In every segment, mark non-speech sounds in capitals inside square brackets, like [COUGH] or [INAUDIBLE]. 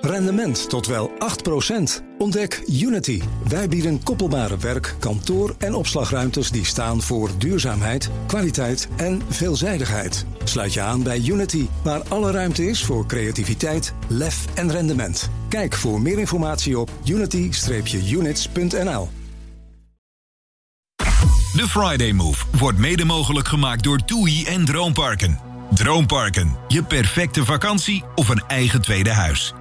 Rendement tot wel 8%. Ontdek Unity. Wij bieden koppelbare werk, kantoor en opslagruimtes die staan voor duurzaamheid, kwaliteit en veelzijdigheid. Sluit je aan bij Unity, waar alle ruimte is voor creativiteit, lef en rendement. Kijk voor meer informatie op unity-units.nl. De Friday Move wordt mede mogelijk gemaakt door TUI en Droomparken. Droomparken, je perfecte vakantie of een eigen tweede huis.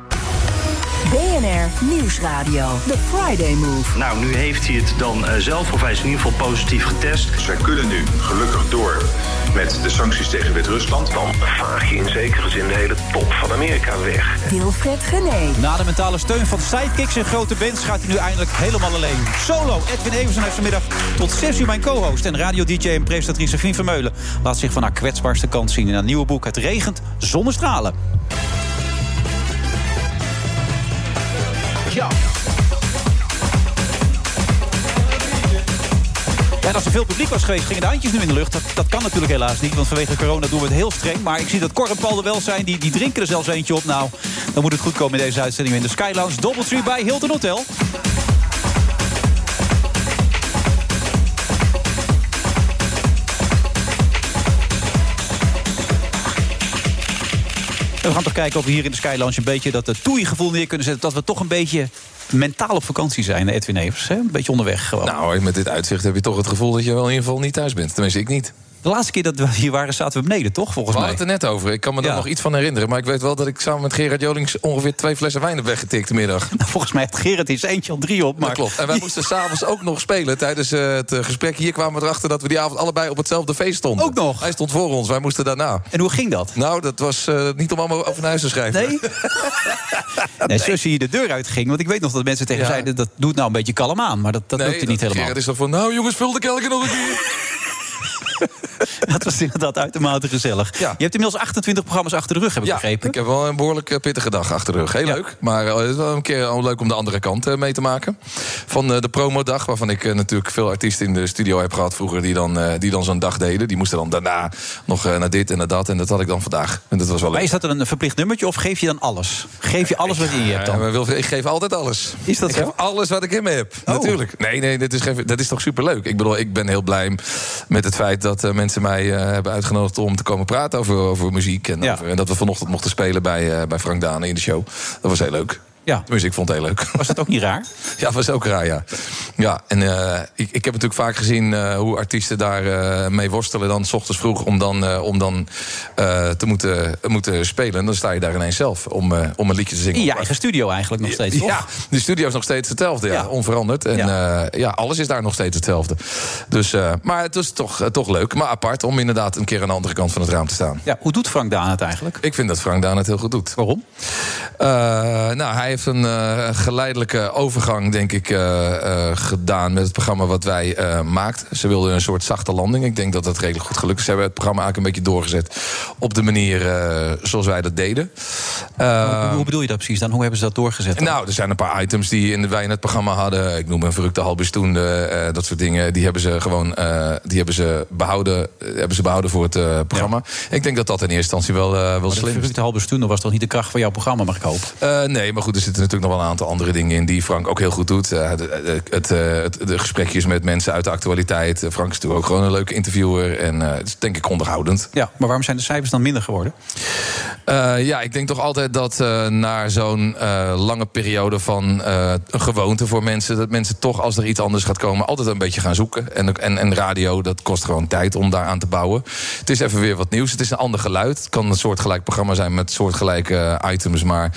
BNR Nieuwsradio. The Friday Move. Nou, nu heeft hij het dan eh, zelf, of hij is in ieder geval positief getest. Zij kunnen nu gelukkig door met de sancties tegen Wit-Rusland. Dan vaag je in zekere zin de hele top van Amerika weg. Wilfred Genee. Na de mentale steun van sidekicks en grote bands gaat hij nu eindelijk helemaal alleen. Solo, Edwin Everson heeft vanmiddag tot 6 uur mijn co-host... en radio-dj en presentatrice Fien Vermeulen... laat zich van haar kwetsbaarste kant zien in haar nieuwe boek... Het regent zonnestralen. Ja. Ja, en als er veel publiek was geweest, gingen de handjes nu in de lucht. Dat, dat kan natuurlijk helaas niet, want vanwege corona doen we het heel streng. Maar ik zie dat Cor en Paul er wel zijn, die, die drinken er zelfs eentje op. Nou, dan moet het goed komen in deze uitzending in de Sky Lounge Doubletree bij Hilton Hotel. En we gaan toch kijken of we hier in de Sky Lounge een beetje dat eh, toei-gevoel neer kunnen zetten. Dat we toch een beetje mentaal op vakantie zijn, Edwin Evers. Hè? Een beetje onderweg gewoon. Nou, met dit uitzicht heb je toch het gevoel dat je wel in ieder geval niet thuis bent. Tenminste, ik niet. De laatste keer dat we hier waren zaten we beneden, toch? Volgens We mij. hadden het er net over. Ik kan me daar Ja. nog iets van herinneren. Maar ik weet wel dat ik samen met Gerard Jolings ongeveer twee flessen wijn heb weggetikt de middag. Nou, [LAUGHS] volgens mij heeft Gerrit is eentje al drie op. Maar Dat klopt. En [LAUGHS] wij moesten s'avonds ook nog spelen tijdens eh, het eh, gesprek. Hier kwamen we erachter dat we die avond allebei op hetzelfde feest stonden. Ook nog? Hij stond voor ons, wij moesten daarna. En hoe ging dat? Nou, dat was eh, niet om allemaal over naar huis te schrijven. Nee? [LAUGHS] nee, zoals hij de deur uitging. Want ik weet nog dat mensen tegen Ja. zeiden... dat doet nou een beetje kalm aan. Maar dat, dat Nee, lukte niet dat- helemaal. Gerard is dan van, nou jongens, vul de kelken nog een keer. [LAUGHS] Dat was inderdaad uitermate gezellig. Ja. Je hebt inmiddels 28 programma's achter de rug, heb ik Ja, begrepen. ik heb wel een behoorlijk eh, pittige dag achter de rug. Heel Ja. leuk. Maar eh, het is wel een keer al leuk om de andere kant eh, mee te maken. Van eh, de promodag, waarvan ik eh, natuurlijk veel artiesten in de studio heb gehad vroeger... die dan, eh, die dan zo'n dag deden. Die moesten dan daarna nog eh, naar dit en naar dat. En dat had ik dan vandaag. En dat was wel Maar leuk. is dat dan een verplicht nummertje of geef je dan alles? Geef je alles wat je in je hebt Ja, dan? maar Wilfred, ik geef altijd alles. Is dat ik zo? Oh. geef alles wat ik in me heb. Natuurlijk. Nee, nee, dat is, geen- dat is toch superleuk. Ik bedoel, ik ben heel blij met het feit dat eh, mensen mij eh, hebben uitgenodigd om te komen praten over, over muziek. En, Ja. over- en dat we vanochtend mochten spelen bij, eh, bij Frank Dane in de show. Dat was heel leuk. Ja. Tenminste, ik vond het heel leuk. Was dat ook niet raar? [LAUGHS] Ja, was ook raar, ja. Ja, en eh, ik, ik heb natuurlijk vaak gezien eh, hoe artiesten daar eh, mee worstelen... dan s ochtends vroeg om dan, eh, om dan eh, te moeten, moeten spelen. En dan sta je daar ineens zelf om, eh, om een liedje te zingen. In je eigen studio eigenlijk nog steeds, toch? Ja, de studio is nog steeds hetzelfde, ja. Ja. onveranderd. En Ja. ja. ja, alles is daar nog steeds hetzelfde. Dus, eh, maar het is toch, eh, toch leuk, maar apart... om inderdaad een keer aan de andere kant van het raam te staan. Ja, hoe doet Frank Daan het eigenlijk? Ik vind dat Frank Daan het heel goed doet. Waarom? Eh, nou, hij heeft een eh, geleidelijke overgang, denk ik, eh, eh, gedaan met het programma wat wij eh, maakten. Ze wilden een soort zachte landing. Ik denk dat dat redelijk goed gelukt is. Ze hebben het programma eigenlijk een beetje doorgezet op de manier eh, zoals wij dat deden. Eh, hoe bedoel je dat precies dan? Hoe hebben ze dat doorgezet? dan? nou, er zijn een paar items die in, wij in het programma hadden. Ik noem een verrukte halbestoende, eh dat soort dingen. Die hebben ze gewoon eh, die hebben ze behouden, eh, hebben ze behouden voor het eh, programma. Ik denk dat dat in eerste instantie wel, eh, wel de slim is. Verrukte Halbe Stoender was toch niet de kracht van jouw programma, mag ik hopen? Eh, nee, maar goed, er zitten natuurlijk nog wel een aantal andere dingen in die Frank ook heel goed doet. Eh, de- de- het, eh, het- de gesprekjes met mensen uit de actualiteit. Eh, Frank is natuurlijk ook gewoon een leuke interviewer. En eh, het is denk ik onderhoudend. Ja, maar waarom zijn de cijfers dan minder geworden? Eh, ja, ik denk toch altijd dat eh, na zo'n eh, lange periode van eh, een gewoonte voor mensen, dat mensen toch als er iets anders gaat komen, altijd een beetje gaan zoeken. En, en, en radio, dat kost gewoon tijd om daaraan te bouwen. Het is even weer wat nieuws. Het is een ander geluid. Het kan een soortgelijk programma zijn met soortgelijke eh, items, maar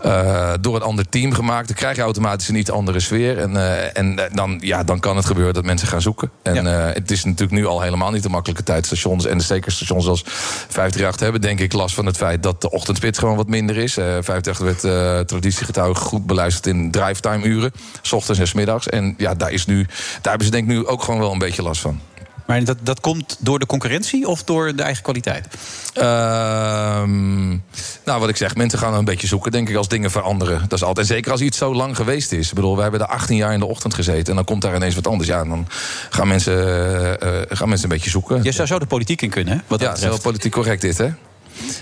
eh, door een ander team gemaakt, dan krijg je automatisch een iets andere sfeer. En, eh, en eh, dan, ja, dan kan het gebeuren dat mensen gaan zoeken. En Ja. eh, eh, het is natuurlijk nu al helemaal niet de makkelijke tijd. Stations en zeker stations als 538 hebben denk ik last van het feit dat de ochtendspits gewoon wat minder is. Eh 538 werd eh traditiegetrouw goed beluisterd in drivetime uren. S ochtends en s middags. En ja, daar, is nu, daar hebben ze denk ik nu ook gewoon wel een beetje last van. Maar dat, dat komt door de concurrentie of door de eigen kwaliteit? Ehm, nou, wat ik zeg, mensen gaan een beetje zoeken, denk ik, als dingen veranderen. Dat is altijd. En zeker als iets zo lang geweest is. Ik bedoel, we hebben er 18 jaar in de ochtend gezeten en dan komt daar ineens wat anders. Ja, dan gaan mensen, eh, eh, gaan mensen een beetje zoeken. Je zou zo de politiek in kunnen, hè? Wat dat Ja, het is betreft. wel politiek correct dit, hè?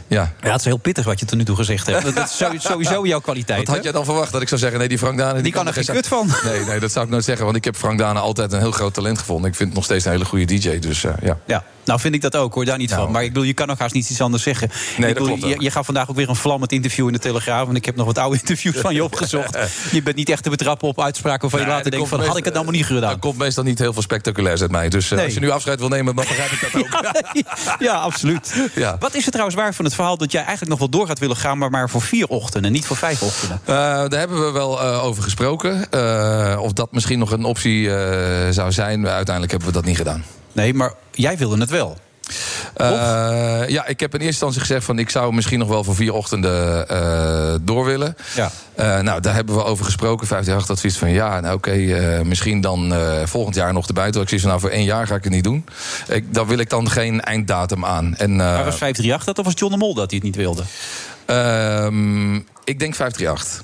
Ja. Ja, het is heel pittig wat je tot nu toe gezegd hebt. Dat- Dat is sowieso- sowieso jouw kwaliteit. Wat had hè? jij dan verwacht? Dat ik zou zeggen, nee, die Frank Dane... Die kan er geen best- kut van. Nee, nee, dat zou ik nooit zeggen. Want ik heb Frank Dane altijd een heel groot talent gevonden. Ik vind het nog steeds een hele goede DJ. Dus eh, ja. Ja, nou vind ik dat ook hoor, daar niet Nou, van. Maar ik bedoel, je kan ook haast niet iets anders zeggen. ik dat bedoel, klopt ook. je, je gaat vandaag ook weer een vlammend interview in de Telegraaf. En ik heb nog wat oude interviews van je [LAUGHS] opgezocht. Je bent niet echt te betrappen op uitspraken waarvan je Nee, later Nou er denkt: komt van, had ik het meest- allemaal niet gedaan? Er komt meestal niet heel veel spectaculairs uit mij. Dus eh, Nee. als je nu afscheid wil nemen, dan begrijp [LAUGHS] ik dat ook. ja, absoluut. Ja. Wat is er trouwens waar van het verhaal dat jij eigenlijk nog wel door gaat willen gaan, maar maar voor vier ochtenden, niet voor vijf ochtenden? Eh, daar hebben we wel eh, over gesproken. Eh, of dat misschien nog een optie eh, zou zijn. Uiteindelijk hebben we dat niet gedaan. Nee, maar jij wilde het wel. Eh, ja, ik heb in eerste instantie gezegd van ik zou misschien nog wel voor vier ochtenden eh, door willen. Ja. Eh, nou, daar hebben we over gesproken. 58 advies van ja, nou oké, eh, misschien dan eh, volgend jaar nog erbij. Toen ik zoiets van nou voor één jaar ga ik het niet doen. Ik, daar wil ik dan geen einddatum aan. En, eh, Maar was 538 dat of was John de Mol dat hij het niet wilde? Ehm, ik denk 538.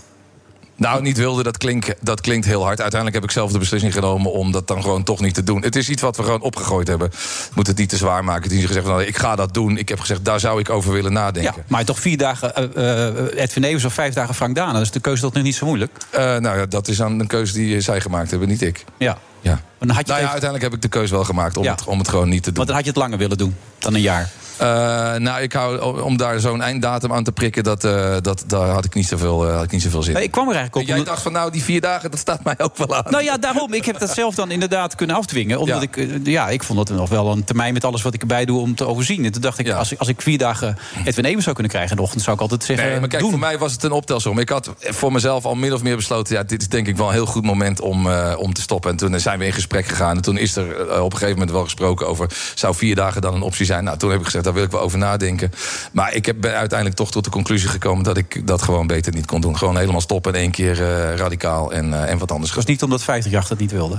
Nou, niet wilde, dat klinkt, dat klinkt heel hard. Uiteindelijk heb ik zelf de beslissing genomen om dat dan gewoon toch niet te doen. Het is iets wat we gewoon opgegooid hebben. Ik moet het niet te zwaar maken. Het is niet gezegd van, nou, ik ga dat doen. Ik heb gezegd, daar zou ik over willen Ja, nadenken. maar toch vier dagen eh, eh, Edwin Evers of vijf dagen Frank Dana. Dus de keuze is toch nog niet zo moeilijk? Eh, nou ja, dat is aan een keuze die eh, zij gemaakt hebben, niet ik. Ja. Ja. dan had je het nou ja, even- uiteindelijk heb ik de keuze wel gemaakt om, Ja. het, om het gewoon niet te doen. Want dan had je het langer willen doen dan een jaar. Eh, nou, ik hou, om daar zo'n einddatum aan te prikken, dat, eh, dat, daar had ik niet zoveel, eh, had ik niet zoveel zin Nee, in. ik kwam er eigenlijk op. Jij omdat- dacht van, nou, die vier dagen, dat staat mij ook wel aan. Nou ja, daarom. Ik heb dat zelf dan inderdaad kunnen afdwingen. Omdat Ja. ik, eh, ja, ik vond dat nog wel een termijn met alles wat ik erbij doe om te overzien. En toen dacht ik, Ja. als, ik- als ik vier dagen Edwin Evers zou kunnen krijgen in de ochtend, zou ik altijd zeggen, Nee, maar kijk, doen. voor mij was het een optelsom. Ik had voor mezelf al min of meer besloten... ja, dit is denk ik wel een heel goed moment om, eh, om te stoppen. En toen zijn we in gesprek gegaan. En toen is er eh, op een gegeven moment wel gesproken over... zou vier dagen dan een optie zijn? Nou, toen heb ik gezegd, daar wil ik wel over nadenken. Maar ik heb, ben uiteindelijk toch tot de conclusie gekomen... dat ik dat gewoon beter niet kon doen. Gewoon helemaal stoppen in één keer eh, radicaal en, eh, en wat anders. Eh, Het was niet omdat 538 het niet wilde.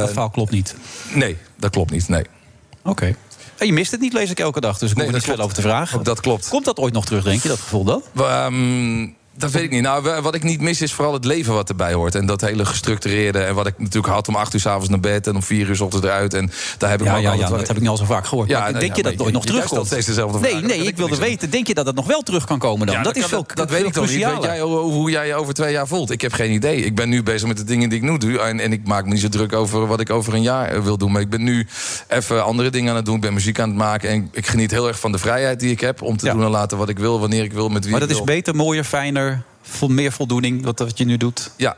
dat verhaal klopt niet. Nee, dat klopt niet, nee. Oké. En je mist het niet, lees ik elke dag. Dus ik Nee, hoef er dat niet veel klopt. over te vragen. Ook dat klopt. Komt dat ooit nog terug, denk je, dat gevoel dan? Ehm, dat weet ik niet. Nou, wa- wat ik niet mis is vooral het leven wat erbij hoort. En dat hele gestructureerde. En wat ik natuurlijk had om acht uur s'avonds naar bed en om vier uur 's ochtends eruit. En daar heb ik Ja, me ook ja, ja, altijd wel- dat heb ik nu al zo vaak gehoord. Ja, Maar nou, denk ja, je dat maar ooit je- nog jij stelt terugkomt? steeds dezelfde nee, vraag, daar nee, kan ik ik wilde niks aan weten. Denk je dat dat nog wel terug kan komen dan? Ja, dat, kan- is veel Dat weet veel ik toch niet. Weet crucialer. jij hoe, hoe jij je over twee jaar voelt? Ik heb geen idee. Ik ben nu bezig met de dingen die ik nu doe. En, en ik maak me niet zo druk over wat ik over een jaar eh, wil doen. Maar ik ben nu even andere dingen aan het doen. Ik ben muziek aan het maken. En ik geniet heel erg van de vrijheid die ik heb. Om te Ja. doen en laten wat ik wil, wanneer ik wil, met wie Maar ik dat is wil. beter, mooier, fijner, vol- meer voldoening wat, wat je nu doet. Ja,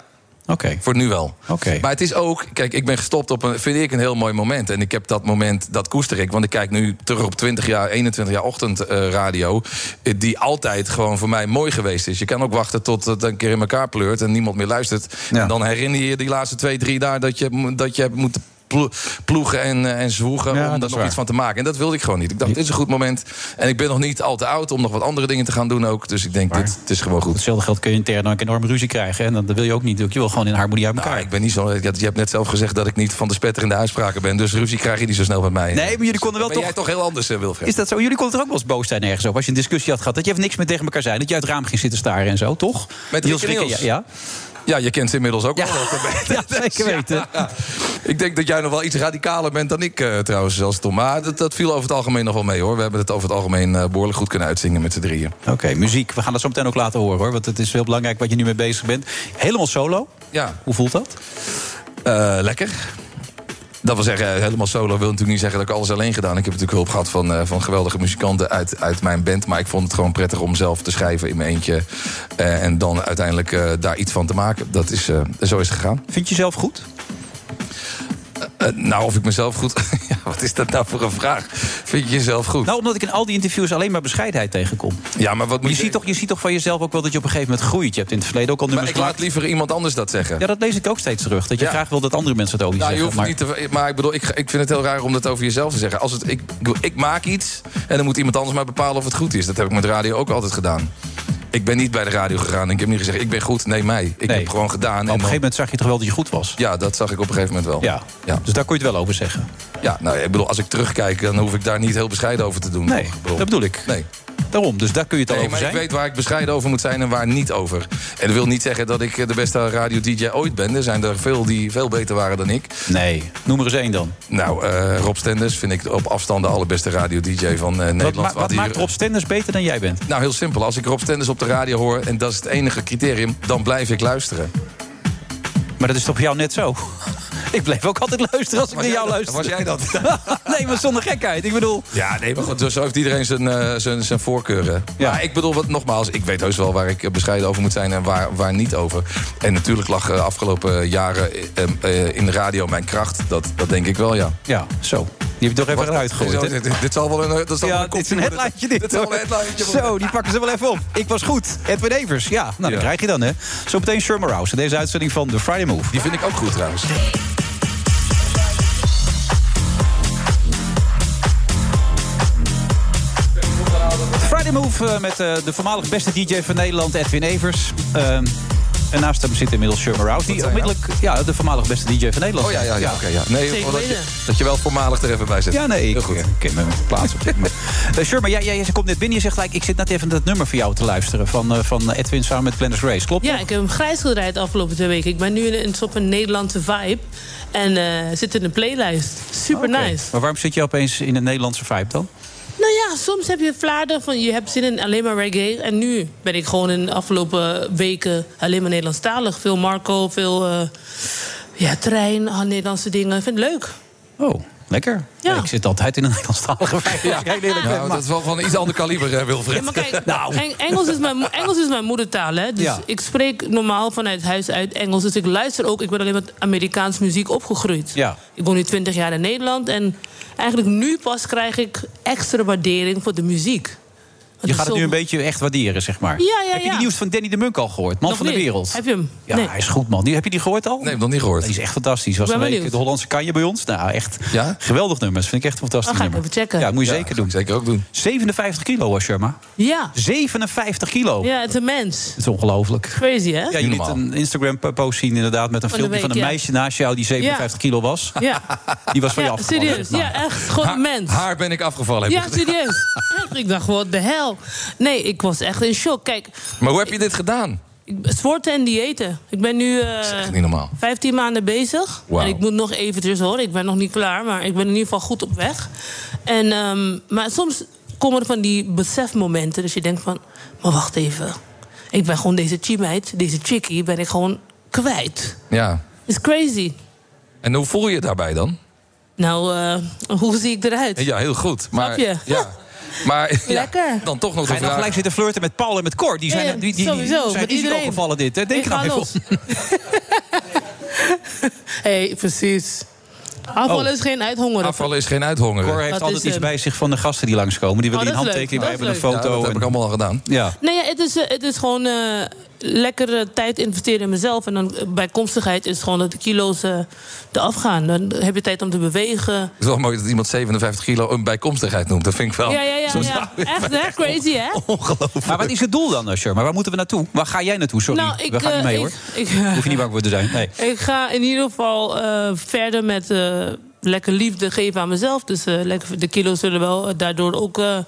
Oké. Voor nu wel. Oké. Maar het is ook, kijk, ik ben gestopt op een, vind ik een heel mooi moment. En ik heb dat moment, dat koester ik. Want ik kijk nu terug op 20 jaar, 21 jaar ochtendradio. eh, die altijd gewoon voor mij mooi geweest is. Je kan ook wachten tot het een keer in elkaar pleurt en niemand meer luistert. Ja. En dan herinner je je die laatste twee, drie jaar dat je, mo- dat je hebt moeten plo- ploegen en, eh, en zwoegen Ja, om dat er is nog waar. iets van te maken. En dat wilde ik gewoon niet. Ik dacht, dit is een goed moment. En ik ben nog niet al te oud om nog wat andere dingen te gaan doen ook. Dus ik denk, dit, het is gewoon goed. Hetzelfde geld kun je intern ook enorme ruzie krijgen. En dat, dat wil je ook niet. Je wil gewoon in harmonie uit elkaar. Nou, ik ben niet zo. Je hebt net zelf gezegd dat ik niet van de spetterende uitspraken ben. Dus ruzie krijg je niet zo snel bij mij. Dus Nee, maar jullie konden wel ben toch- jij toch heel anders, eh, Wilfred? Is dat zo? Jullie konden er ook wel eens boos zijn ergens op. Als je een discussie had gehad, dat je even niks meer tegen elkaar zei. Dat je uit het raam ging zitten staren en zo, toch? Met Rick en ja, Niels. ja. Ja, je kent ze inmiddels ook Ja. wel wat erbij. [LAUGHS] Ja, zeker weten. Ja. Ik denk dat jij nog wel iets radicaler bent dan ik eh, trouwens, zelfs Tom. Maar dat, dat viel over het algemeen nog wel mee hoor. We hebben het over het algemeen eh, behoorlijk goed kunnen uitzingen met z'n drieën. Oké, muziek. We gaan dat zo meteen ook laten horen, hoor. Want het is heel belangrijk wat je nu mee bezig bent. Helemaal solo. Ja, Hoe voelt dat? eh, lekker. Dat wil zeggen, eh, helemaal solo wil natuurlijk niet zeggen dat ik alles alleen gedaan. Ik heb natuurlijk hulp gehad van, eh, van geweldige muzikanten uit, uit mijn band. Maar ik vond het gewoon prettig om zelf te schrijven in mijn eentje. eh, en dan uiteindelijk eh, daar iets van te maken. Dat is, eh, zo is het gegaan. Vind je jezelf goed? Eh, nou, of ik mezelf goed. [LAUGHS] ja, wat is dat nou voor een vraag? Vind je jezelf goed? Nou, omdat ik in al die interviews alleen maar bescheidenheid tegenkom. ja, maar wat moet Je ziet, toch, je ziet toch van jezelf ook wel dat je op een gegeven moment groeit. Je hebt in het verleden ook al Maar nummers ik laat gemaakt. liever iemand anders dat zeggen. Ja, dat lees ik ook steeds terug. Dat je Ja. graag wil dat andere mensen het ook niet Nou, je zeggen. hoeft het niet te, maar ik bedoel, ik, ik vind het heel raar om dat over jezelf te zeggen. Als het, ik, ik bedoel, ik maak iets en dan moet iemand anders maar bepalen of het goed is. Dat heb ik met radio ook altijd gedaan. Ik ben niet bij de radio gegaan en ik heb niet gezegd... ik ben goed, nee mij. Ik Nee. heb gewoon gedaan. Maar op en een dan- gegeven moment zag je toch wel dat je goed was? Ja, dat zag ik op een gegeven moment wel. Ja. Ja. Dus daar kon je het wel over zeggen. ja, nou, ik bedoel, als ik terugkijk... dan hoef ik daar niet heel bescheiden over te doen. Nee, Ik bedoel, dat bedoel ik. Nee. Dat Daarom, dus daar kun je het al Nee, over maar zijn. ik weet waar ik bescheiden over moet zijn en waar niet over. En dat wil niet zeggen dat ik eh, de beste radio-dj ooit ben. Er zijn er veel die veel beter waren dan ik. Nee, noem er eens één dan. Nou, eh, Rob Stenders vind ik op afstand de allerbeste radio-dj van eh, Wat, Nederland. ma- wat die- maakt Rob Stenders beter dan jij bent? Nou, heel simpel. Als ik Rob Stenders op de radio hoor... en dat is het enige criterium, dan blijf ik luisteren. Maar dat is toch voor jou net zo? [LAUGHS] Ik bleef ook altijd luisteren als ik Was naar jij jou dat? luisterde. Was jij dat? [LAUGHS] nee, maar zonder gekheid. Ik bedoel, Ja, nee, maar goed, dus zo heeft iedereen zijn, eh, zijn, zijn voorkeuren. Ja. Maar ik bedoel, wat, nogmaals, ik weet heus wel waar ik eh, bescheiden over moet zijn en waar, waar niet over. En natuurlijk lag eh, afgelopen jaren eh, eh, in de radio mijn kracht. Dat, dat denk ik wel, ja. ja, zo. Die heb je toch even eruit Zo, gegooid, hè? dit, dit- dit zal wel een, eh, dat zal wel Ja, een dit is een kopie worden. headlijntje dit. Dit zal wel een hoor. headlijntje [LAUGHS] Zo, worden. die pakken ze wel even op. Ik was goed. Edwin Evers. Ja, nou, Ja. dat krijg je dan, hè. Zo meteen Sherman Rouse in deze uitzending van The Friday Move. Die vind ik ook goed trouwens. Friday Move eh, met eh, de voormalig beste DJ van Nederland, Edwin Evers. Ehm, en naast hem zit inmiddels Sherman Rouse, die zei je nou? onmiddellijk ja, de voormalig beste DJ van Nederland Oh ja, ja, ja. oké, ja. Nee, Zeker dat je, weten. dat je wel voormalig er even bij zit. Ja, nee, ik Heel goed. eh, ken me plaats op dit moment. [LAUGHS] Eh, Sherman, jij, jij, jij komt net binnen en je zegt gelijk... ik zit net even dat nummer voor jou te luisteren... van, eh, van Edwin samen met Glennis Grace, klopt? Ja, ik heb hem grijs gedraaid de afgelopen twee weken. Ik ben nu in een soort van Nederlandse vibe. En eh, zit in een playlist. Super Oké. nice. Maar waarom zit je opeens in een Nederlandse vibe dan? Nou ja, soms heb je vlaarden van je hebt zin in alleen maar reggae. En nu ben ik gewoon in de afgelopen weken alleen maar Nederlandstalig. Veel Marco, veel eh, ja, trein, ah, Nederlandse dingen. Ik vind het leuk. Oh, lekker. Ja. Ik zit altijd in een [LAUGHS] Nederlandstalige vibe. als ik heel eerlijk ben, Nou, maar- dat is wel van een iets ander kaliber, hè, Wilfred. Ja, maar [LAUGHS] kijk, Nou. Eng- Engels, is [LAUGHS] mijn, mo- Engels is mijn moedertaal. Hè? Dus Ja. ik spreek normaal vanuit huis uit Engels. Dus ik luister ook. Ik ben alleen met Amerikaans muziek opgegroeid. Ja. Ik woon nu 20 jaar in Nederland. En eigenlijk nu pas krijg ik extra waardering voor de muziek. Want Je gaat is het nu zo- een beetje echt waarderen, zeg maar. Ja, ja, Heb je ja. het nieuws van Danny de Munk al gehoord? Man Nog van de niet. wereld. Heb je hem? Ja, Nee. hij is goed, man. Die- Heb je die gehoord al? Nee, heb ik nog niet gehoord. Die is echt fantastisch. Was ben een week benieuwd. de Hollandse kanje bij ons. Nou, echt Ja? geweldig nummer. Dat vind ik echt een fantastisch Oh, ga ik nummer. even checken. Ja, moet je Ja, zeker ga ik doen. Zeker ook doen. 57 kilo was Sherma. Ja. 57 kilo. ja, het is een mens. Dat is ongelooflijk. Crazy, hè? oh. Ja, je liet Normaal. een Instagram-post zien inderdaad... met een Van de filmpje week, van een ja. meisje naast jou die 57 kilo was. Ja. [LAUGHS] Die was van Ja, je afgevallen. Nou, serieus. zeg maar. Ja, echt. Gewoon een mens. Nou, Haar ben ik afgevallen. heb je Ja, gezegd. [LAUGHS] serieus. Echt, ik dacht, wat de hel. Nee, ik was echt in shock. Kijk, Maar hoe heb je dit gedaan? ik- sporten en diëten. Ik ben nu eh, Dat is echt niet normaal. 15 maanden bezig. Wauw. En ik moet nog eventjes hoor. Ik ben nog niet klaar, maar ik ben in ieder geval goed op weg. En, ehm, maar soms komen er van die besefmomenten. Dus je denkt van, maar wacht even. Ik ben gewoon deze chimheid, deze chickie, ben ik gewoon kwijt. Ja. It's crazy. En hoe voel je je daarbij dan? Nou, eh, hoe zie ik eruit? Ja, heel goed. Maar, Snap je? Ja. Maar ja, [LAUGHS] Lekker. dan toch nog Ga de je dan gelijk vraag. zitten flirten met Paul en met Cor? Die zijn, Ja, die, die, die sowieso, zijn met iedereen. risicogevallen dit. Hè? Denk Ik er nou ga even los. [LAUGHS] hey, precies. Afvallen Oh. is geen uithongeren. Afvallen is geen Cor uithongeren. heeft Wat altijd is iets hem? bij zich van de gasten die [LAUGHS] langskomen. Die willen Oh, die een dat is handtekening leuk. bij hebben, een Dat is Ja, foto. dat heb en- ik allemaal al gedaan. ja. Nou ja, het is, eh, het is gewoon eh, lekker tijd investeren in mezelf. En dan eh, bijkomstigheid is gewoon dat de kilo's eh eraf gaan. Dan heb je tijd om te bewegen. Het is wel mooi dat iemand 57 kilo een bijkomstigheid noemt. Dat vind ik wel. ja, ja, ja. Zo- ja. Echt, [LAUGHS] hè? Crazy, hè? Maar wat is het doel dan, eh, Sher? Maar waar moeten we naartoe? Waar ga jij naartoe? Sorry, Nou, ik, we gaan niet eh, mee, ik- hoor. ik- [LAUGHS] Hoef je niet bang voor te zijn. Nee. Ik ga in ieder geval eh, verder met eh, lekker liefde geven aan mezelf. Dus eh, lekker, de kilo's zullen wel eh, daardoor ook eh,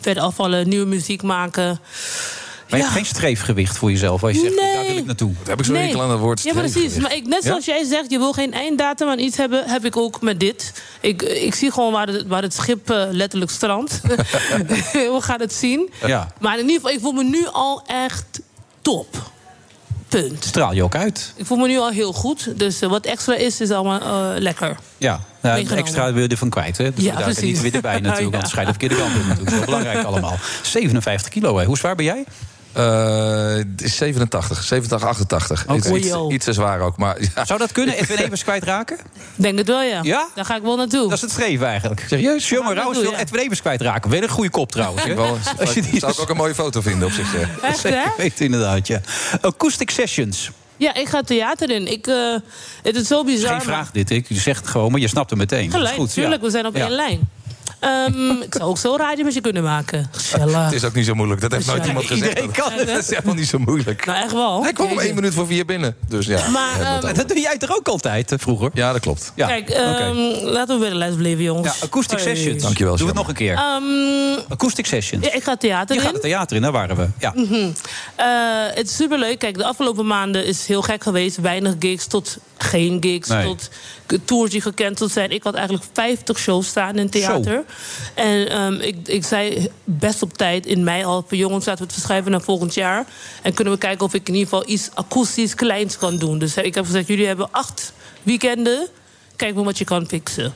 verder afvallen. Nieuwe muziek maken. Maar je hebt geen streefgewicht voor jezelf. Waar je zegt, Nee. daar wil ik naartoe. Daar heb ik zo'n hekel aan dat woord. Ja, precies. streefgewicht. Maar ik, net zoals jij zegt, je wil geen einddatum aan iets hebben, heb ik ook met dit. Ik, ik zie gewoon waar het, waar het schip eh, letterlijk [LAUGHS] strandt. [LAUGHS] We gaan het zien. Ja. Maar in ieder geval, ik voel me nu al echt top. Punt. Straal je ook uit. Ik voel me nu al heel goed. Dus eh, wat extra is, is allemaal eh, lekker. Ja, nou, het Meegenomen. extra wil je ervan kwijt. Hè? Dus Ja, daar kan je precies. niet weer bij natuurlijk. [LAUGHS] Ja. Want het schijnt de verkeerde kant op natuurlijk. Dat is wel belangrijk allemaal. 57 kilo, hè. Hoe zwaar ben jij? Eh, het is 87, 87, 88. Oké. Iets, iets, Oei, joh. iets te zwaar ook. Maar ja. Oh, Zou dat [LAUGHS] kunnen? Edwin Evers kwijtraken? Denk het wel, ja. Ja? Ah, Daar ga ik wel naartoe. Dat is het streven eigenlijk. Serieus? Jongen, Maar dat Rauwers doe wil je. Edwin Evers kwijtraken. Weer een goede kop trouwens. Hè? wel, [LAUGHS] Als je die zou ik ook een mooie foto vinden op zich. eh. [LAUGHS] Echt, hè? weet, inderdaad, ja. Acoustic Sessions. Ja, ik ga theater in. Ik, eh, het is zo bizar. Geen maar- vraag dit, ik zeg het gewoon, maar je snapt het meteen. Dat is Gelijk, goed, ja. tuurlijk, we zijn op Ja. één lijn. Ehm, [LAUGHS] ik zou ook zo radiomuziek kunnen maken. [LAUGHS] Gezellig. Het is ook niet zo moeilijk. Dat heeft nooit Ja, iemand gezegd. iedereen dat- kan het. Dat is helemaal niet zo moeilijk. Nou, echt wel. Hij kwam om Jeetje. één minuut voor vier binnen. Dus ja. Maar, we hebben het ehm, over. Dat doe jij toch ook altijd eh, vroeger? ja, dat klopt. Ja. Kijk, oké. ehm, laten we bij de les blijven, jongens. ja, Acoustic Hey. Sessions. Dankjewel, Doe het Sjan. nog een keer. Ehm, acoustic Sessions. ja, Nou, ik ga theater Je in. gaat het theater in, daar waren we. Ja. Mhm. Eh, het is superleuk. Kijk, de afgelopen maanden is heel gek geweest. Weinig gigs tot geen gigs. Nee. Tot tours die gecanceld zijn. Ik had eigenlijk 50 shows staan in theater. En ehm, ik, ik zei best op tijd in mei al... van jongens, laten we het verschuiven naar volgend jaar. En kunnen we kijken of ik in ieder geval iets akoestisch kleins kan doen. Dus eh, ik heb gezegd, jullie hebben acht weekenden. Kijk maar wat je kan fixen.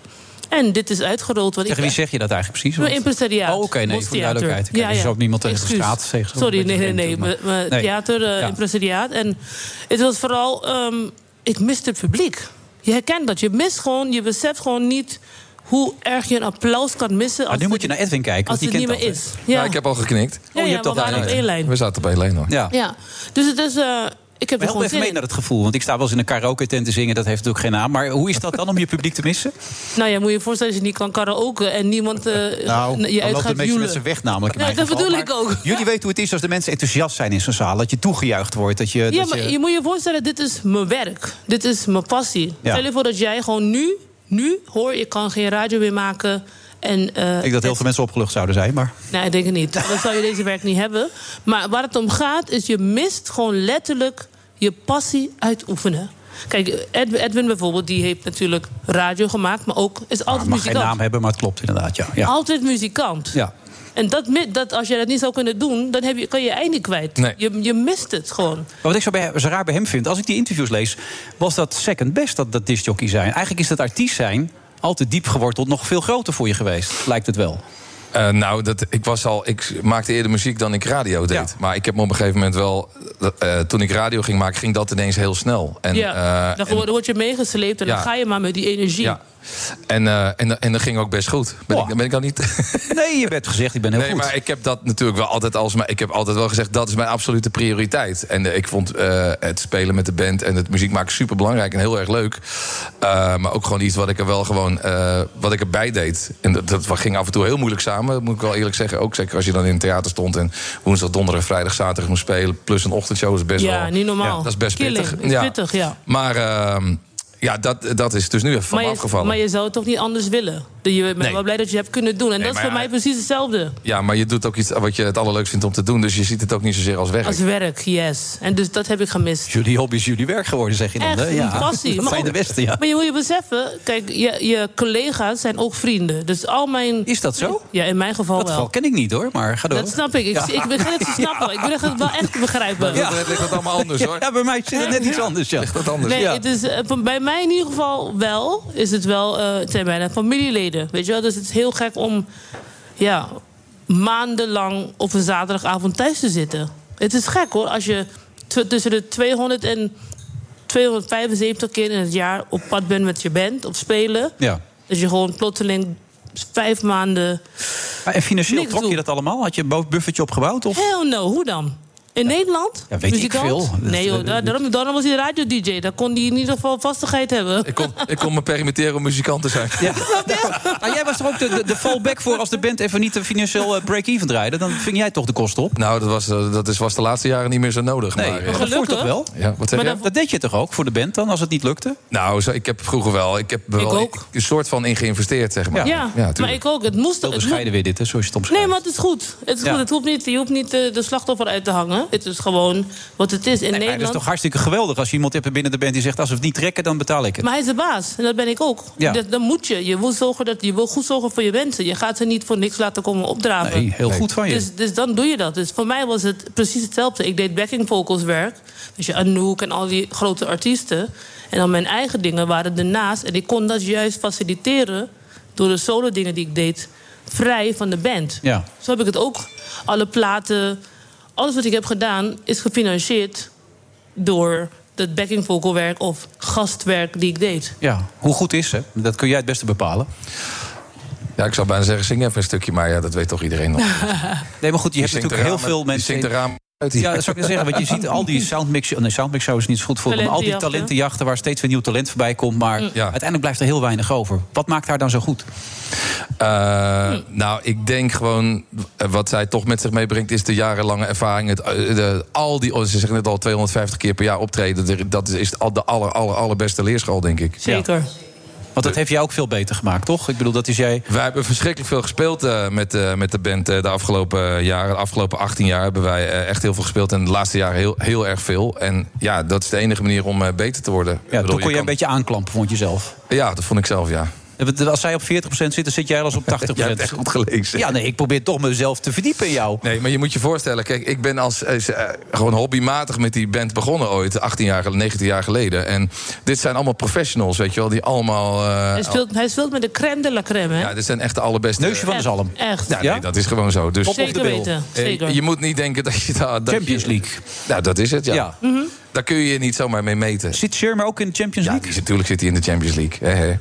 En dit is uitgerold. want Tegen ik, wie zeg je dat eigenlijk precies? een impresariaat. Oh, oké, nee, voor de Bostheater. duidelijkheid. Kijk, dus ook niemand tegen de Excuus. straat tegen zo'n Sorry, beetje nee, nee, vreemd nee. toe, maar- maar- maar Nee. Theater, eh Ja. impresariaat. En het was vooral, ehm, ik miste het publiek. Je herkent dat. Je mist gewoon, je beseft gewoon niet hoe erg je een applaus kan missen. Als Maar nu moet je het- naar Edwin kijken, want Als die het niet kent meer dat, hè? is. Ja, Oh, Nou, ik heb al geknikt. ja, je ja, hebt dat we waren daar op niet. één lijn. We zaten bij één hoor. Ja. Ja, dus het is... eh, ik heb er Help gewoon even zin mee in. naar het gevoel, want ik sta wel eens in een karaoke tent te zingen, dat heeft natuurlijk geen naam. Maar hoe is dat dan om je publiek te [LAUGHS] missen? Nou ja, moet je je voorstellen dat je niet kan karaoke... en [LAUGHS] niemand eh, je Nou, dan uit loopt de gaat mensen met joelen. zijn weg namelijk. in Ja, mijn dat geval. bedoel ik Maar ook. Jullie weten hoe het is als de mensen enthousiast zijn in zo'n zaal. Dat je toegejuicht wordt. Dat je, Ja, dat maar je moet je voorstellen, dit is mijn werk. Dit is mijn passie. Ja. Stel je voor dat jij gewoon nu, nu hoor, ik kan geen radio meer maken. En, eh, Ik denk dat heel het- veel mensen opgelucht zouden zijn, maar... Nee, ik denk het niet. Dan zou je deze werk niet hebben. Maar waar het om gaat, is je mist gewoon letterlijk je passie uitoefenen. Kijk, Ed- Edwin bijvoorbeeld, die heeft natuurlijk radio gemaakt, maar ook Ah, is Het altijd mag geen muzikant. naam hebben, maar het klopt inderdaad, ja. ja. Altijd muzikant. Ja. En dat, mi- dat, als je dat niet zou kunnen doen, dan heb je, kan je je eind kwijt. Nee. Je, je mist het gewoon. Maar wat ik zo, bij, zo raar bij hem vind, als ik die interviews lees... was dat second best dat, dat discjockey zijn. Eigenlijk is dat artiest zijn altijd diep geworteld nog veel groter voor je geweest. Lijkt het wel. Eh, nou, dat, ik, was al, ik maakte eerder muziek dan ik radio deed. Ja. Maar ik heb me op een gegeven moment wel... eh, toen ik radio ging maken, ging dat ineens heel snel. En, ja, eh, dan en- word- word je meegesleept en Ja. dan ga je maar met die energie. ja. En, eh, en, en dat ging ook best goed. Ben, Wow. ik, ben ik al niet... [LAUGHS] Nee, je werd gezegd, ik ben heel nee, goed. maar ik heb dat natuurlijk wel altijd als mijn, ik heb altijd wel gezegd dat is mijn absolute prioriteit. En eh, ik vond eh, het spelen met de band en het muziek maken super belangrijk en heel erg leuk. Eh, maar ook gewoon iets wat ik er wel gewoon eh, wat ik erbij deed. En dat, dat ging af en toe heel moeilijk samen, moet ik wel eerlijk zeggen. Ook zeker als je dan in het theater stond en woensdag, donderdag, vrijdag, zaterdag moest spelen. Plus een ochtendshow is best Ja, wel. niet normaal. Ja, dat is best Killing. pittig. Is pittig, ja. Maar ehm, ja, dat, dat is dus nu even van Maar me je, afgevallen. maar je zou het toch niet anders willen? Je bent Nee. wel blij dat je het hebt kunnen doen. En dat is maar voor ja, mij precies hetzelfde. Ja, maar je doet ook iets wat je het allerleukst vindt om te doen. Dus je ziet het ook niet zozeer als werk. Als werk, yes. En dus dat heb ik gemist. Jullie hobby is jullie werk geworden, zeg je dan. Echt, hè? een Ja. [LAUGHS] passie. Dat Maar zijn de ook- beste, ja. Maar je moet je beseffen, kijk, je, je collega's zijn ook vrienden. Dus al mijn... Is dat zo? Ja, in mijn geval Dat wel. geval ken ik niet hoor, maar ga door. Dat snap ik. Ik, ik begin het [LAUGHS] te snappen. Ik begin het wel echt te begrijpen. Ja. Dat ligt dat allemaal anders hoor. [LAUGHS] Ja, bij mij zit het net iets anders. Ja. Dat anders. Nee, ja. het is, eh, van- bij mij in ieder geval wel. Is het wel, eh, het zijn bijna familieleden. Weet je wel? Dus het is heel gek om ja, maandenlang op een zaterdagavond thuis te zitten. Het is gek hoor, als je tw- tussen de 200 en 275 keer in het jaar op pad bent met je band, op spelen. Ja. Dat je gewoon plotseling vijf maanden. Maar En financieel Niks trok je doen. dat allemaal? Had je een buffertje opgebouwd? Of? Hell no, hoe dan? In Nederland? Ja, weet ik Muzikant? veel. Nee Dat, joh, eh, daar- daarom, daarom was hij radio-dj. Daar kon hij in ieder geval vastigheid hebben. Ik kon, ik kon me permitteren om muzikant te zijn. [LAUGHS] Ja. [LAUGHS] Maar jij was toch ook de, de, de fallback voor als de band even niet een financieel eh, break-even draaide? Dan ving jij toch de kosten op? Nou, dat was, eh, dat is, was de laatste jaren niet meer zo nodig. Nee, maar, eh, maar dat voert toch wel? ja, wat zeg Maar je? dan- Dat deed je toch ook voor de band dan, als het niet lukte? Nou, zo, ik heb vroeger wel, ik heb er Ik wel ook. een soort van in geïnvesteerd, zeg maar. Ja, tuurlijk. maar ik ook. Het moest Heel het bescheiden weer dit, hè, zoals je het moest- Nee, omschrijft. maar het is goed. Het is Ja. goed. Het hoeft niet, je hoeft niet eh, de slachtoffer uit te hangen. Het is gewoon wat het is in Nee, maar het is Nederland. toch hartstikke geweldig als je iemand hebt binnen de band die zegt... als we het niet trekken, dan betaal ik het. Maar hij is de baas. En dat ben ik ook. Ja. Dat, dan moet je. Je wil, zorgen dat, je wil goed zorgen voor je mensen. Je gaat ze niet voor niks laten komen opdraven. Nee, heel goed van je. Dus, dus dan doe je dat. Dus voor mij was het precies hetzelfde. Ik deed backing vocals werk. Dus je Anouk en al die grote artiesten. En dan mijn eigen dingen waren ernaast. En ik kon dat juist faciliteren door de solo dingen die ik deed vrij van de band. Ja. Zo heb ik het ook. Alle platen, alles wat ik heb gedaan is gefinancierd door dat backing vocal werk of gastwerk die ik deed. Ja, hoe goed is ze? Dat kun jij het beste bepalen. Ja, ik zou bijna zeggen, zing even een stukje, maar ja, dat weet toch iedereen nog. Nee, maar goed, je, Je hebt zingt natuurlijk heel eraan met- veel je mensen... zingt eraan uit hier. Ja, dat zou ik wel zeggen. [LAUGHS] Want je ziet al die soundmix... oh, Nee, soundmix show is niet zo goed voor. Maar al die Talentenjachten. Mm, talentenjachten waar steeds weer nieuw talent voorbij komt. Maar uiteindelijk blijft er heel weinig over. Wat maakt haar dan zo goed? Eh, Nou, ik denk gewoon eh, wat zij toch met zich meebrengt is de jarenlange ervaring. Het, eh, de, al die, oh, ze zeggen het al 250 keer per jaar optreden. De- Dat is, is al de aller, aller, allerbeste leerschool, denk ik. Zeker. Want dat heeft jou ook veel beter gemaakt, toch? Ik bedoel, dat is jij... Wij hebben verschrikkelijk veel gespeeld eh, met, eh, met de band eh, de afgelopen jaren. De afgelopen 18 jaar hebben wij eh, echt heel veel gespeeld. En de laatste jaren heel, heel erg veel. En ja, dat is de enige manier om eh, beter te worden. Ik Ja, bedoel, toen kon je, je een beetje aanklampen, vond je zelf. kan- Ja, dat vond ik zelf, ja. Als zij op 40% zitten, zit jij al eens op [LAUGHS] 80%. Jij hebt echt goed gelezen. Ja, nee, ik probeer toch mezelf te verdiepen in jou. Nee, maar je moet je voorstellen, kijk, ik ben als, als, eh, gewoon hobbymatig met die band begonnen ooit, 18 jaar, gel- 19 jaar geleden. En dit zijn allemaal professionals, weet je wel, die allemaal. eh, Hij speelt, hij speelt met de crème de la crème, hè? ja, dit zijn echt de allerbeste. Neusje van de zalm. Echt. Ja, nee, dat is gewoon zo. Dus Top op de Zeker bil. weten. eh, Zeker. je moet niet denken dat je daar. dat Champions je- League. Nou, dat is het, ja. Ja. Mhm. Daar kun je je niet zomaar mee meten. Zit Shermer ook in de Champions Ja, League? die, is- natuurlijk zit hij in de Champions League. Hè, hè.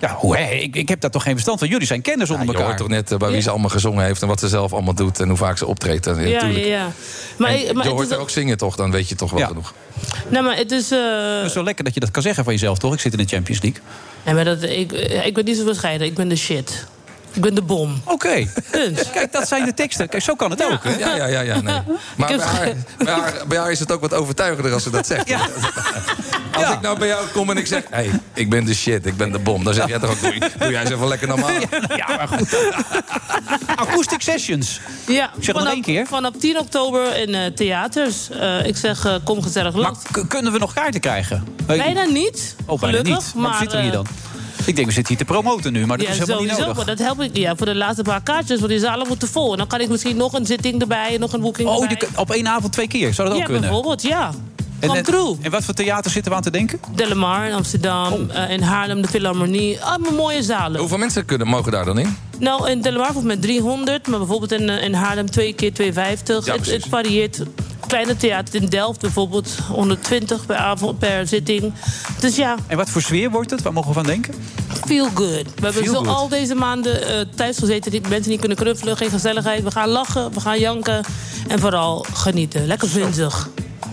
Ja, hoe, hè? Ik, ik heb daar toch geen verstand van. Jullie zijn kenners onder Je elkaar. hoort toch net eh, bij wie ze allemaal gezongen heeft en wat ze zelf allemaal doet en hoe vaak ze optreedt. En, ja, ja, natuurlijk. ja. Maar, ik- maar je het hoort is, haar ook zingen, toch? Dan weet je toch wel Ja. genoeg. nou, maar het is... eh, Het is wel lekker dat je dat kan zeggen van jezelf, toch? Ik zit in de Champions [LAUGHS] League. nee, maar dat, ik, ik ben niet zo bescheiden. Ik ben de shit. Ik ben de bom. Oké. [LAUGHS] Punt. Kijk, dat zijn de teksten. Kijk, zo kan het ook. Hè? Ja, ja, ja. ja nee. Maar bij heb haar, bij, haar, bij haar is het ook wat overtuigender als ze dat zegt. Ja. [LAUGHS] Als Ja. ik nou bij jou kom en ik zeg... hey, ik ben de shit, ik ben de bom. Dan zeg jij toch ook... Doe, doe jij eens even lekker normaal. Ja, maar goed. Acoustic Sessions. Ja, zeg nog vanaf, één keer. vanaf 10 oktober in eh, theaters. Eh, ik zeg, eh, kom gezellig Maar langs. k- kunnen we nog kaarten krijgen? Bijna niet, Oh, bijna gelukkig. niet. Maar, hoe zitten we hier eh, dan? Ik denk, we zitten hier te promoten nu, maar dat ja, is helemaal niet sowieso, nodig. maar dat help ik ja, voor de laatste paar kaartjes. Want die zalen moeten vol. En dan kan ik misschien nog een zitting erbij, nog een boeking Oh, je erbij. kan- op één avond twee keer. Zou dat ja, ook kunnen? bijvoorbeeld, ja. Kom true. en wat voor theater zitten we aan te denken? Delamar in Amsterdam, Oh. eh, in Haarlem, de Philharmonie. Allemaal mooie zalen. Hoeveel mensen kunnen, mogen daar dan in? Nou, in Delamar volgens mij 300, maar bijvoorbeeld in, eh, in Haarlem 2 keer 250. Ja, het, precies. het varieert. Kleine theater in Delft bijvoorbeeld 120 per avond per zitting. Dus ja, En wat voor sfeer wordt het? Waar mogen we van denken? feel good. We hebben Feel zo good. al deze maanden eh thuis gezeten. Die mensen niet kunnen knuffelen, geen gezelligheid. We gaan lachen, we gaan janken. En vooral genieten. Lekker vunzig.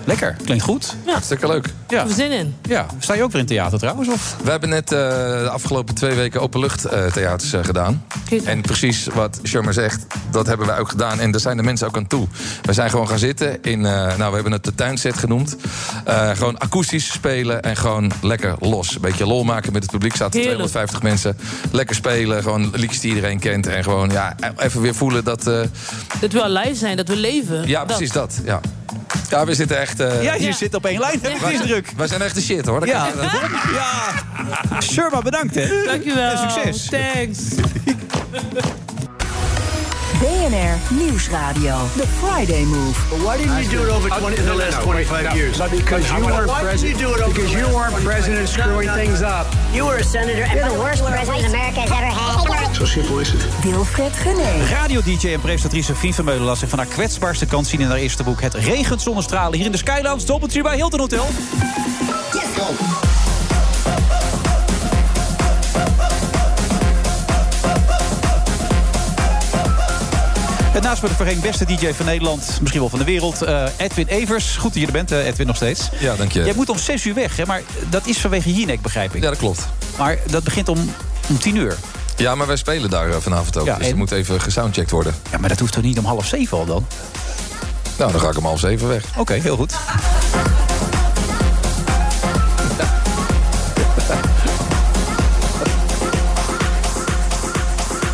Lekker, klinkt goed. Hartstikke leuk. Ja. We zin in. ja. Sta je ook weer in theater trouwens? Of? We hebben net eh, de afgelopen twee weken openluchttheaters eh gedaan. Kijk. En precies wat Sherma zegt, dat hebben wij ook gedaan. En daar zijn de mensen ook aan toe. We zijn gewoon gaan zitten in, eh, nou we hebben het de tuinset genoemd. Eh, gewoon akoestisch spelen en gewoon lekker los. Een beetje lol maken met het publiek. Zaten Heerlijk. 250 mensen. Lekker spelen, gewoon liedjes die iedereen kent. En gewoon ja, e-, even weer voelen dat... eh, Dat we al live zijn, dat we leven. ja, precies dat. Ja. ja, we zitten echt... eh, Ja, je Ja. zit op één lijn, heb ik wij, de indruk. wij zijn echt de shit hoor. Dat Ja. kan- dat- [LAUGHS] ja. Sherma, bedankt hè. Dankjewel. En succes. Thanks. BNR Nieuwsradio. The Friday Move. Why didn't you do it over 20, in the last 25 years? because you weren't president. you do it over because you weren't president screwing things up. You were a senator. You're the worst president America has ever had. Zo simpel is het. Wilfred Genee. Radio-dj en presentatrice Fien Vermeulen laat zich van haar kwetsbaarste kant zien in haar eerste boek. Het regent zonder stralen hier in de Skylands, dobbeltje bij Hilton Hotel. En naast me de voorheen beste DJ van Nederland, misschien wel van de wereld, eh, Edwin Evers. Goed dat je er bent, eh, Edwin, nog steeds. Ja, dank je. Jij moet om 6 uur weg, hè, maar dat is vanwege Jinek, begrijp ik. ja, dat klopt. Maar dat begint om, om 10 uur. Ja, maar wij spelen daar eh, vanavond ook. Ja, dus en- er moet even gesoundcheckt worden. Ja, maar dat hoeft toch niet om half 7 al dan? Nou, dan ga ik om half zeven weg. Oké, heel goed.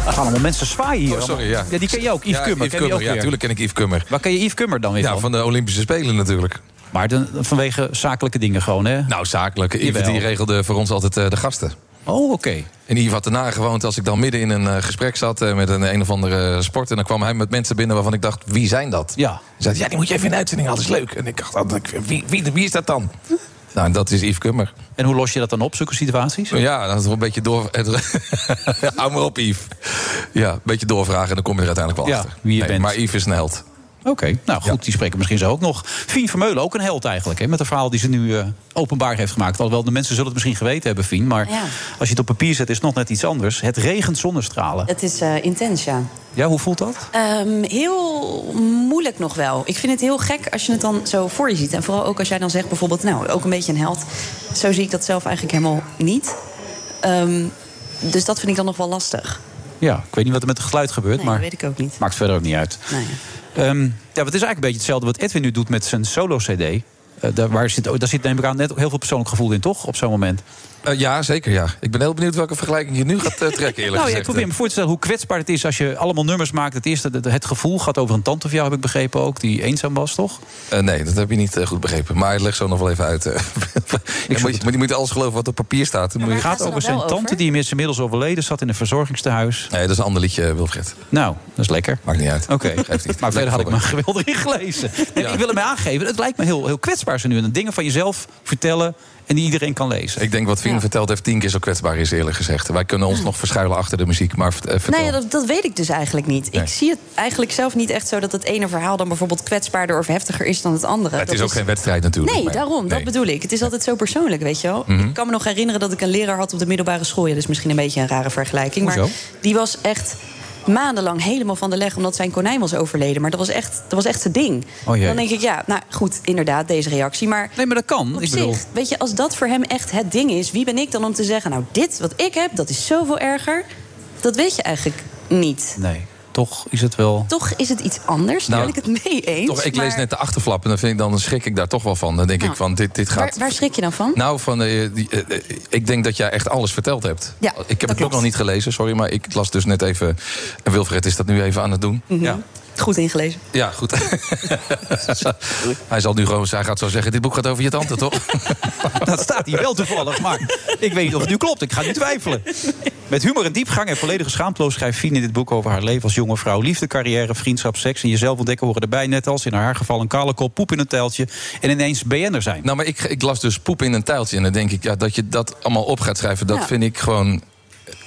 Er gaan allemaal mensen zwaaien hier. Oh, sorry, ja. allemaal. die ken je ook. Yves Ja, Kummer. Yves ken je ook ja, weer. natuurlijk ken ik Yves Kummer. Waar ken je Yves Kummer dan weer Ja, van? van de Olympische Spelen natuurlijk. Maar dan- vanwege zakelijke dingen gewoon, hè? Nou, zakelijk. Yves Jawel. die regelde voor ons altijd eh, de gasten. Oh, oké. En Yves had daarna gewoond als ik dan midden in een eh, gesprek zat... eh, met een, een of andere sport. En dan kwam hij met mensen binnen waarvan ik dacht, wie zijn dat? Ja. Hij zei, ja, die moet je even in de uitzending halen, dat is leuk. En ik dacht, altijd, wie, wie, wie is dat dan? Nou, en dat is Yves Kummer. En hoe los je dat dan op, zulke situaties? Ja, dat is wel een beetje door... [LAUGHS] Hou maar op, Yves. Ja, een beetje doorvragen en dan kom je er uiteindelijk wel Ja, achter. wie je bent. Maar Yves is een held. Oké, nou goed, die spreken misschien zo ook nog. Fien Vermeulen, ook een held eigenlijk, hè, met het verhaal die ze nu eh, openbaar heeft gemaakt. Alhoewel, de mensen zullen het misschien geweten hebben, Fien. Maar Ja. als je het op papier zet, is het nog net iets anders. Het regent zonnestralen. Het is eh, intens, ja. Ja, hoe voelt dat? Ehm, heel moeilijk nog wel. Ik vind het heel gek als je het dan zo voor je ziet. En vooral ook als jij dan zegt bijvoorbeeld, nou, ook een beetje een held. Zo zie ik dat zelf eigenlijk helemaal niet. Ehm, dus dat vind ik dan nog wel lastig. Ja, ik weet niet wat er met het geluid gebeurt, Nee, maar weet ik ook niet. maakt verder ook niet uit. Nee. Ehm, ja, maar het is eigenlijk een beetje hetzelfde wat Edwin nu doet met zijn solo-cd. Eh, daar, waar zit, daar zit neem ik aan net ook heel veel persoonlijk gevoel in, toch? Op zo'n moment. Eh, ja, zeker ja. Ik ben heel benieuwd welke vergelijking je nu gaat eh, trekken, eerlijk [LAUGHS] nou, ja, ik gezegd. probeer me voor te stellen hoe kwetsbaar het is als je allemaal nummers maakt. Het eerste, het, het gevoel gaat over een tante van jou, heb ik begrepen ook, die eenzaam was, toch? Eh, nee, dat heb je niet eh, goed begrepen. Maar leg zo nog wel even uit. eh. [LAUGHS] Ja, moet, je, moet je moet alles geloven wat op papier staat. Dan moet het je- gaat over zijn tante, die is inmiddels overleden, zat in een verzorgingstehuis. Nee, dat is een ander liedje, eh, Wilfred. Nou, dat is lekker. Maakt niet uit. Oké, maar verder had ik me geweldig in [LAUGHS] gelezen. Nee, Ik wil hem aangeven, het lijkt me heel, heel kwetsbaar ze nu. En dingen van jezelf vertellen en die iedereen kan lezen. Ik denk wat Fien verteld heeft tien keer zo kwetsbaar is, eerlijk gezegd. Wij kunnen ons nog verschuilen achter de muziek, maar eh, vertel. Nou ja, dat, dat weet ik dus eigenlijk niet. Nee. Ik zie het eigenlijk zelf niet echt zo dat het ene verhaal dan bijvoorbeeld kwetsbaarder of heftiger is dan het andere. het Dat is ook geen wedstrijd natuurlijk. Nee, maar- daarom. Dat bedoel ik. Het is altijd zo persoonlijk, weet je wel. Mhm. Ik kan me nog herinneren dat ik een leraar had op de middelbare school. Ja, dat is misschien een beetje een rare vergelijking. Maar Hoezo? die was echt maandenlang helemaal van de leg... omdat zijn konijn was overleden. Maar dat was echt, dat was echt zijn ding. Oh jee. Dan denk ik, ja, nou goed, inderdaad, deze reactie. Maar Nee, maar dat kan. op ik zich, bedoel... weet je, als dat voor hem echt het ding is... wie ben ik dan om te zeggen, nou, dit wat ik heb, dat is zoveel erger? Dat weet je eigenlijk niet. Nee, toch is het wel... Toch is het iets anders, daar Nou, ben ik het mee eens. Toch, ik lees maar net de achterflap en dan, vind ik, dan schrik ik daar toch wel van. Dan denk Nou, ik van, dit, dit gaat... Waar, waar schrik je dan van? Nou, van, eh, die, eh, eh, ik denk dat jij echt alles verteld hebt. Ja, ik heb dat het ook klopt. nog niet gelezen, sorry, maar ik las dus net even... En Wilfred is dat nu even aan het doen. Mhm. Ja. Goed ingelezen. Ja, [LAUGHS] goed. hij zal nu gewoon, hij gaat zo zeggen, dit boek gaat over je tante, [LAUGHS] toch? Dat staat hier wel toevallig, maar ik weet niet of het nu klopt. Ik ga nu twijfelen. Met humor en diepgang en volledige schaamteloos schrijft Fien in dit boek over haar leven als jonge vrouw. Liefde, carrière, vriendschap, seks en jezelf ontdekken horen erbij. Net als in haar geval een kale kop, poep in een tijltje en ineens BN'er zijn. nou, maar ik, ik las dus poep in een tijltje. En dan denk ik, ja, dat je dat allemaal op gaat schrijven, dat Ja. vind ik gewoon...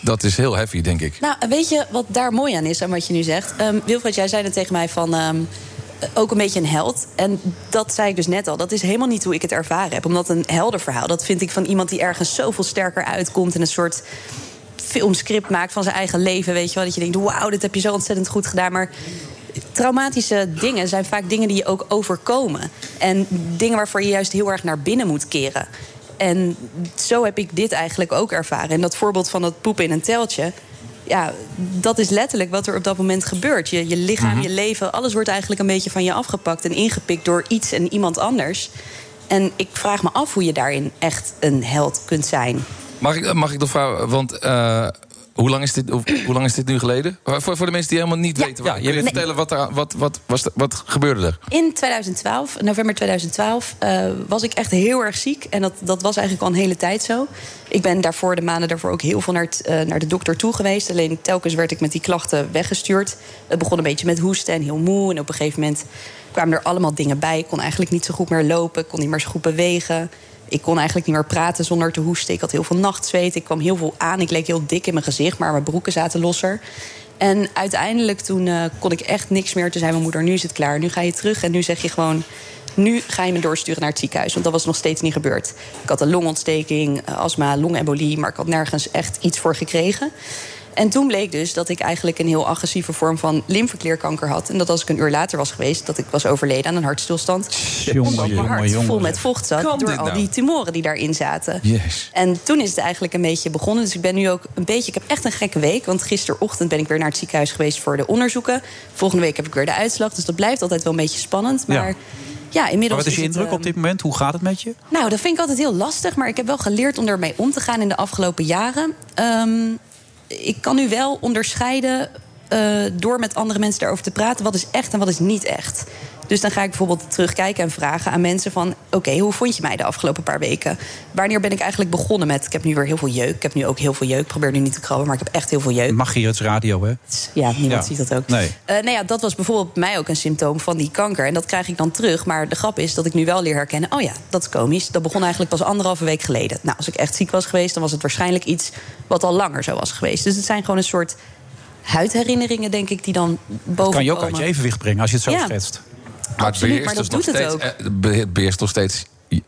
Dat is heel heavy, denk ik. Nou, weet je wat daar mooi aan is, aan wat je nu zegt? Ehm Wilfred, jij zei net tegen mij van... ehm, ook een beetje een held. En dat zei ik dus net al. Dat is helemaal niet hoe ik het ervaren heb. Omdat een helder verhaal, dat vind ik van iemand die ergens zoveel sterker uitkomt... en een soort filmscript maakt van zijn eigen leven, weet je wel. Dat je denkt, wauw, dit heb je zo ontzettend goed gedaan. Maar traumatische dingen zijn vaak dingen die je ook overkomen. En dingen waarvoor je juist heel erg naar binnen moet keren. En zo heb ik dit eigenlijk ook ervaren. En dat voorbeeld van dat poepen in een teltje... Ja, dat is letterlijk wat er op dat moment gebeurt. Je, je lichaam, Mhm. je leven, alles wordt eigenlijk een beetje van je afgepakt... en ingepikt door iets en iemand anders. En ik vraag me af hoe je daarin echt een held kunt zijn. Mag ik, mag ik nog vragen, want eh, hoe, lang is dit, hoe, hoe lang is dit nu geleden? Voor, voor de mensen die helemaal niet weten, ja, je nee. vertellen wat, er, wat, wat, was er- wat gebeurde er? In 2012, november 2012, eh, was ik echt heel erg ziek. En dat, dat was eigenlijk al een hele tijd zo. Ik ben daarvoor, de maanden daarvoor, ook heel veel naar, het, eh, naar de dokter toe geweest. Alleen telkens werd ik met die klachten weggestuurd. Het begon een beetje met hoesten en heel moe. En op een gegeven moment kwamen er allemaal dingen bij. Ik kon eigenlijk niet zo goed meer lopen, ik kon niet meer zo goed bewegen. Ik kon eigenlijk niet meer praten zonder te hoesten. Ik had heel veel nachtzweet, ik kwam heel veel aan. Ik leek heel dik in mijn gezicht, maar mijn broeken zaten losser. En uiteindelijk toen eh, kon ik echt niks meer. Toen zei mijn moeder, nu is het klaar, nu ga je terug. En nu zeg je gewoon, nu ga je me doorsturen naar het ziekenhuis. Want dat was nog steeds niet gebeurd. Ik had een longontsteking, eh, astma, longembolie... maar ik had nergens echt iets voor gekregen. En toen bleek dus dat ik eigenlijk een heel agressieve vorm van lymfeklierkanker had. En dat als ik een uur later was geweest, dat ik was overleden aan een hartstilstand. Jongen, Omdat mijn jongen, hart jongen. vol met vocht zat Kan door dit al nou? die tumoren die daarin zaten. Yes. En toen is het eigenlijk een beetje begonnen. Dus ik ben nu ook een beetje. Ik heb echt een gekke week. Want gisterochtend ben ik weer naar het ziekenhuis geweest voor de onderzoeken. Volgende week heb ik weer de uitslag. Dus dat blijft altijd wel een beetje spannend. Ja. Maar ja, inmiddels. Maar wat is je het, indruk op ehm, dit moment? Hoe gaat het met je? nou, dat vind ik altijd heel lastig. Maar ik heb wel geleerd om ermee om te gaan in de afgelopen jaren. Ehm, ik kan nu wel onderscheiden eh, door met andere mensen daarover te praten. Wat is echt en wat is niet echt. Dus dan ga ik bijvoorbeeld terugkijken en vragen aan mensen van... oké, hoe vond je mij de afgelopen paar weken? Wanneer ben ik eigenlijk begonnen met... ik heb nu weer heel veel jeuk, ik heb nu ook heel veel jeuk. Ik probeer nu niet te krabben, maar ik heb echt heel veel jeuk. Mag hier het radio, hè? Ja, niemand ziet dat ook. Nee. Eh, nou ja, dat was bijvoorbeeld bij mij ook een symptoom van die kanker. En dat krijg ik dan terug. Maar de grap is dat ik nu wel leer herkennen... oh ja, dat is komisch. Dat begon eigenlijk pas anderhalve week geleden. Nou, als ik echt ziek was geweest... dan was het waarschijnlijk iets wat al langer zo was geweest. Dus het zijn gewoon een soort huidherinneringen, denk ik, die dan boven kan je ook komen. uit je evenwicht brengen als je het zo Ja. schetst. Maar het Absoluut, beheerst maar dat dus nog doet het steeds, eh, het behe- beheerst nog steeds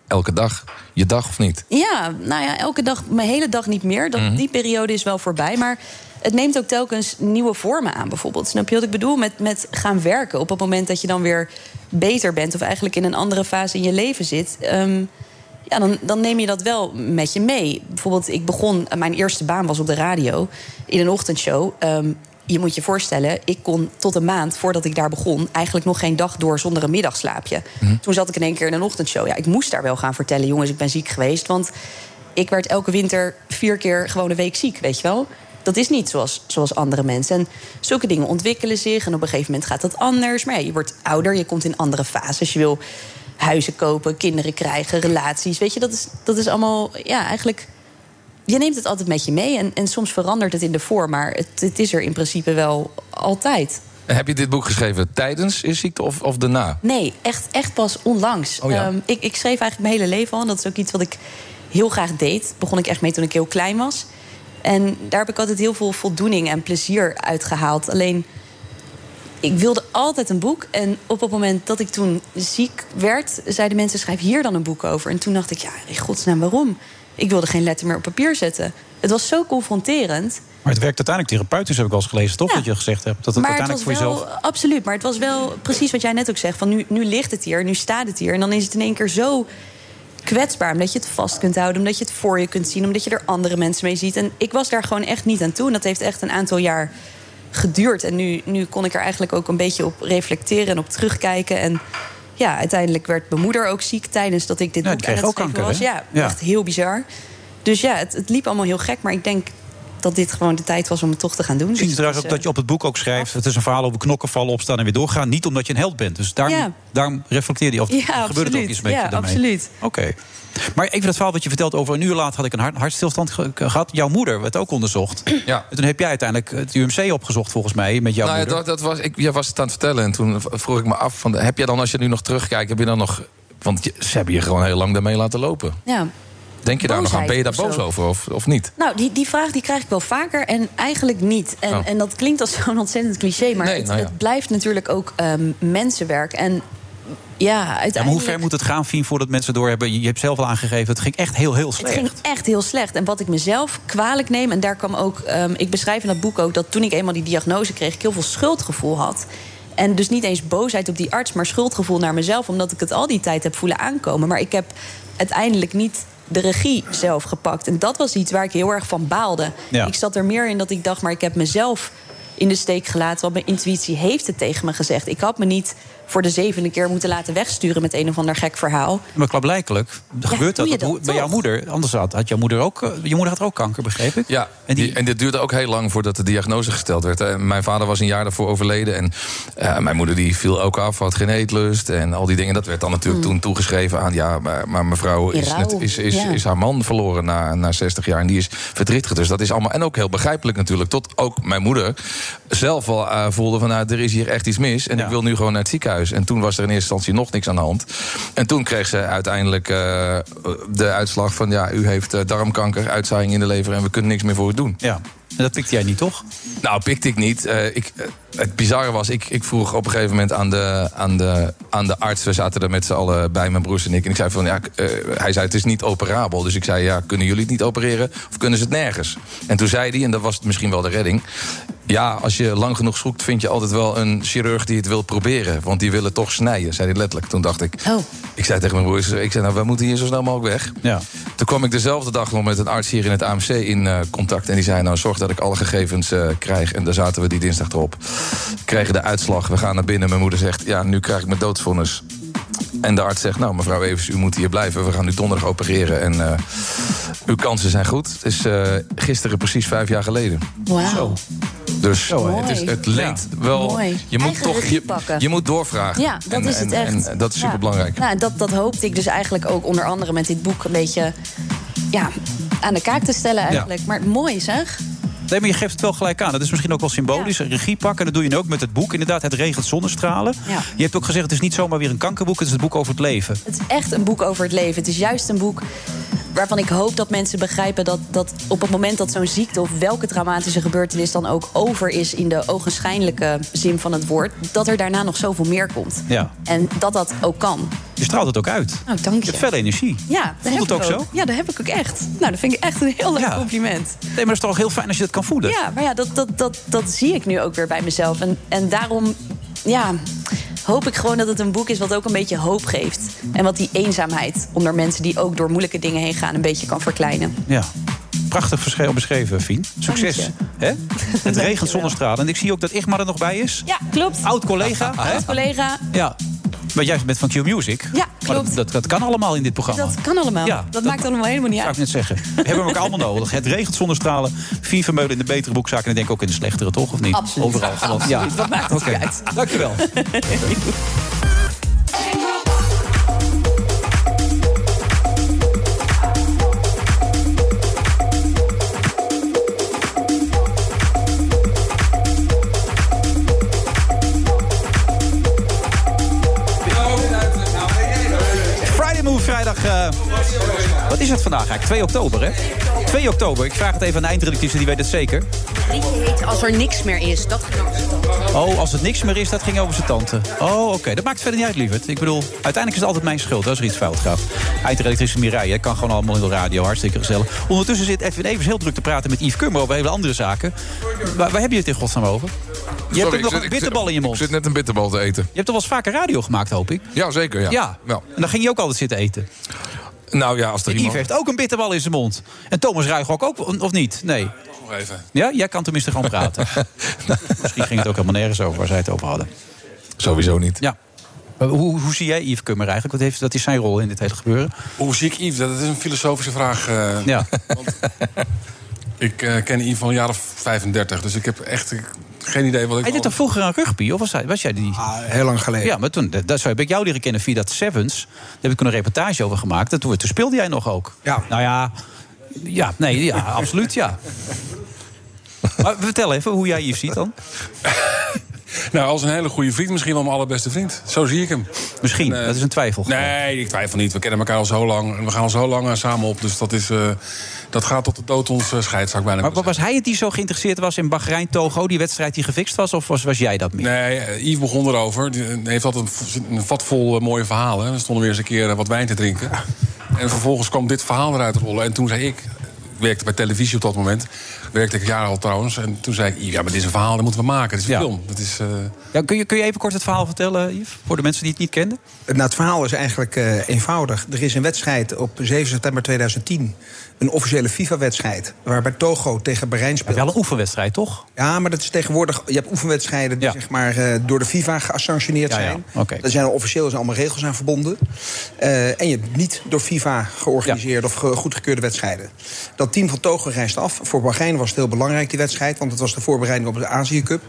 elke dag. Je dag of niet? Ja, nou ja, elke dag, mijn hele dag niet meer. Dat, Mhm. Die periode is wel voorbij. Maar het neemt ook telkens nieuwe vormen aan, bijvoorbeeld. Snap je wat ik bedoel? Met, met gaan werken op het moment dat je dan weer beter bent... of eigenlijk in een andere fase in je leven zit... ehm, ja, dan, dan neem je dat wel met je mee. Bijvoorbeeld, ik begon, eh, mijn eerste baan was op de radio... in een ochtendshow. Ehm, je moet je voorstellen, ik kon tot een maand voordat ik daar begon... eigenlijk nog geen dag door zonder een middagslaapje. Toen zat ik in één keer in een ochtendshow. Ja, ik moest daar wel gaan vertellen, jongens, ik ben ziek geweest. Want ik werd elke winter vier keer gewoon een week ziek, weet je wel? Dat is niet zoals, zoals andere mensen. En zulke dingen ontwikkelen zich en op een gegeven moment gaat dat anders. Maar ja, je wordt ouder, je komt in andere fases. Je wil huizen kopen, kinderen krijgen, relaties. Weet je, dat is, dat is allemaal, ja, eigenlijk... Je neemt het altijd met je mee en, en soms verandert het in de vorm... maar het, het is er in principe wel altijd. Heb je dit boek geschreven tijdens je ziekte of, of daarna? Nee, echt, echt pas onlangs. Oh ja. Ehm, ik, ik schreef eigenlijk mijn hele leven al. En dat is ook iets wat ik heel graag deed. Begon ik echt mee toen ik heel klein was. En daar heb ik altijd heel veel voldoening en plezier uit gehaald. Alleen, ik wilde altijd een boek. En op het moment dat ik toen ziek werd... zeiden mensen, schrijf hier dan een boek over. En toen dacht ik, ja, in godsnaam, waarom? Ik wilde geen letter meer op papier zetten. Het was zo confronterend. Maar het werkt uiteindelijk therapeutisch, heb ik al eens gelezen, toch? Dat je gezegd hebt. Dat het maar het was uiteindelijk voor wel, jezelf. absoluut. Maar het was wel precies wat jij net ook zegt. Van nu, nu ligt het hier, nu staat het hier. En dan is het in één keer zo kwetsbaar. Omdat je het vast kunt houden, omdat je het voor je kunt zien. Omdat je er andere mensen mee ziet. En ik was daar gewoon echt niet aan toe. En dat heeft echt een aantal jaar geduurd. En nu, nu kon ik er eigenlijk ook een beetje op reflecteren en op terugkijken. En ja, uiteindelijk werd mijn moeder ook ziek tijdens dat ik dit Ja, boek die aan kreeg het ook schrijven kanker, was. hè? Ja, Ja. echt heel bizar. Dus ja, het, het liep allemaal heel gek. Maar ik denk dat dit gewoon de tijd was om het toch te gaan doen. Zie je Dus trouwens ook het dat was, je op het boek ook schrijft... het is een verhaal over knokken, vallen, opstaan en weer doorgaan. Niet omdat je een held bent. Dus daarom, Ja. daarom reflecteer je. Of Ja, gebeurt het ook absoluut. iets met je Ja, daarmee? absoluut. Oké. Maar even dat verhaal wat je vertelt over een uur later... had ik een hart, hartstilstand ge- ge- gehad. Jouw moeder werd ook onderzocht. [CLEARS THROAT] Ja. En toen heb jij uiteindelijk het UMC opgezocht, volgens mij, met jouw nou ja, moeder. dat, dat was, ik jij was het aan het vertellen en toen v- vroeg ik me af: van, heb jij dan, als je nu nog terugkijkt, heb je dan nog. Want je- ze hebben je gewoon heel lang daarmee laten lopen. eh, ja. Denk je daar nog aan? Ben je daar Boosheid boos of zo. over of, of niet? Nou, die, die vraag die krijg ik wel vaker en eigenlijk niet. En, Oh. en dat klinkt als zo'n ontzettend cliché, maar Nee, het, nou ja. het blijft natuurlijk ook ehm, mensenwerk. En ja, uiteindelijk. Ja, maar hoe ver moet het gaan, Fien, voordat mensen doorhebben? Je je hebt zelf al aangegeven, het ging echt heel, heel Het slecht. ging echt heel slecht. En wat ik mezelf kwalijk neem, en daar kwam ook. ehm, ik beschrijf in dat boek ook dat toen ik eenmaal die diagnose kreeg, ik heel veel schuldgevoel had. En dus niet eens boosheid op die arts, maar schuldgevoel naar mezelf, omdat ik het al die tijd heb voelen aankomen. Maar ik heb uiteindelijk niet de regie zelf gepakt. En dat was iets waar ik heel erg van baalde. Ja. Ik zat er meer in dat ik dacht, maar ik heb mezelf in de steek gelaten. Want mijn intuïtie heeft het tegen me gezegd. Ik had me niet voor de zevende keer moeten laten wegsturen met een of ander gek verhaal. Maar klaarblijkelijk gebeurt dat, doe je Hoe- bij jouw moeder. Anders had, had jouw moeder ook, eh, je moeder had er ook kanker, begreep ik? Ja, en, die... en dit duurde ook heel lang voordat de diagnose gesteld werd. Eh, Mijn vader was een jaar daarvoor overleden. En eh, mijn moeder die viel ook af, had geen eetlust en al die dingen. Dat werd dan natuurlijk Mm. toen toegeschreven aan... ja, maar, maar mevrouw In is, rouw, net- is, is, ja. is haar man verloren na, na 60 jaar. En die is verdrietig. Dus dat is allemaal... En ook heel begrijpelijk natuurlijk. Tot ook mijn moeder zelf al eh, voelde van... nou, er is hier echt iets mis en ik wil nu gewoon naar het ziekenhuis. En toen was er in eerste instantie nog niks aan de hand. En toen kreeg ze uiteindelijk eh, de uitslag van... ja, u heeft eh, darmkanker, uitzaaiing in de lever... en we kunnen niks meer voor u doen. Ja, en dat pikte jij niet, toch? Nou, pikte ik niet. Eh, ik, eh, het bizarre was, ik, ik vroeg op een gegeven moment aan de, aan, de, aan de arts... we zaten er met z'n allen bij, mijn broers en ik... en ik zei van, ja, k- eh, hij zei, het is niet operabel. Dus ik zei, ja, kunnen jullie het niet opereren of kunnen ze het nergens? En toen zei hij, en dat was misschien wel de redding... ja, als je lang genoeg zoekt, vind je altijd wel een chirurg die het wil proberen. Want die willen toch snijden, zei hij letterlijk. Toen dacht ik, ik zei tegen mijn broers, ik zei, nou, we moeten hier zo snel mogelijk weg. Ja. Toen kwam ik dezelfde dag nog met een arts hier in het AMC in eh, contact. En die zei, nou, zorg dat ik alle gegevens eh, krijg. En daar zaten we die dinsdag erop. Kregen de uitslag, we gaan naar binnen. Mijn moeder zegt, ja, nu krijg ik mijn doodvonnis. En de arts zegt, nou, mevrouw Evers, u moet hier blijven. We gaan nu donderdag opereren en eh, uw kansen zijn goed. Het is eh, gisteren precies vijf jaar geleden. Wauw. Dus Zo, hè? het, is, het leent Ja. wel... Mooi. Je moet, Eigen toch, regie je, pakken. je moet doorvragen. Ja, dat En- is het en- echt. En, dat is Ja. superbelangrijk. Nou, en dat, dat hoopte ik dus eigenlijk ook onder andere met dit boek een beetje ja, aan de kaak te stellen eigenlijk. Maar mooi zeg. Nee, maar je geeft het wel gelijk aan. Dat is misschien ook wel symbolisch. Een Regie pakken, dat doe je nu ook met het boek. Inderdaad, het regent zonnestralen. Ja. Je hebt ook gezegd, het is niet zomaar weer een kankerboek. Het is het boek over het leven. Het is echt een boek over het leven. Het is juist een boek waarvan ik hoop dat mensen begrijpen dat, dat op het moment dat zo'n ziekte of welke traumatische gebeurtenis dan ook over is in de ogenschijnlijke zin van het woord, dat er daarna nog zoveel meer komt. Ja. En dat dat ook kan. Je straalt het ook uit. Nou, dank Je je. hebt veel energie. Ja, dat Voelt heb het ik ook zo? Ja, dat heb ik ook echt. Nou, dat vind ik echt een heel leuk Ja. compliment. Nee, maar dat is toch ook heel fijn als je dat kan voelen. Ja, maar ja, dat, dat, dat, dat zie ik nu ook weer bij mezelf. En, en daarom ja, hoop ik gewoon dat het een boek is wat ook een beetje hoop geeft. En wat die eenzaamheid onder mensen die ook door moeilijke dingen heen gaan... een beetje kan verkleinen. Ja. Prachtig versche- beschreven, Fien. Succes. Dank [LAUGHS] hè? Het regent zonnestralen. En ik zie ook dat Igmar er nog bij is. Ja, klopt. Oud-collega. hè? Collega, Ja. Want jij bent van Q-Music. Ja, Maar dat, klopt. dat, dat kan allemaal in dit programma. dat kan allemaal. Ja, dat, dat- maakt allemaal helemaal niet zou ik uit. net zeggen. We hebben hem ook allemaal nodig. Het regent zonnestralen. Fien Vermeulen in de betere boekzaken. En ik denk ook in de slechtere, toch? Of niet? Absoluut. Overal. Gewoon. [LAUGHS] Absoluut. Wat maakt het Oké. ook uit? Dankjewel. Friday Move vrijdag. eh, wat is het vandaag eigenlijk? 2 oktober, hè? 2 oktober. Ik vraag het even aan de eindredactrice, die weet het zeker. heet Als er niks meer is. Dat ging over zijn tante. Oh, als het niks meer is, dat ging over zijn tante. Oh, oké. Dat maakt verder niet uit, lieverd. Ik bedoel, uiteindelijk is het altijd mijn schuld als er iets fout gaat. Eindredactrice Mireille, hè, kan gewoon allemaal in de radio. Hartstikke gezellig. Ondertussen zit Edwin Evers heel druk te praten met Yves Kummer over hele andere zaken. Waar, waar heb je het in godsnaam over? Je hebt Sorry, ook ik nog zit- een ik bitterbal zit- in je mond. Ik zit net een bitterbal te eten. Je hebt toch wel eens vaker radio gemaakt, hoop ik? Ja, zeker. Ja. Ja. Nou, En dan ging je ook altijd zitten eten. nou ja, als er En Yves iemand... heeft ook een bitterbal in zijn mond. En Thomas Ruijgok ook, of niet? Nee. Nog even. Ja, jij kan tenminste gewoon [LAUGHS] praten. Misschien ging het ook helemaal nergens over waar zij het over hadden. Sowieso niet. Ja. Maar Hoe, hoe zie jij Yves Kummer eigenlijk? Wat heeft, dat is zijn rol in dit hele gebeuren. Hoe zie ik Yves? Dat is een filosofische vraag. eh. Ja. [LAUGHS] Ik eh, ken Yves van een jaar of 35, dus ik heb echt ik- geen idee wat ik... Hij deed toch vroeger aan rugby? Of was, hij, was jij die? Ah, Heel lang geleden. Ja, maar toen dat, zo heb ik jou leren kennen via dat Sevens. Daar heb ik een reportage over gemaakt. En toen, toen speelde jij nog ook. Ja. Nou ja, ja, [LAUGHS] nee, ja absoluut ja. Maar vertel even hoe jij Yves ziet dan. [LAUGHS] Nou, als een hele goede vriend, misschien wel mijn allerbeste vriend. Zo zie ik hem. eh, Misschien, dat is een twijfel. Nee, ik twijfel niet. We kennen elkaar al zo lang. en We gaan al zo lang eh, samen op. Dus dat, is, eh, dat gaat tot de dood ons eh, scheidt, zou ik bijna Maar willen was hij het die zo geïnteresseerd was in Bahrein-Togo, die wedstrijd die gefixt was? Of was, was jij dat meer? Nee, eh, Yves begon erover. Die eh, heeft altijd een v- een vat vol eh, mooie verhalen. We stonden weer eens een keer eh, wat wijn te [LAUGHS] drinken. En vervolgens kwam dit verhaal eruit rollen. En toen zei ik, ik werkte bij televisie op dat moment. Werkte ik jaren al trouwens. En toen zei ik, Yves, ja, maar dit is een verhaal, dat moeten we maken. Dit is een Ja. film. Dat is, eh, Ja, kun, je, kun je even kort het verhaal vertellen, Yves? Voor de mensen die het niet kenden? Nou, het verhaal is eigenlijk eh, eenvoudig. Er is een wedstrijd op 7 september 2010. Een officiële FIFA-wedstrijd. Waarbij Togo tegen Bahrein speelt. Wel een oefenwedstrijd, toch? Ja, maar dat is tegenwoordig. Je hebt oefenwedstrijden die Ja. zeg maar, eh, door de FIFA geassanctioneerd Ja, ja. zijn. Oké. Daar zijn er officieel zijn allemaal regels aan verbonden. Eh, en je hebt niet door FIFA georganiseerde of ge- goedgekeurde wedstrijden. Dat team van Togo reist af. Voor Bahrein was het heel belangrijk, die wedstrijd. Want het was de voorbereiding op de Azië Cup.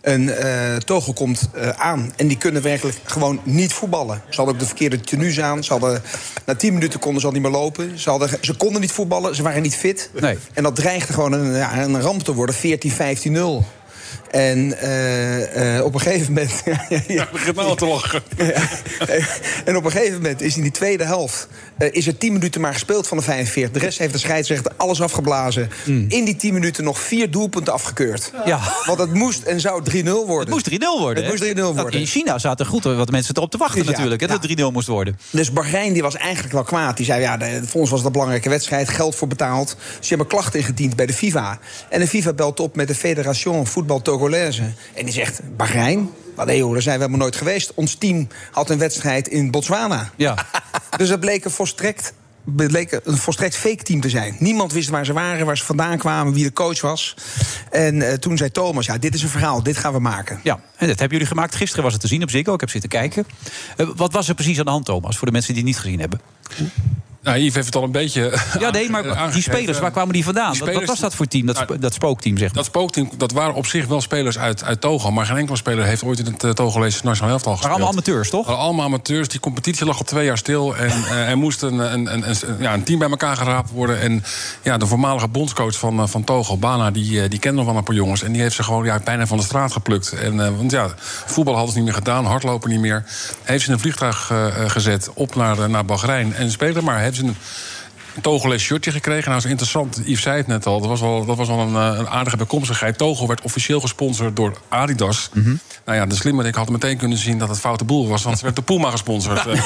En eh, Togo komt eh, aan. En die kunnen werkelijk gewoon niet voetballen. Ze hadden ook de verkeerde tenues aan. Ze hadden, na 10 minuten konden ze al niet meer lopen. Ze, hadden, ge- ze konden niet voetballen. Ze waren niet fit. Nee. En dat dreigde gewoon een, ja, een ramp te worden, 14-15-0. En eh, eh, op een gegeven moment. [LAUGHS] ja, ja. begint nou al te lachen. [LAUGHS] en op een gegeven moment is in die tweede helft. eh, is er 10 minuten maar gespeeld van de 45. De rest heeft de scheidsrechter alles afgeblazen. In die 10 minuten nog vier doelpunten afgekeurd. Hmm. Ja. Want het moest en zou 3-0 worden. Het moest 3-0 worden. Het hè? moest 3-0 Oh, Eh, Dat- worden. In China zaten goed wat mensen erop te wachten Ja, natuurlijk. Hè, ja. Dat het 3-0 moest worden. Dus Bahrein die was eigenlijk wel kwaad. Die zei, ja, de- voor ons was dat een belangrijke wedstrijd, geld voor betaald. Ze hebben klachten ingediend bij de FIFA. En de FIFA belt op met de Fédération Voetbal Togolaise. En die zegt, Bahrein? Maar nee, joh, daar zijn we helemaal nooit geweest. Ons team had een wedstrijd in Botswana. Ja. [LAUGHS] Dus dat bleek een volstrekt, bleek een volstrekt fake team te zijn. Niemand wist waar ze waren, waar ze vandaan kwamen, wie de coach was. En eh, toen zei Thomas, ja, dit is een verhaal, dit gaan we maken. ja, en dat hebben jullie gemaakt. Gisteren was het te zien op Ziggo. Ik heb zitten kijken. Eh, wat was er precies aan de hand, Thomas? Voor de mensen die het niet gezien hebben. Nou, Yves heeft het al een beetje... eh, Ja, [LAUGHS] nee, maar die aangegeven. spelers, waar kwamen die vandaan? Die Wat- wat, spelers- was dat voor team? Dat, Nou, sp- dat spookteam, zeg maar. Dat spookteam, dat waren op zich wel spelers uit, uit Togo. Maar geen enkele speler heeft ooit in het eh, Togolese nationaal elftal Maar gespeeld. allemaal amateurs, toch? Waren allemaal amateurs. Die competitie lag al twee jaar stil. [LAUGHS] En eh, er moest een, een, een, een- ja, een team bij elkaar geraapt worden. En ja, de voormalige bondscoach van, eh, van Togo, Bana, die, eh, die kende nog wel een paar jongens. En die heeft ze gewoon ja, bijna van de straat geplukt. En, eh, want ja, voetbal hadden ze niet meer gedaan, hardlopen niet meer. Heeft ze in een vliegtuig eh, eh, gezet op naar, eh, naar Bahrein. En spelen maar. Heeft ze een Togeles shirtje gekregen. Nou, dat is interessant. Yves zei het net al. Dat was wel, dat was wel een, eh, een aardige bijkomstigheid. Togel werd officieel gesponsord door Adidas. Nou ja, de slimmerik had meteen kunnen zien dat het foute boel was. Want ze werd de Puma [LAUGHS] gesponsord. Eh,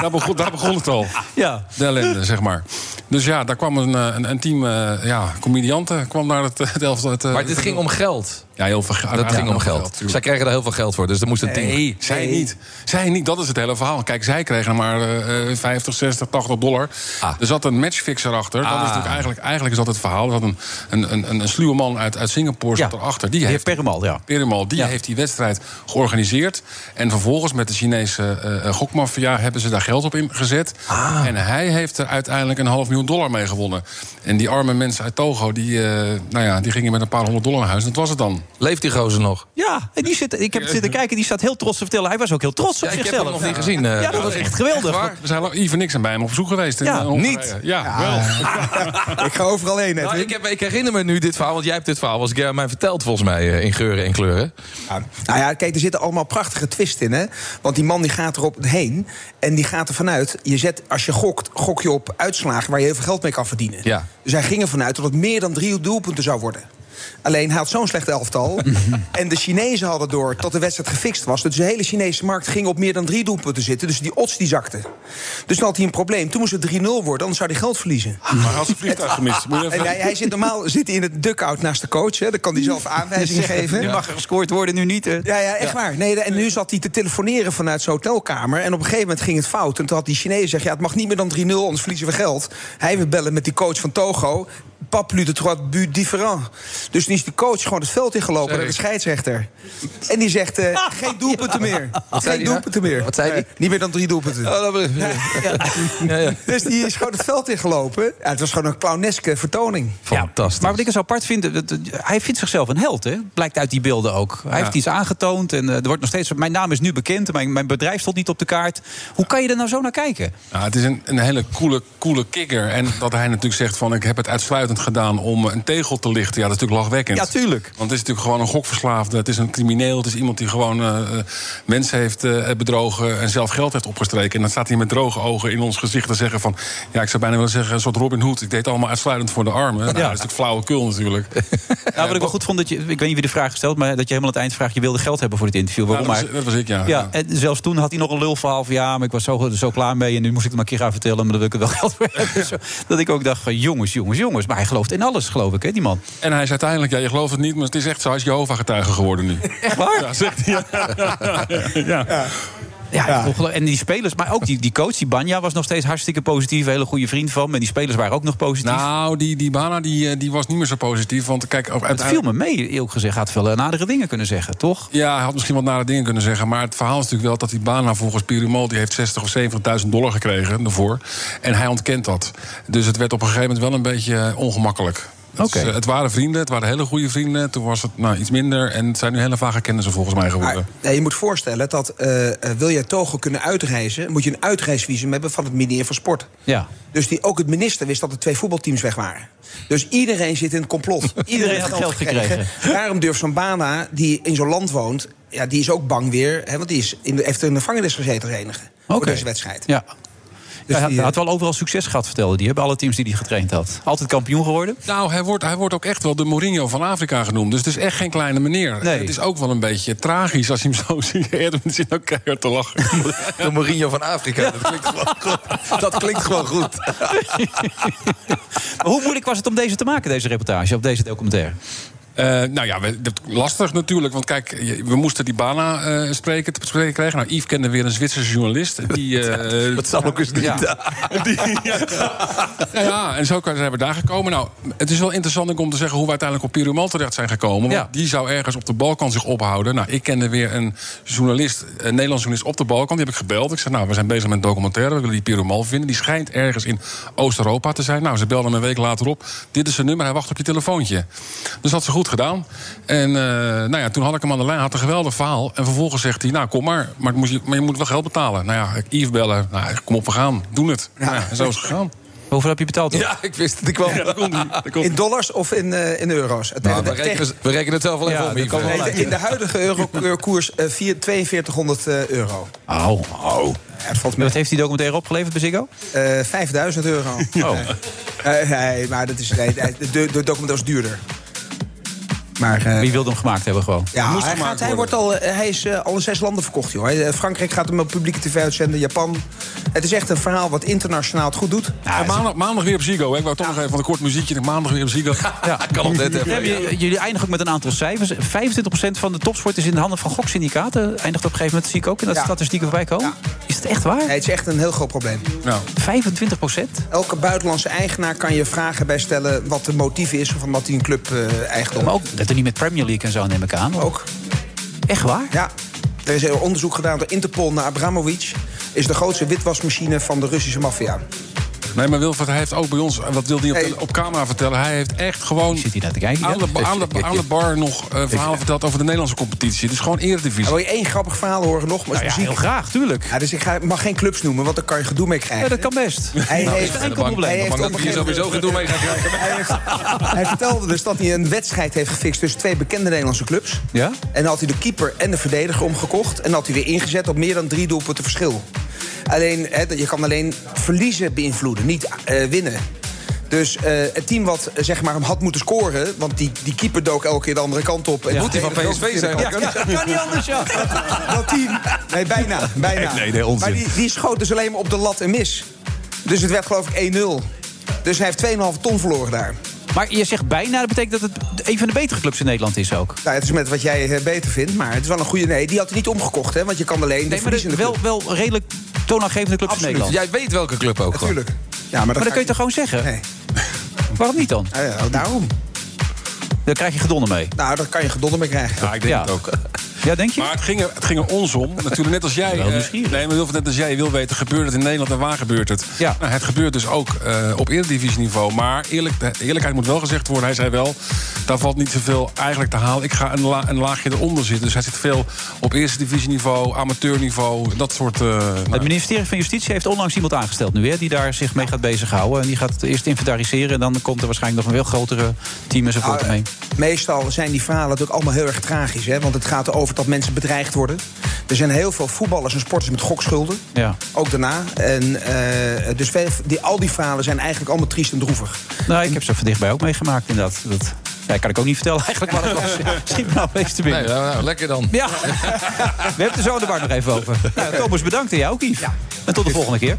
daar, begon, daar begon het al. Ja. De eh, ellende, zeg maar. Dus ja, daar kwam een, eh, een, een team eh, ja, comedianten kwam naar het, eh, het elftal. Het, eh, Maar dit ging om geld. Ja, heel veel geld. Dat ging om geld. tuurlijk. Zij kregen daar heel veel geld voor, dus er moest een team... Nee, zij niet. Zij niet, dat is het hele verhaal. Kijk, zij kregen maar eh, eh, 50, 60, 80 dollar. Ah. Er zat een matchfixer achter. Dat Ah. is natuurlijk eigenlijk, eigenlijk is dat het verhaal. Er zat een, een, een, een sluwe man uit, uit Singapore zat erachter. Die heeft, Perimal, ja. Perimal, die heeft die wedstrijd georganiseerd. En vervolgens met de Chinese eh, eh, gokmafia hebben ze daar geld op ingezet. Ah. En hij heeft er uiteindelijk een half miljoen dollar mee gewonnen. En die arme mensen uit Togo, die, eh, nou ja, die gingen met een paar honderd dollar naar huis. Dat was het dan. Leeft die gozer nog? Ja, en die zit, ik heb het zitten kijken. Die staat heel trots te vertellen. Hij was ook heel trots op Ja, ik heb zichzelf. hem nog niet gezien, eh, ja, dat was echt geweldig. Waar? We zijn al even niks aan bij hem op zoek geweest. in, Ja, eh, Hongarije. niet. Ja, wel. [LAUGHS] ik ga overal heen. Nou, ik, heb, ik herinner me nu dit verhaal, want jij hebt dit verhaal als keer aan mij verteld, volgens mij, eh, in geuren en kleuren. Nou ja, kijk, er zitten allemaal prachtige twist in, hè? Want die man die gaat erop heen en die gaat ervan uit... Je zet, als je gokt, gok je op uitslagen waar je heel veel geld mee kan verdienen. Ja. Dus hij ging ervan uit dat het meer dan drie doelpunten zou worden. Alleen hij had zo'n slecht elftal. en de Chinezen hadden door tot de wedstrijd gefixt was. Dus de hele Chinese markt ging op meer dan drie doelpunten zitten. Dus die odds die zakte. Dus dan had hij een probleem. Toen moest het 3-0 worden, anders zou hij geld verliezen. Ah, Maar hij had zijn vliegtuig gemist. Moet je even- En hij, hij zit normaal zit hij in het duck-out naast de coach. Hè. Dan kan hij zelf [LAUGHS] aanwijzingen Zeg, geven. Nu mag er gescoord worden, nu niet. hè? Ja, ja, echt waar. Nee, de- en nu zat hij te telefoneren vanuit zijn hotelkamer. En op een gegeven moment ging het fout. En toen had die Chinees gezegd: ja, het mag niet meer dan 3-0, anders verliezen we geld. Hij wil bellen met die coach van Togo. Paplu de trois buts différents. Dus nu is die coach gewoon het veld ingelopen naar de scheidsrechter. En die zegt: eh, [LAUGHS] geen doelpunten meer. Geen doelpunten meer. nou? Wat zei hij? niet meer dan drie doelpunten. Oh, Dus die is gewoon het veld ingelopen. Ja, het was gewoon een clowneske vertoning. Fantastisch. Maar wat ik zo apart vind, dat- dat- hij vindt zichzelf een held, hè? Blijkt uit die beelden ook. Hij Ja. heeft iets aangetoond en eh, er wordt nog steeds... Mijn naam is nu bekend, mijn, mijn bedrijf stond niet op de kaart. Hoe kan je er nou zo naar [LAUGHS] kijken? Nou, het is een, een hele coole, coole kikker. En dat hij natuurlijk zegt van... ik heb het uitsluitend gedaan om een tegel te lichten. Ja, dat is natuurlijk lachwekkend. Ja, tuurlijk. Want het is natuurlijk gewoon een gokverslaafde. Het is een crimineel. Het is iemand die gewoon eh, eh, mensen heeft eh, bedrogen... en zelf geld heeft opgestreken. En dan staat hij met droge ogen in ons gezicht te zeggen van... ja, ik zou bijna willen zeggen een soort Robin Hood. Ik deed het allemaal uitsluitend voor de armen. Nou, Dat is natuurlijk flauwekul natuurlijk. [LAUGHS] Nou, wat ik wel goed vond, dat je, ik weet niet wie de vraag gesteld... maar dat je helemaal aan het eind vraagt, je wilde geld hebben voor dit interview. Waarom dat was- eigenlijk? dat was ik, ja. ja. En zelfs toen had hij nog een lulverhaal van... ja, maar ik was zo, zo klaar mee en nu moest ik het maar een keer gaan vertellen... maar dan wil ik er wel geld voor [LAUGHS] hebben. Zo, dat ik ook dacht van jongens, jongens, jongens. Maar hij gelooft in alles, geloof ik, hè, die man. En hij is uiteindelijk, ja, je gelooft het niet... maar het is echt zo, hij is Jehovah-getuige geworden nu. [LAUGHS] Echt waar? Ja, zegt hij. [LAUGHS] ja. Ja, ongeloo- en die spelers, maar ook die, die coach, die Banja, was nog steeds hartstikke positief. Een hele goede vriend van me. En die spelers waren ook nog positief. Nou, die, die Bana die, eh, die was niet meer zo positief. Want kijk, ook het uiteindelijk- viel me mee, eerlijk gezegd. Had veel eh, nadere dingen kunnen zeggen, toch? Ja, hij had misschien wat nare dingen kunnen zeggen. Maar het verhaal is natuurlijk wel dat die Bana volgens Pirimal... die heeft 60.000 of 70.000 dollar gekregen ervoor. En hij ontkent dat. Dus het werd op een gegeven moment wel een beetje eh, ongemakkelijk. Het, is, eh, het waren vrienden, het waren hele goede vrienden. Toen was het nou, iets minder. En het zijn nu hele vage kennissen volgens mij geworden. Nee, je moet voorstellen dat eh, eh, wil jij Togo kunnen uitreizen... moet je een uitreisvisum hebben van het ministerie van Sport. Ja. Dus die, ook het minister wist dat er twee voetbalteams weg waren. Dus iedereen zit in het complot. [LAUGHS] Iedereen heeft geld gekregen. Daarom durft zo'n Bana, die in zo'n land woont... Ja, die is ook bang weer, hè, want die is in de, heeft in de gevangenis gezeten als enige. Voor Oké. deze wedstrijd. Ja. hij had, die, eh, had wel overal succes gehad, vertelde die. Hebben alle teams die hij getraind had. Altijd kampioen geworden. Nou, hij wordt, hij wordt ook echt wel de Mourinho van Afrika genoemd. Dus het is echt geen kleine meneer. Nee. Het is ook wel een beetje tragisch als je hem zo [LAUGHS] ziet. Edwin zit ook keihard te lachen. De Mourinho van Afrika, dat klinkt gewoon goed. Dat klinkt gewoon goed. Maar hoe moeilijk was het om deze te maken, deze reportage, of deze documentaire? Eh, nou ja, we- dat- lastig natuurlijk. Want kijk, je- we moesten die Bana eh, spreken, te spreken krijgen. Nou, Yves kende weer een Zwitserse journalist. Die, [LAUGHS] eh dat zal ook eens niet. Ja, ja, en zo kan- zijn we daar gekomen. Nou, het is wel interessant ook om te zeggen hoe we uiteindelijk op Pirumal terecht zijn gekomen. Want die zou ergens op de Balkan zich ophouden. Nou, ik kende weer een journalist, een Nederlands journalist op de Balkan. Die heb ik gebeld. Ik zei, nou, we zijn bezig met een documentaire. We willen die Pirumal vinden. Die schijnt ergens in Oost-Europa te zijn. Nou, ze belden me een week later op. Dit is zijn nummer. Hij wacht op je telefoontje. Dus dat had ze goed gedaan. En eh, nou ja, toen had ik hem aan de lijn. Had een geweldig verhaal. En vervolgens zegt hij, nou, kom maar. Maar, het moest je, maar je moet wel geld betalen. Nou ja, ik Yves bellen. Nou, kom op, we gaan. Doen het. Nou ja, en zo is het gegaan. Hoeveel heb je betaald? dan? Ja, ik wist het. Ik [LAUGHS] kwam. In dollars of in, eh, in euro's? Nou, we, rekenen, we rekenen het zelf wel even Ja, Ah, om. dat in kan ieder geval. wel in de huidige eurokoers eh, vier- 4200 eh, euro. Au, au. Wat heeft die documentaire opgeleverd bij Ziggo? Eh, 5000 euro. Oh. Eh, nee, maar dat is, nee, de, de documentaire is duurder. Maar, Wie wilde hem gemaakt hebben gewoon? Ja, hij, gaat, hij, wordt al, eh, hij is eh, al in zes landen verkocht, joh. Hij, eh, Frankrijk gaat hem op publieke tv uitzenden, Japan. Het is echt een verhaal wat internationaal het goed doet. En maandag, maandag weer op Ziggo. hè. Ik wou toch nog even van een kort muziekje. Maandag weer op Ziggo. Ja, kan op net Ja, even. j- Jullie eindigen ook met een aantal cijfers. 25% van de topsport is in de handen van goksyndicaten. Eindigt op een gegeven moment, zie ik ook in dat Ja. statistieken voorbij komen. Is het echt waar? Nee, het is echt een heel groot probleem. 25 Elke buitenlandse eigenaar kan je vragen bij stellen... wat de motief is van dat hij een club eh eigendom Maar ook dat er niet met Premier League en zo neem ik aan. Ook. Echt waar? Ja. Er is een onderzoek gedaan door Interpol naar Abramovic. Is de grootste witwasmachine van de Russische maffia. Nee, maar Wilfred, hij heeft ook bij ons, en dat wilde hij op, op camera vertellen... hij heeft echt gewoon aan, de, aan, de, aan de bar nog eh, verhalen verteld over de Nederlandse competitie. Dus gewoon eredivisie. En wil je één grappig verhaal horen nog? Maar Nou is ja, muziek. heel graag, tuurlijk. Ja, dus ik ga, mag geen clubs noemen, want daar kan je gedoe mee krijgen. Ja, dat kan best. Hij Nou, heeft is er enkel probleem. Hij, Dan heeft mag op dat een hier gegeven sowieso gedoe mee gaan krijgen. moment- hij vertelde dus dat hij een wedstrijd heeft gefixt tussen twee bekende Nederlandse clubs. Ja? En dan had hij de keeper en de verdediger omgekocht. En had hij weer ingezet op meer dan drie doelpunten verschil. Alleen, hè, dat- je kan alleen verliezen beïnvloeden, niet eh, winnen. Dus eh, het team wat eh, zeg maar, hem had moeten scoren... want die, die keeper dook elke keer de andere kant op... en Ja. de Moet hij van verdediger ook PSV de andere zijn? kant op. Ja, Dat kan niet anders, ja. Dat- [LAUGHS] Dat team... Nee, bijna, bijna. Nee, nee, onzin. Maar die, die schoot dus alleen maar op de lat en mis. Dus het werd geloof ik 1-0. Dus hij heeft 2,5 ton verloren daar. Maar je zegt bijna, dat betekent dat het een van de betere clubs in Nederland is ook. Nou, het is met wat jij eh, beter vindt, maar het is wel een goede... Nee, die had hij niet omgekocht, hè, want je kan alleen de Nee, maar dat- verliezende wel, wel redelijk toonaangevende clubs in Nederland. Jij weet welke club ook gewoon. Natuurlijk. Ja, maar maar dat dat ga kun je ik toch gewoon zeggen? Nee. [LAUGHS] Waarom niet dan? club. Ah, ja, daarom. Daar krijg je gedonnen mee. Nou, daar kan je gedonnen mee krijgen. Ja, ik denk het ook. Ja, denk je? Nou, Maar het ging, er, het ging er ons om. Natuurlijk, net als jij. Wel eh, nieuwsgierig. nee, maar Wilfred, net als jij wil weten, gebeurt het in Nederland en waar gebeurt het? Ja. Nou, het gebeurt dus ook eh, op eredivisieniveau. Maar eerlijk, de eerlijkheid moet wel gezegd worden. Hij zei wel, daar valt niet zoveel eigenlijk te halen. Ik ga een, la- een laagje eronder zitten. Dus hij zit veel op eerste divisieniveau, amateurniveau, dat soort... eh, Het nou, ministerie van Justitie heeft onlangs iemand aangesteld nu, hè, die daar zich mee gaat bezighouden. En die gaat eerst inventariseren en dan komt er waarschijnlijk nog een veel grotere team Ah, enzovoort mee. Meestal zijn die verhalen natuurlijk allemaal heel erg tragisch, hè, want het gaat erover dat mensen bedreigd worden. Er zijn heel veel voetballers en sporters met gokschulden. Ja. Ook daarna. En, eh, dus veel- die, al die verhalen zijn eigenlijk allemaal triest en droevig. Nou, ik heb ze van dichtbij ook meegemaakt inderdaad. Dat ja, kan ik ook niet vertellen [LAUGHS] eigenlijk wat het was. Schiet me nou eens te binnen. Nee, nou, nou, lekker dan. [LAUGHS] Ja, we hebben het er zo aan de bar nog even over. Nou, Thomas, bedankt en jou ook, Yves. En tot de volgende keer.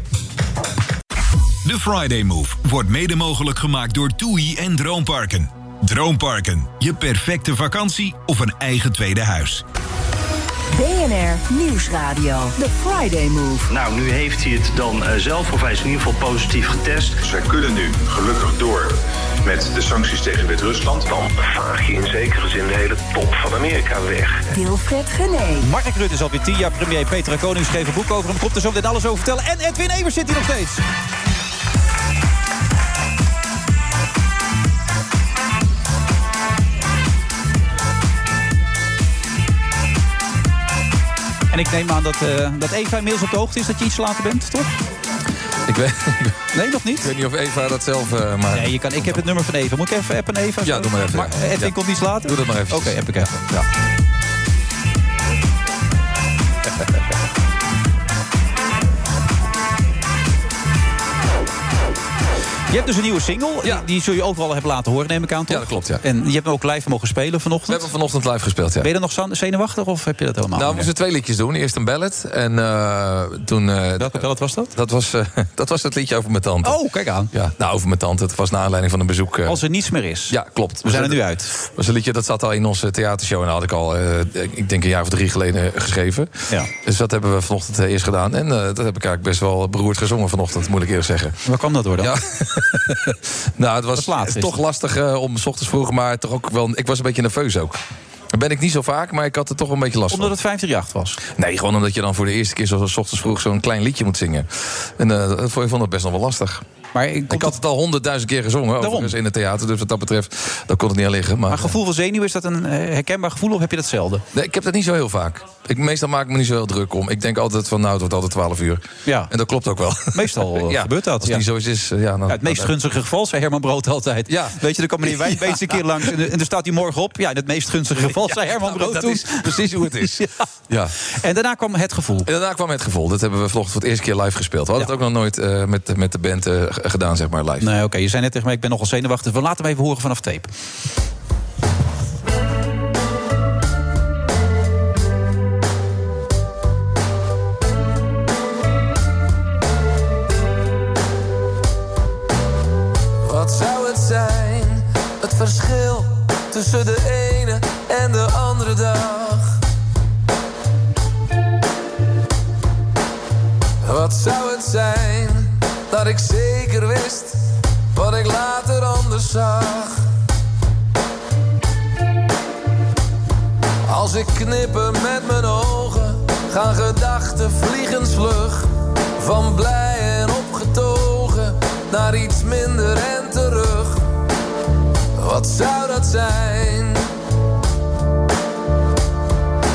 De Friday Move wordt mede mogelijk gemaakt door TUI en Droomparken. Droomparken, je perfecte vakantie of een eigen tweede huis. BNR Nieuwsradio. The Friday Move. Nou, nu heeft hij het dan eh, zelf, of hij is in ieder geval positief getest. Zij kunnen nu gelukkig door met de sancties tegen Wit-Rusland. Dan vaag je in zekere zin de hele top van Amerika weg. Wilfred Genee. Mark Rutte is alweer tien jaar premier. Petra Konings schreef een boek over hem. Komt er zo meteen alles over vertellen. En Edwin Evers zit hier nog steeds. En ik neem aan dat, eh dat Eva inmiddels op de hoogte is dat je iets later bent, toch? Ik weet, nee, nog niet. Ik weet niet of Eva dat zelf... eh, maar... Nee, je kan, ik heb het nummer van Eva. Moet ik even appen aan Eva? Ja, doe maar even, Maar eh, ja. Edwin Ja. komt iets later? Doe dat maar even. Oké, app ik even. Ja. [LAUGHS] Je hebt dus een nieuwe single. Die, die zul je overal hebben laten horen, neem ik aan, toch? Ja, dat klopt, ja. En je hebt hem ook live mogen spelen vanochtend? We hebben vanochtend live gespeeld, ja. Ben je er nog zan- zenuwachtig of heb je dat helemaal Nou, we moesten twee liedjes doen. Eerst een ballad en eh, toen... Welke ballad was dat? Dat was, eh, [LAUGHS] dat was het liedje over mijn tante. Oh, kijk aan. Ja, nou, over mijn tante. Het was naar aanleiding van een bezoek... eh, Als er niets meer is. Ja, klopt. We zijn er nu uit. Het was een liedje dat zat al in onze theatershow. En dat had ik al, eh, ik denk een jaar of drie geleden eh, geschreven. Ja. Dus dat hebben we vanochtend eh, eerst gedaan. En eh, dat heb ik eigenlijk best wel beroerd gezongen vanochtend, moet ik eerlijk zeggen. Waar kwam dat door dan? Ja. nou, het was Dat laat is. toch lastig eh, om s ochtends vroeg, maar toch ook wel. Ik was een beetje nerveus ook. Dat ben ik niet zo vaak, maar ik had er toch wel een beetje last van. Omdat het 538 was? Nee, gewoon omdat je dan voor de eerste keer zoals 's ochtends vroeg zo'n klein liedje moet zingen. En eh, dat vond ik vond dat best nog wel lastig. Maar ik, had het al honderdduizend keer gezongen overigens in het theater. Dus wat dat betreft, daar kon het niet aan liggen. Maar, Maar eh, gevoel van zenuw, is dat een eh, herkenbaar gevoel of heb je dat zelden? Nee, ik heb dat niet zo heel vaak. Ik, meestal maak ik me niet zo heel druk om. Ik denk altijd van, nou, het wordt altijd 12 uur. Ja. En dat klopt ook wel. [LAUGHS] Meestal eh, gebeurt dat. Als het niet zo is, is, eh, ja, dan, Ja, het meest dan- gunstige geval, zei Herman Brood altijd. Weet je, dan [LAUGHS] kan meneer Wijnbeets een keer langs en, en daar staat hij morgen op. Ja, in het meest gunstige geval, zei Herman nou, Brood dat toen. is precies hoe het [LAUGHS] is. Ja. Ja. En daarna kwam het gevoel. En daarna kwam het gevoel. Dat hebben we vanochtend voor het eerste keer live gespeeld. We hadden het ook nog nooit eh, met, de- met de band eh, g- gedaan, zeg maar, live. Nee, oké, je zei net tegen mij, ik ben nogal zenuwachtig. We laten hem even horen vanaf tape. Wat zou het zijn, het verschil tussen de ene en de andere dag? Wat zou het zijn dat ik zeker wist wat ik later anders zag? Als ik knippen met mijn ogen, gaan gedachten vliegensvlug. Van blij en opgetogen naar iets minder en terug. Wat zou dat zijn?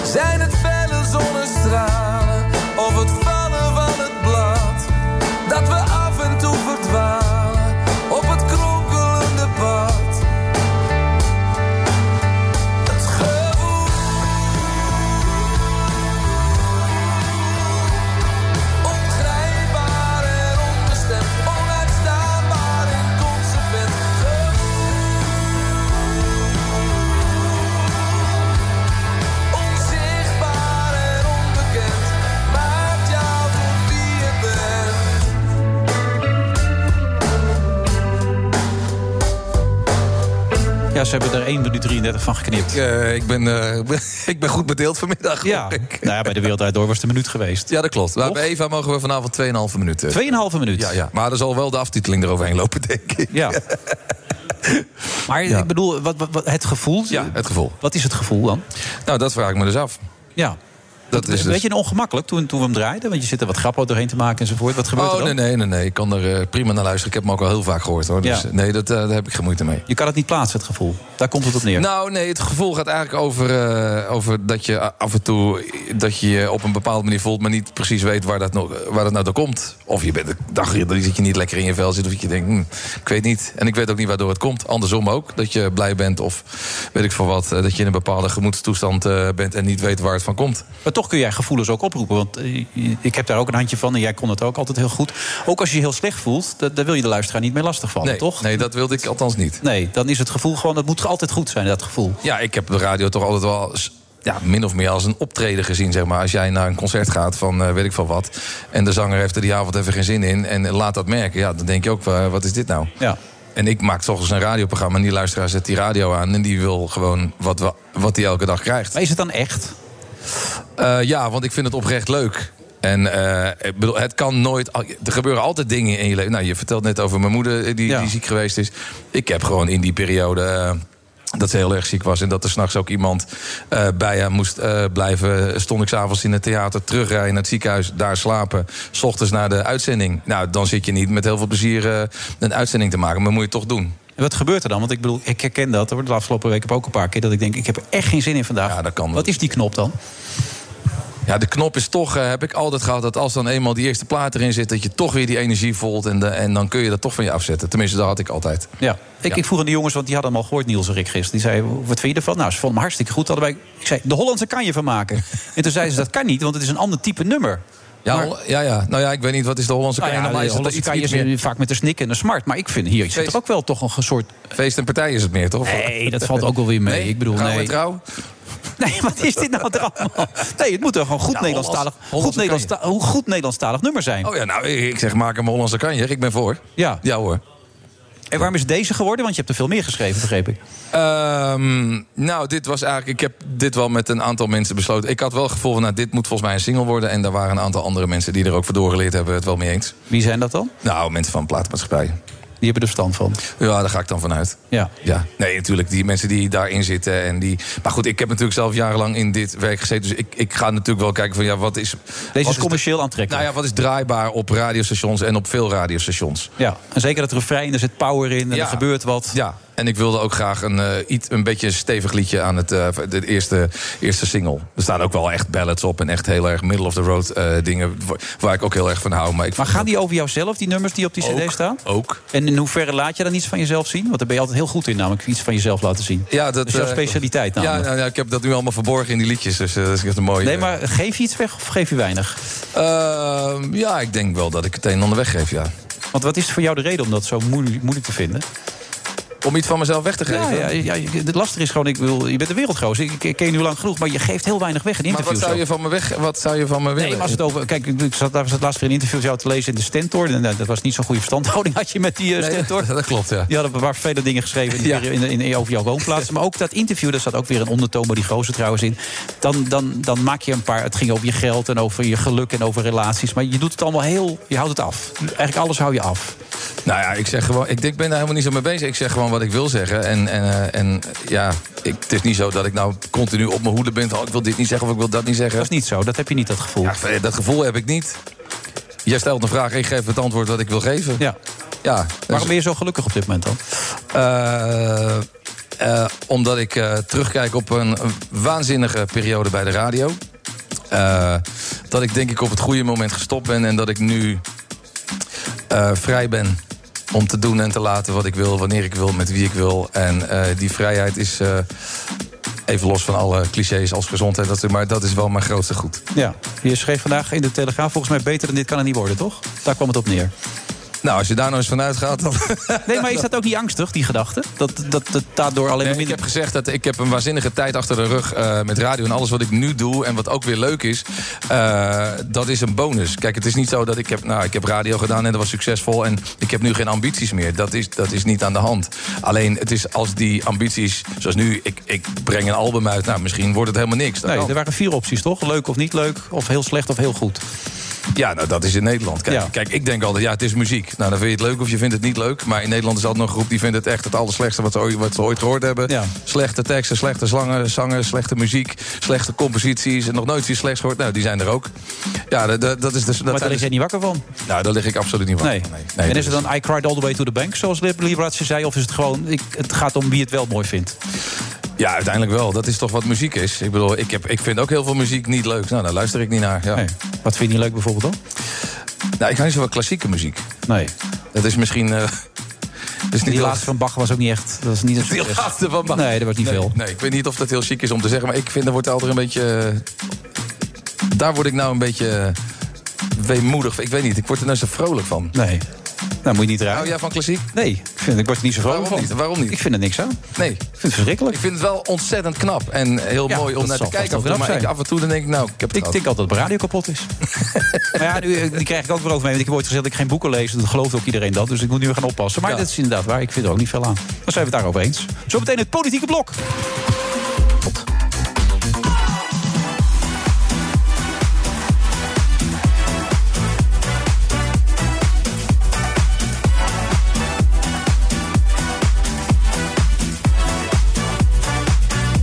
Zijn het felle zonnestralen of het vallen van het blad? Dat we af en toe verdwalen op het kronkelende pad. Het gevoel. Ongrijpbaar en onbestemd, onuitstaanbaar en consequent. Onzichtbaar en onbekend, maakt jou tot wie je bent. Ja, ze hebben er 1 minuut 33 van geknipt. Eh, ik, ben, [LAUGHS] ik ben goed bedeeld vanmiddag. Ja. Nou ja, bij de Wereld Draait Door was het een minuut geweest. Ja, dat klopt. Maar bij Eva mogen we vanavond 2,5 minuten. 2,5 minuut? Ja, ja, maar er zal wel de aftiteling eroverheen lopen, denk ik. Ja. [LAUGHS] Maar ik bedoel, wat, wat, wat- het gevoel. Ja, het gevoel. Wat is het gevoel dan? Nou, dat vraag ik me dus af. Ja. Dat is Weet dus- je nou ongemakkelijk toen, toen we hem draaiden? Want je zit er wat grappen doorheen te maken enzovoort. Wat gebeurt oh, er dan? nee, nee, nee, nee. Ik kan er eh, prima naar luisteren. Ik heb hem ook al heel vaak gehoord, hoor. Dus Ja. nee, dat, eh, daar heb ik geen moeite mee. Je kan het niet plaatsen, het gevoel. Daar komt het op neer. Nou, nee, het gevoel gaat eigenlijk over, eh, over dat je af en toe dat je je op een bepaalde manier voelt, maar niet precies weet waar dat, nou- waar dat nou door komt. Of je bent de dag dat je niet lekker in je vel zit, of dat je denkt, hm, ik weet niet. En ik weet ook niet waardoor het komt. Andersom ook, dat je blij bent of weet ik veel wat, eh, dat je in een bepaalde gemoedstoestand eh, bent en niet weet waar het van komt. Maar toch kun jij gevoelens ook oproepen. Want eh, ik heb daar ook een handje van en jij kon het ook altijd heel goed. Ook als je je heel slecht voelt, da- daar wil je de luisteraar niet mee lastigvallen, Nee, toch? Nee, dat wilde ik althans niet. Nee, dan is het gevoel gewoon, het moet altijd goed zijn, dat gevoel. Ja, ik heb de radio toch altijd wel s- ja, min of meer als een optreden gezien, zeg maar. Als jij naar een concert gaat van eh, weet ik van wat... en de zanger heeft er die avond even geen zin in en laat dat merken... ja, dan denk je ook, eh, wat is dit nou? Ja. En ik maak toch eens een radioprogramma en die luisteraar zet die radio aan... en die wil gewoon wat we- wat hij elke dag krijgt. Maar is het dan echt? Eh, ja, want ik vind het oprecht leuk. En eh, ik bedoel, het kan nooit. Er gebeuren altijd dingen in je leven. Nou, je vertelt net over mijn moeder eh, die, die ziek geweest is. Ik heb gewoon in die periode. eh, dat ze heel erg ziek was en dat er s'nachts ook iemand eh, bij haar moest eh, blijven. Stond ik s'avonds in het theater, terugrijden naar het ziekenhuis, daar slapen. S ochtends naar de uitzending. Nou, dan zit je niet met heel veel plezier eh, een uitzending te maken, maar moet je toch doen. En wat gebeurt er dan? Want ik bedoel, ik herken dat. hoor. De afgelopen week heb ik ook een paar keer dat ik denk, ik heb er echt geen zin in vandaag. Ja, dat kan Wat is die knop dan? Ja, de knop is toch, eh, heb ik altijd gehad, dat als dan eenmaal die eerste plaat erin zit, dat je toch weer die energie voelt en, de- en dan kun je dat toch van je afzetten. Tenminste, dat had ik altijd. Ja, ik, ik vroeg aan de jongens, want die hadden hem al gehoord, Niels en Rick gisteren. Die zei, wat vind je ervan? Nou, ze vonden hem hartstikke goed. Hadden wij, ik zei, de Hollandse kan je van maken. En toen zeiden ze, dat kan niet, want het is een ander type nummer. Ja, Maar- Hol- ja, ja, nou ja, ik weet niet, wat is de Hollandse Nou kan ja, je normaal de is dat Hollandse iets- kan je iets is meer- vaak met een snik en een smart. Maar ik vind hier zit er ook wel toch een soort... Feest en partij is het meer, toch? Nee, dat valt ook wel weer mee. Nee? ik bedoel, Trouw en nee. trouw? Nee, wat is dit nou allemaal? [LAUGHS] Nee, het moet toch gewoon goed, Ja, Nederlandstalig, Hollands- goed, Hollandse Nederlandsta- hoe goed Nederlandstalig nummer zijn. Oh ja, nou, ik zeg, maak hem een Hollandse kan je. Ik ben voor. Ja. Ja hoor. En waarom is deze geworden? Want je hebt er veel meer geschreven, begreep ik. Ehm, nou, dit was eigenlijk. Ik heb dit wel met een aantal mensen besloten. Ik had wel het gevoel van, nou, dit moet volgens mij een single worden. En daar waren een aantal andere mensen die er ook voor doorgeleerd hebben het wel mee eens. Wie zijn dat dan? Nou, mensen van platenmaatschappij. Die hebben er verstand van. Ja, daar ga ik dan vanuit. Ja. ja. Nee, natuurlijk, die mensen die daarin zitten. En die... Maar goed, ik heb natuurlijk zelf jarenlang in dit werk gezeten. Dus ik, ik ga natuurlijk wel kijken van, ja, wat is... Deze wat is dus commercieel aantrekkelijk. Nou ja, wat is draaibaar op radiostations en op veel radiostations? Ja, en zeker dat refrein, er zit power in en Ja. er gebeurt wat. Ja. En ik wilde ook graag een, eh, iets, een beetje een stevig liedje aan het, eh, de eerste, eerste single. Er staan ook wel echt ballads op en echt heel erg middle of the road eh, dingen... wa- waar ik ook heel erg van hou. Maar, ik Maar gaan die over jouzelf, die nummers die op die Ook, cd staan? Ook. En in hoeverre laat je dan iets van jezelf zien? Want daar ben je altijd heel goed in, namelijk iets van jezelf laten zien. Ja, dat is jouw eh, specialiteit Ja, namelijk. nou, ja, ik heb dat nu allemaal verborgen in die liedjes. Dus eh, dat is echt een mooie. eh, Nee, maar geef je iets weg of geef je weinig? Ehm, ja, ik denk wel dat ik het een en ander weggeef, ja. Want wat is voor jou de reden om dat zo moeilijk, moeilijk te vinden? Om iets van mezelf weg te geven? Ja, ja, ja, het lastige is gewoon, ik wil, je bent de wereldgoos. Ik, ik ken je nu lang genoeg, maar je geeft heel weinig weg in maar interviews. wat zou ook. je van me weg? Wat zou je van me willen? Nee, maar als het over. Kijk, ik zat, daar zat laatst weer een interview met jou te lezen in de Stentor. En, eh, dat was niet zo'n goede verstandhouding had je met die eh, [LAUGHS] Stentor. dat klopt, ja. Je had een paar vele dingen geschreven in die peri- in, in- over jouw woonplaats. maar ook dat interview, daar zat ook weer een ondertoon bij die gozer trouwens in. Dan, dan, dan maak je een paar. Het ging over je geld en over je geluk en over relaties. Maar je doet het allemaal heel. Je houdt het af. Eigenlijk alles hou je af. Nou ja, ik zeg gewoon, ik denk, ben daar helemaal niet zo mee bezig. Ik zeg gewoon wat ik wil zeggen. En, en, eh, en ja, ik, het is niet zo dat ik nou continu op mijn hoede ben. van, Oh, ik wil dit niet zeggen of ik wil dat niet zeggen. Dat is niet zo. Dat heb je niet, dat gevoel. Ja, dat gevoel heb ik niet. Jij stelt een vraag, ik geef het antwoord wat ik wil geven. Ja. ja dus- Waarom ben je zo gelukkig op dit moment dan? Eh, eh, omdat ik eh, terugkijk op een waanzinnige periode bij de radio. Eh, dat ik denk ik op het goede moment gestopt ben en dat ik nu eh, vrij ben om te doen en te laten wat ik wil, wanneer ik wil, met wie ik wil. En eh, die vrijheid is. eh, Even los van alle clichés als gezondheid, dat soort- maar dat is wel mijn grootste goed. Ja, je schreef vandaag in de Telegraaf... volgens mij beter dan dit kan het niet worden, toch? Daar kwam het op neer. Nou, als je daar nou eens vanuit gaat, dan. [LAUGHS] Nee, maar is dat ook niet angstig, die gedachte? Dat, dat, dat daardoor alleen maar Nee, Ik heb gezegd dat ik heb een waanzinnige tijd achter de rug eh met radio. En alles wat ik nu doe en wat ook weer leuk is, eh, dat is een bonus. Kijk, het is niet zo dat ik heb, nou, ik heb radio gedaan en dat was succesvol. En ik heb nu geen ambities meer. Dat is, dat is niet aan de hand. Alleen, het is als die ambities, zoals nu, ik, ik breng een album uit. Nou, misschien wordt het helemaal niks. Dat Nee, kan. er waren vier opties, toch? Leuk of niet leuk, of heel slecht of heel goed. Ja, nou, dat is in Nederland. Kijk, kijk, ik denk altijd, ja, het is muziek. Nou, dan vind je het leuk of je vindt het niet leuk. Maar in Nederland is altijd nog een groep die vindt het echt het allerslechtste wat ze, ooit- wat ze ooit gehoord hebben. Slechte teksten, slechte slangen, zangen, slechte muziek, slechte composities. En nog nooit iets slechts gehoord. Nou, die zijn er ook. Ja, dat, dat, dat is dus. Dat maar daar lig zijn je niet wakker van. dus- Nou, daar lig ik absoluut niet wakker Nee. van. Nee. dus- en dat is het dan I cried all the way to the bank, zoals Lib- Liberace zei? Of is het gewoon, ik, het gaat om wie het wel mooi vindt? Ja, uiteindelijk wel. Dat is toch wat muziek is. Ik bedoel, ik, heb, ik vind ook heel veel muziek niet leuk. Nou, daar luister ik niet naar. Ja. Wat vind je leuk bijvoorbeeld dan? Nou, ik hou niet zo van klassieke muziek. Nee. Dat is misschien... eh, [LAUGHS] dat is niet Die heel- laatste van Bach was ook niet echt, dat was niet een Die succes. laatste van Bach. Nee, dat was niet Nee, veel. Nee, ik weet niet of dat heel chic is om te zeggen, maar ik vind er wordt altijd een beetje. eh, Daar word ik nou een beetje eh, weemoedig. van. Ik weet niet, ik word er nou zo vrolijk van. Nee. Nou, moet je niet raar. Hou jij van klassiek? Nee, ik, vind, ik word er niet zo vrolijk Waarom van. niet? Waarom niet? Ik vind er niks aan. Nee. Ik vind het verschrikkelijk. Ik vind het wel ontzettend knap en heel Ja, mooi om dat naar te zal vast wel kijken. af en toe, knap Maar ik, zijn. af en toe dan denk ik, nou, ik heb het Ik denk altijd dat de radio kapot is. [LAUGHS] maar ja, nu, eh, die krijg ik ook weer over mee. Want ik heb ooit gezegd dat ik geen boeken lees. Dat gelooft ook iedereen dat. Dus ik moet nu weer gaan oppassen. Maar dat is inderdaad waar. Ik vind er ook niet veel aan. Dan zijn we het daarover eens. Zometeen het politieke blok.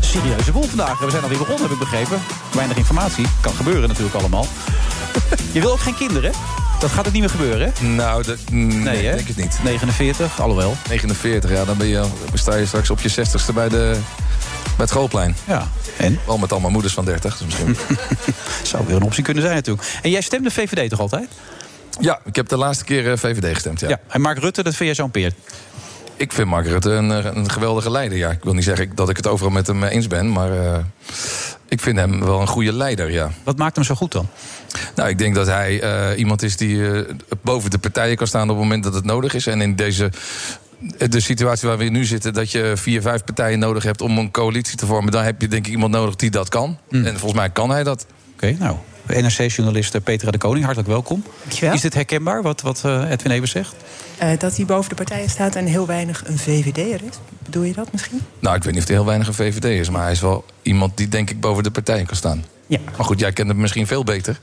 Serieuze boel vandaag. We zijn alweer begonnen, heb ik begrepen. Weinig informatie. Kan gebeuren natuurlijk allemaal. Je wil ook geen kinderen? Dat gaat het niet meer gebeuren, hè? Nou, dat, nee, nee, hè? denk het niet. 49, alhoewel. 49, ja, dan ben je, sta je straks op je 60ste bij, de, bij het schoolplein. Ja, en? Wel met allemaal moeders van 30, dus misschien. [LAUGHS] Zou weer een optie kunnen zijn natuurlijk. En jij stemde VVD toch altijd? Ja, ik heb de laatste keer eh, VVD gestemd, ja. En Mark Rutte, dat vind jij zo'n peer? Ik vind Mark Rutte een, eh, een geweldige leider. Ja, ik wil niet zeggen dat ik het overal met hem eh, eens ben, maar eh, ik vind hem wel een goede leider. Ja. Wat maakt hem zo goed dan? Nou, ik denk dat hij eh, iemand is die eh, boven de partijen kan staan op het moment dat het nodig is. En in deze. eh, De situatie waar we nu zitten, dat je vier, vijf partijen nodig hebt om een coalitie te vormen, dan heb je denk ik iemand nodig die dat kan. Mm. En volgens mij kan hij dat. Oké, nou. NRC-journalist eh, Petra de Koning, hartelijk welkom. Is dit herkenbaar, wat, wat eh, Edwin Ebers zegt? Eh, dat hij boven de partijen staat en heel weinig een VVD'er is. Bedoel je dat misschien? Nou, ik weet niet of hij heel weinig een VVD is, maar hij is wel iemand die denk ik boven de partijen kan staan. Ja. Maar goed, jij kent hem misschien veel beter.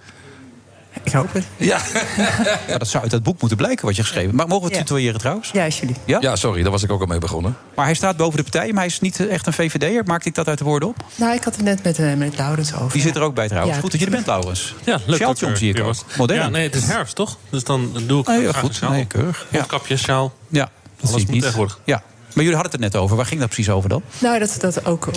Ik hoop het. Ja. [LAUGHS] ja, dat zou uit dat boek moeten blijken wat je geschreven hebt. Maar mogen we het tutoyeren trouwens? Ja, alsjeblieft. Ja? sorry, daar was ik ook al mee begonnen. Maar hij staat boven de partijen, maar hij is niet eh, echt een VVD'er. Maakte ik dat uit de woorden op? Nou, ik had het net met, eh, met Laurens over. Die zit er ook bij trouwens. Ja. Goed dat je er bent, Laurens. Ja, leuk dat Sjaaltje om er zie ik weer ook. was. Modern. Ja, nee, het is herfst, toch? Dus dan doe ik Ah, heel graag goed. een sjaal. Nee, keurig. Mondkapje, sjaal. Ja, dat Alles zie ik moet niet. tegenwoordig. Ja. Maar jullie hadden het er net over. Waar ging dat precies over dan? Nou, dat, dat ook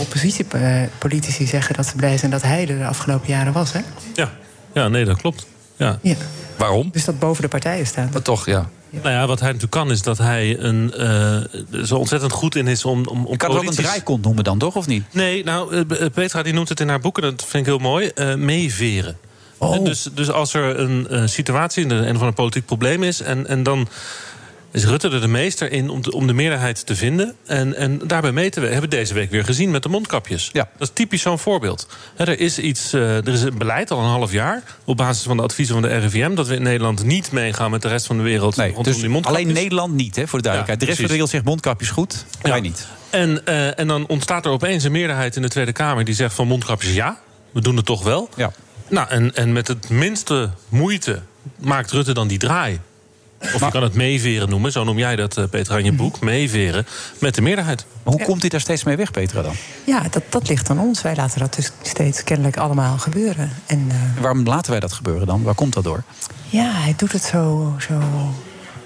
oppositiepolitici zeggen dat ze blij zijn dat hij er de afgelopen jaren was. Hè? Ja. ja, nee, dat klopt. Ja. Ja. Waarom? Dus dat boven de partijen staat. Maar toch, ja. Nou ja, wat hij natuurlijk kan is dat hij een, eh, zo ontzettend goed in is om, om, om Ik kan het ook een coalities- draaikont noemen dan, toch? Of niet? Nee, nou, eh, eh, Petra die noemt het in haar boeken, dat vind ik heel mooi, eh, meeveren. Oh. Eh, Dus, dus als er een eh, situatie, een een of ander politiek probleem is... en, en dan is Rutte er de meester in om de, om de meerderheid te vinden... en, en daarbij mee te we- hebben we deze week weer gezien met de mondkapjes. Dat is typisch zo'n voorbeeld. Hè, er, is iets, eh, er is een beleid al een half jaar... op basis van de adviezen van de RIVM... dat we in Nederland niet meegaan met de rest van de wereld rondom Dus die mondkapjes. alleen Nederland niet, hè, voor de duidelijkheid. de rest van de precies. wereld zegt mondkapjes goed, wij niet. En, eh, en dan ontstaat er opeens een meerderheid in de Tweede Kamer die zegt van mondkapjes ja, we doen het toch wel. Ja. Nou, en, en met het minste moeite maakt Rutte dan die draai. Of je kan het meeveren noemen, zo noem jij dat, eh, Petra, in je boek. Meeveren met de meerderheid. Maar hoe komt dit daar steeds mee weg, Petra, dan? Ja, dat, dat ligt aan ons. Wij laten dat dus steeds kennelijk allemaal gebeuren. En eh, En waarom laten wij dat gebeuren dan? Waar komt dat door? ja, hij doet het zo, zo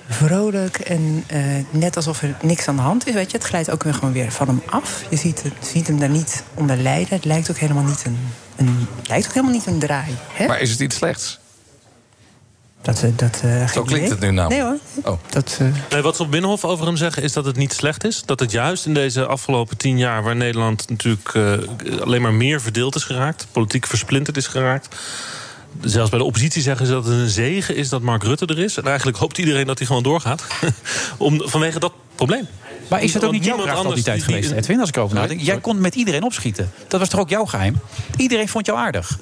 vrolijk en eh, net alsof er niks aan de hand is. Weet je, het glijdt ook weer gewoon weer van hem af. Je ziet, het, ziet hem daar niet onder lijden. Het lijkt ook helemaal niet een, een, het lijkt ook helemaal niet een draai. Hè? Maar is het iets slechts? Dat, eh, dat, Zo klinkt het nu Nee nou. namelijk. hoor. Oh. Dat, eh, Nee, wat ze op Binnenhof over hem zeggen is dat het niet slecht is. Dat het juist in deze afgelopen tien jaar, waar Nederland natuurlijk eh, alleen maar meer verdeeld is geraakt, politiek versplinterd is geraakt. Zelfs bij de oppositie zeggen ze dat het een zegen is dat Mark Rutte er is. En eigenlijk hoopt iedereen dat hij gewoon doorgaat. [LAUGHS] Om, vanwege dat probleem. Maar is dat ook Want niet jouw niemand vraag al die anders tijd die- geweest, Edwin? Als Nou, ik erover nadenk. Jij kon met iedereen opschieten. Dat was toch ook jouw geheim? Iedereen vond jou aardig.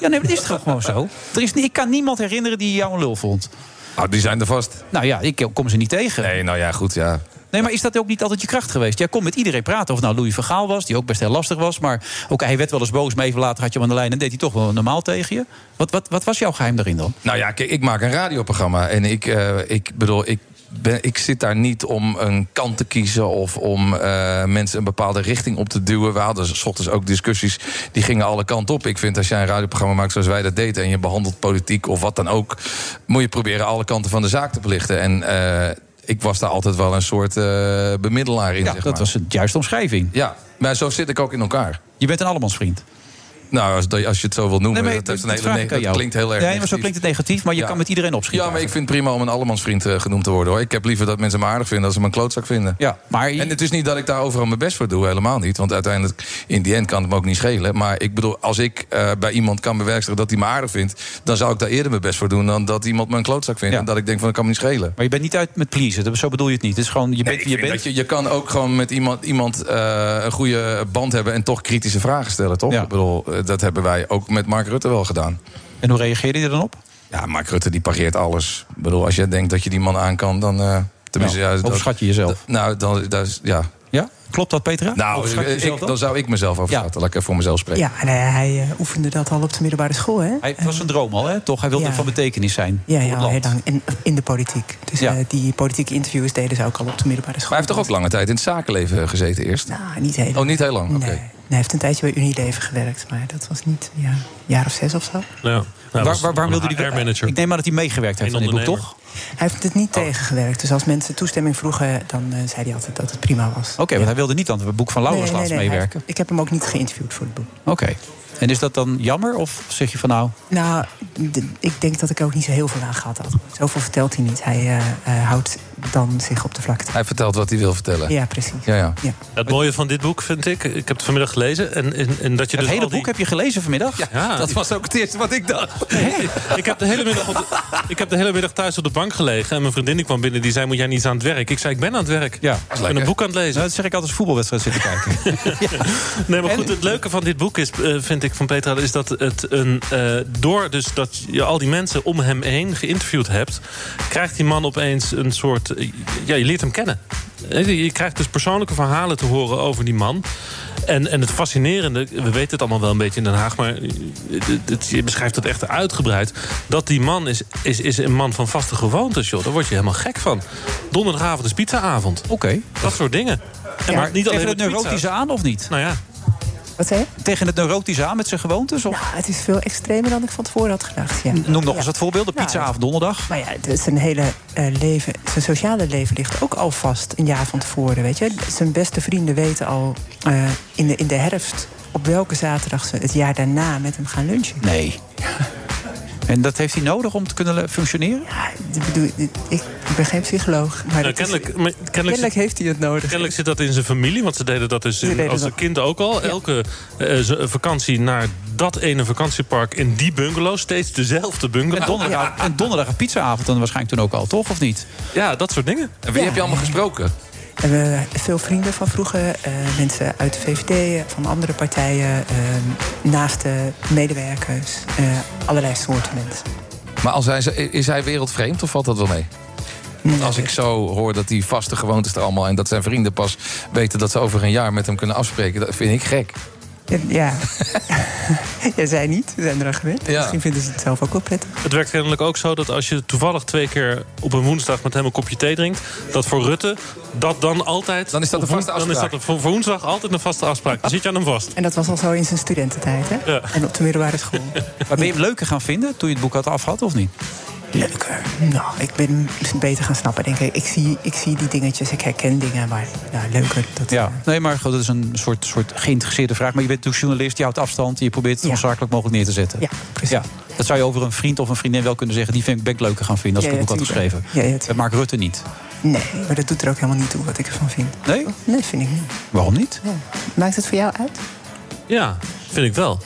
ja, nee, maar dat is toch ook gewoon zo? Er is, ni- ik kan niemand herinneren die jou een lul vond. Oh, die zijn er vast. Nou ja, ik kom ze niet tegen. Nee, nou ja, goed, ja. Nee, maar is dat ook niet altijd je kracht geweest? Jij kon met iedereen praten. Of het nou Louis van Gaal was, die ook best heel lastig was. Maar ook hij werd wel eens boos, maar even later had je hem aan de lijn... en deed hij toch wel normaal tegen je. Wat, wat, wat was jouw geheim daarin dan? Nou ja, kijk, ik maak een radioprogramma. En ik, eh, ik bedoel, ik, ben, ik zit daar niet om een kant te kiezen of om eh, mensen een bepaalde richting op te duwen. We hadden s ochtends ook discussies die gingen alle kanten op. Ik vind als jij een radioprogramma maakt zoals wij dat deden en je behandelt politiek of wat dan ook, moet je proberen alle kanten van de zaak te belichten. En eh, ik was daar altijd wel een soort eh, bemiddelaar in. Ja, zeg dat maar. was de juiste omschrijving. Ja, maar zo zit ik ook in elkaar. Je bent een allemansvriend. Nou, als, dat- als je het zo wil noemen, maar dat, heeft een dat hele vraag ne- ik aan dat jou. klinkt heel Nee, erg maar zo negatief. klinkt het negatief, maar je Ja. kan met iedereen opschieten. Ja, maar ik vind het prima om een allemansvriend eh, genoemd te worden hoor. Ik heb liever dat mensen me aardig vinden dan ze me een klootzak vinden. Ja, maar... En het is niet dat ik daar overal mijn best voor doe, helemaal niet. Want uiteindelijk, in die end kan het me ook niet schelen. Maar ik bedoel, als ik eh, bij iemand kan bewerkstelligen dat hij me aardig vindt, dan zou ik daar eerder mijn best voor doen dan dat iemand me een klootzak vindt. En dat ik denk van dat kan me niet schelen. Maar je bent niet uit met pleasen, dat- zo bedoel je het niet. Het is gewoon, je bent, Je, je bent dat je, je kan ook gewoon met iemand, iemand eh, een goede band hebben en toch kritische vragen stellen, toch? Ik bedoel, eh, dat hebben wij ook met Mark Rutte wel gedaan. En hoe reageerde je er dan op? Ja, Mark Rutte die pareert alles. Ik bedoel, als jij denkt dat je die man aan kan, dan. eh tenminste, Nou, ja, dat- overschat je jezelf. Nou, dan, dat is- ja. Ja? Klopt dat, Petra? Nou, Overschat je ik- jezelf ik- dan? dan zou ik mezelf overschatten. Laat ik even voor mezelf spreken. Ja, nou ja, hij eh, oefende dat al op de middelbare school, hè? Hij, het was een droom al, hè? Toch? Hij wilde Ja. van betekenis zijn. Ja, ja, voor het al land. heel lang. En in de politiek. Dus Ja. eh, die politieke interviews deden ze ook al op de middelbare Maar school. hij heeft toch ook lange tijd in het zakenleven eh, gezeten eerst? Nou, niet heel Oh, niet heel lang? Oké. Nee, hij heeft een tijdje bij Unilever gewerkt, maar dat was niet ja, een jaar of zes of zo. Ja. Waar- was waar- waarom een wilde hij HR manager. Ik neem aan dat hij meegewerkt heeft aan Geen dit boek, ondernemer. toch? Hij heeft het niet tegengewerkt. Dus als mensen toestemming vroegen, dan eh, zei hij altijd dat het prima was. Oké, want hij wilde niet aan het boek van Laurens Nee, nee, laatst nee, hij heeft- meewerken. ik heb hem ook niet geïnterviewd voor het boek. Oké. En is dat dan jammer? Of zeg je van nou... Nou, d- ik denk dat ik er ook niet zo heel veel aan gehad had. Zoveel vertelt hij niet. Hij eh, eh, houdt dan zich op de vlakte. Hij vertelt wat hij wil vertellen. Ja, precies. Ja, ja. Het mooie van dit boek vind ik, ik heb het vanmiddag gelezen. En, en, en dat je Het dus hele al die- boek heb je gelezen vanmiddag? Ja. Dat was ook het eerste wat ik dacht. ik, heb de hele middag op de- ik heb de hele middag thuis op de bank gelegen. En mijn vriendin die kwam binnen. Die zei, moet jij niet eens aan het werk? Ik zei, ik ben aan het werk. Ja, ik ben een boek aan het lezen. Nou, dat zeg ik altijd als voetbalwedstrijd zitten [LAUGHS] kijken. Nee, maar goed, het leuke van dit boek is, eh, vind ik van Petra... is dat het een, eh, door dus dat je al die mensen om hem heen geïnterviewd hebt... krijgt die man opeens een soort... eh, ja, je leert hem kennen. Eh, Je je krijgt dus persoonlijke verhalen te horen over die man. En, en het fascinerende, we weten het allemaal wel een beetje in Den Haag... maar eh, het- het- je beschrijft het echt uitgebreid... dat die man is, is, is een man van vaste gewoontes, joh. Daar word je helemaal gek van. Donderdagavond is pizzaavond. Oké. Dat soort dingen. En Ja, maar niet alleen tegen met het neurotische pizza's. aan of niet? Nou ja. Wat zei je? Tegen het neurotische aan met zijn gewoontes? Of? Nou, het is veel extremer dan ik van tevoren had gedacht. Ja. Nou, Noem nog eens wat voorbeelden. Pizzaavond donderdag. Maar ja, het- zijn hele eh, leven, zijn sociale leven ligt ook al vast een jaar van tevoren. Weet je? Zijn beste vrienden weten al eh, in, de, in de herfst op welke zaterdag ze het jaar daarna met hem gaan lunchen. Nee. En dat heeft hij nodig om te kunnen le- functioneren? Ik bedoel, ik, ik ben geen psycholoog. Maar Nou, dat is- kennelijk, maar kennelijk zit- heeft hij het nodig. kennelijk zit dat in zijn familie, want ze deden dat dus Ze in- deden als dat. een kind ook al. Elke eh, z- vakantie naar dat ene vakantiepark in die bungalow. Steeds dezelfde En bungalow. donderdag, en donderdag een pizzaavond dan waarschijnlijk toen ook al, toch? Of niet? Ja, dat soort dingen. En wie heb je allemaal gesproken? We hebben veel vrienden van vroeger, eh, mensen uit de VVD, eh, van andere partijen, eh, naaste medewerkers, eh, allerlei soorten mensen. Maar als hij, is hij wereldvreemd of valt dat wel mee? Want als ik zo hoor dat die vaste gewoontes er allemaal... en dat zijn vrienden pas weten dat ze over een jaar met hem kunnen afspreken... dat vind ik gek. Ja, Ja, [LAUGHS] ja zij niet, ze zijn eraan gewend. Ja. Misschien vinden ze het zelf ook wel prettig. Het werkt kennelijk ook zo dat als je toevallig twee keer op een woensdag met hem een kopje thee drinkt, dat voor Rutte dat dan altijd. Dan is dat een vaste Dan is afspraak. dat voor voor woensdag altijd een vaste afspraak. Dan zit je aan hem vast. En dat was al zo in zijn studententijd, hè? Ja. En op de middelbare school. Maar ben je hem leuker gaan vinden toen je het boek had afgehad, of niet? Leuker. Nou, ik ben hem beter gaan snappen, denk ik. Ik zie, ik zie die dingetjes, ik herken dingen, maar nou, leuker. Dat, Ja, nee, maar goed, dat is een soort, soort geïnteresseerde vraag. Maar je bent natuurlijk journalist, je houdt afstand... en je probeert het zo zakelijk mogelijk neer te zetten. Ja, precies. dat zou je over een vriend of een vriendin wel kunnen zeggen... die vind ik ben ik leuker gaan vinden als Ja, ik het ja, boek had tuurlijk. geschreven. Ja, ja, dat maakt Rutte niet. Nee, maar dat doet er ook helemaal niet toe wat ik ervan vind. Nee? Nee, vind ik niet. Waarom niet? Maakt het voor jou uit? Ja, vind ik wel.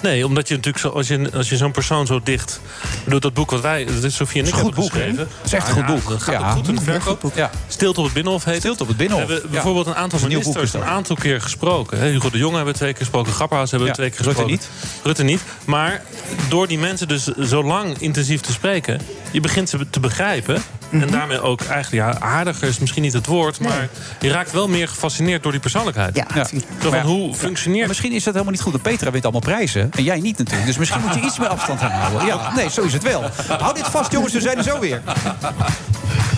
Nee, omdat je natuurlijk zo, als je, als je zo'n persoon zo dicht. Ik bedoel, dat boek wat wij. Dat is Sofie en ik Goed hebben boek, hè? geschreven. Het is echt een goed boek. dat gaat Ja. ook goed in de Een heel verkoop. Ja. Stilte op het Binnenhof heet. Stilte op het Binnenhof. We hebben Ja. bijvoorbeeld een aantal Dat is een nieuw boek, ministers is een dat. aantal keer gesproken. hè. Hugo de Jong hebben we twee keer gesproken. Grapperhaus hebben we Ja, twee keer Rutte gesproken. niet. Rutte niet. Maar door die mensen dus zo lang intensief te spreken. Je begint ze te begrijpen. Mhm. En daarmee ook eigenlijk, ja, aardiger is misschien niet het woord. Maar je raakt wel meer gefascineerd door die persoonlijkheid. Ja, Zo van, Maar ja, hoe functioneert... Misschien is dat helemaal niet goed, want Petra wint allemaal prijzen. En jij niet natuurlijk. Dus misschien moet je iets meer afstand gaan houden. Ja, nee, zo is het wel. Hou dit vast, jongens, we zijn er zo weer.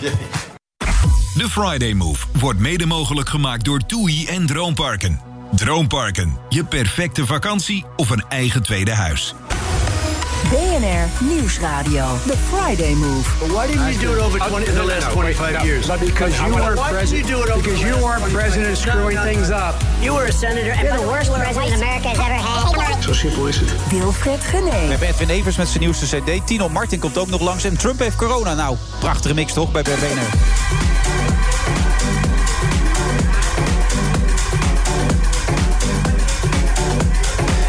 [LAUGHS] De Friday Move wordt mede mogelijk gemaakt door TUI en Droomparken. Droomparken, je perfecte vakantie of een eigen tweede huis. BNR Nieuwsradio. The Friday Move. Why didn't you do it over 20, the last 25 years? because you were president. because you were president, screwing things up. You were a senator. You're the worst president America's ever had. Zo simpel is het. Wilfred We Genee. hebben Edwin Evers met zijn nieuwste cd. Tino Martin komt ook nog langs. En Trump heeft corona. Nou, prachtige mix toch bij BNR.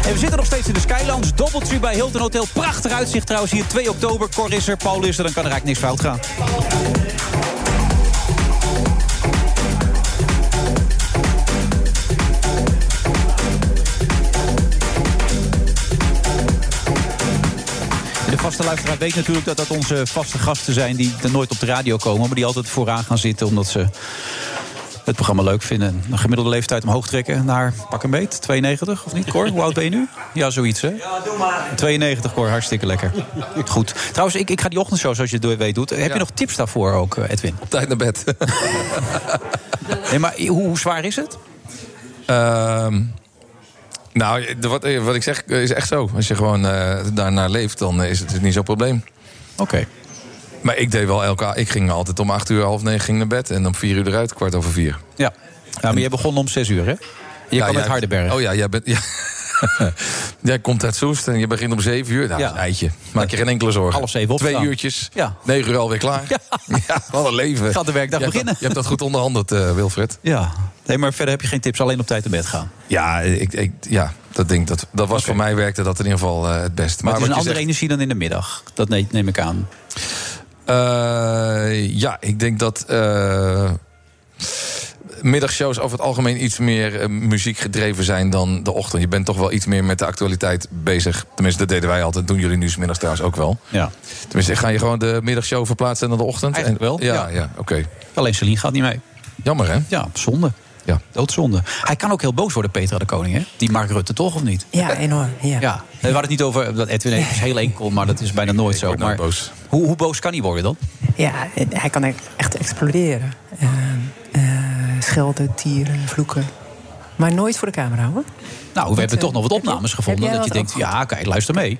En we zitten nog steeds in de Skylands. Doubletree bij Hilton Hotel. Prachtig uitzicht trouwens hier. 2 oktober. Cor is er, Paul is er. Dan kan er eigenlijk niks fout gaan. En De vaste luisteraar weet natuurlijk dat dat onze vaste gasten zijn... die er nooit op de radio komen, maar die altijd vooraan gaan zitten... omdat ze het programma leuk vinden. Een gemiddelde leeftijd omhoog trekken naar, pak een beet, 92 of niet, Cor? Hoe oud ben je nu? Ja, zoiets, hè? Ja, doe maar. 92, Cor, hartstikke lekker. Goed. Trouwens, ik, ik ga die ochtendshow, zoals je het door- weet doet... heb je nog tips daarvoor ook, eh, Edwin? Op tijd naar bed. [LAUGHS] nee, maar hoe, hoe zwaar is het? Ehm, nou, de- wat, eh, wat ik zeg eh, is echt zo. Als je gewoon eh, daarnaar leeft, dan eh, is het niet zo'n probleem. Oké. Maar ik deed wel elke... a- Ik ging altijd om acht uur, half negen ging naar bed. En om vier uur eruit, kwart over vier. Ja. ja maar jij begon om 6 uur, hè? Je kwam uit Hardenberg. Oh ja, jij bent... [LAUGHS] Ja. Jij komt uit Soest en je begint om zeven uur. Nou, Ja. dat is een eitje. Maak je geen enkele zorgen. Half zeven Twee opstaan. uurtjes, Ja. negen uur alweer klaar. [LAUGHS] Ja, wat een leven. Gaat de werkdag Jij hebt beginnen. dat- je hebt dat goed onderhandeld, eh, Wilfred. Ja. Nee, maar verder heb je geen tips. Alleen op tijd te bed gaan. Ja, ik, ik, ja dat, denk, dat, dat was voor mij werkte dat in ieder geval eh, het best. Maar, het is een wat je andere energie dan in de middag. Dat ne- neem ik aan. Eh, ja, ik denk dat. eh, Middagshows over het algemeen iets meer eh, muziek gedreven zijn dan de ochtend. Je bent toch wel iets meer met de actualiteit bezig. Tenminste, dat deden wij altijd. Doen jullie nu 's middags trouwens ook wel. Ja. Tenminste, ga je gewoon de eh, middagshow verplaatsen naar de ochtend? Eigenlijk wel, Ja, ja. ja. oké. Alleen Celine gaat niet mee. Jammer, hè? Ja, zonde. Ja. Doodzonde. Hij kan ook heel boos worden, Petra de Koning, hè? Die Mark Rutte, toch, of niet? Ja, enorm. Ja. Ja. We hadden het niet over dat Edwin is heel enkel, maar dat is bijna nooit zo. Maar nou boos. Hoe, hoe boos kan hij worden dan? Ja, en hij kan echt exploderen. Eh, eh, schelden, tieren, vloeken. Maar nooit voor de camera hoor. eh, Nou, we hebben toch nog wat opnames gevonden. jij Dat je wat denkt, ja, kijk, luister mee.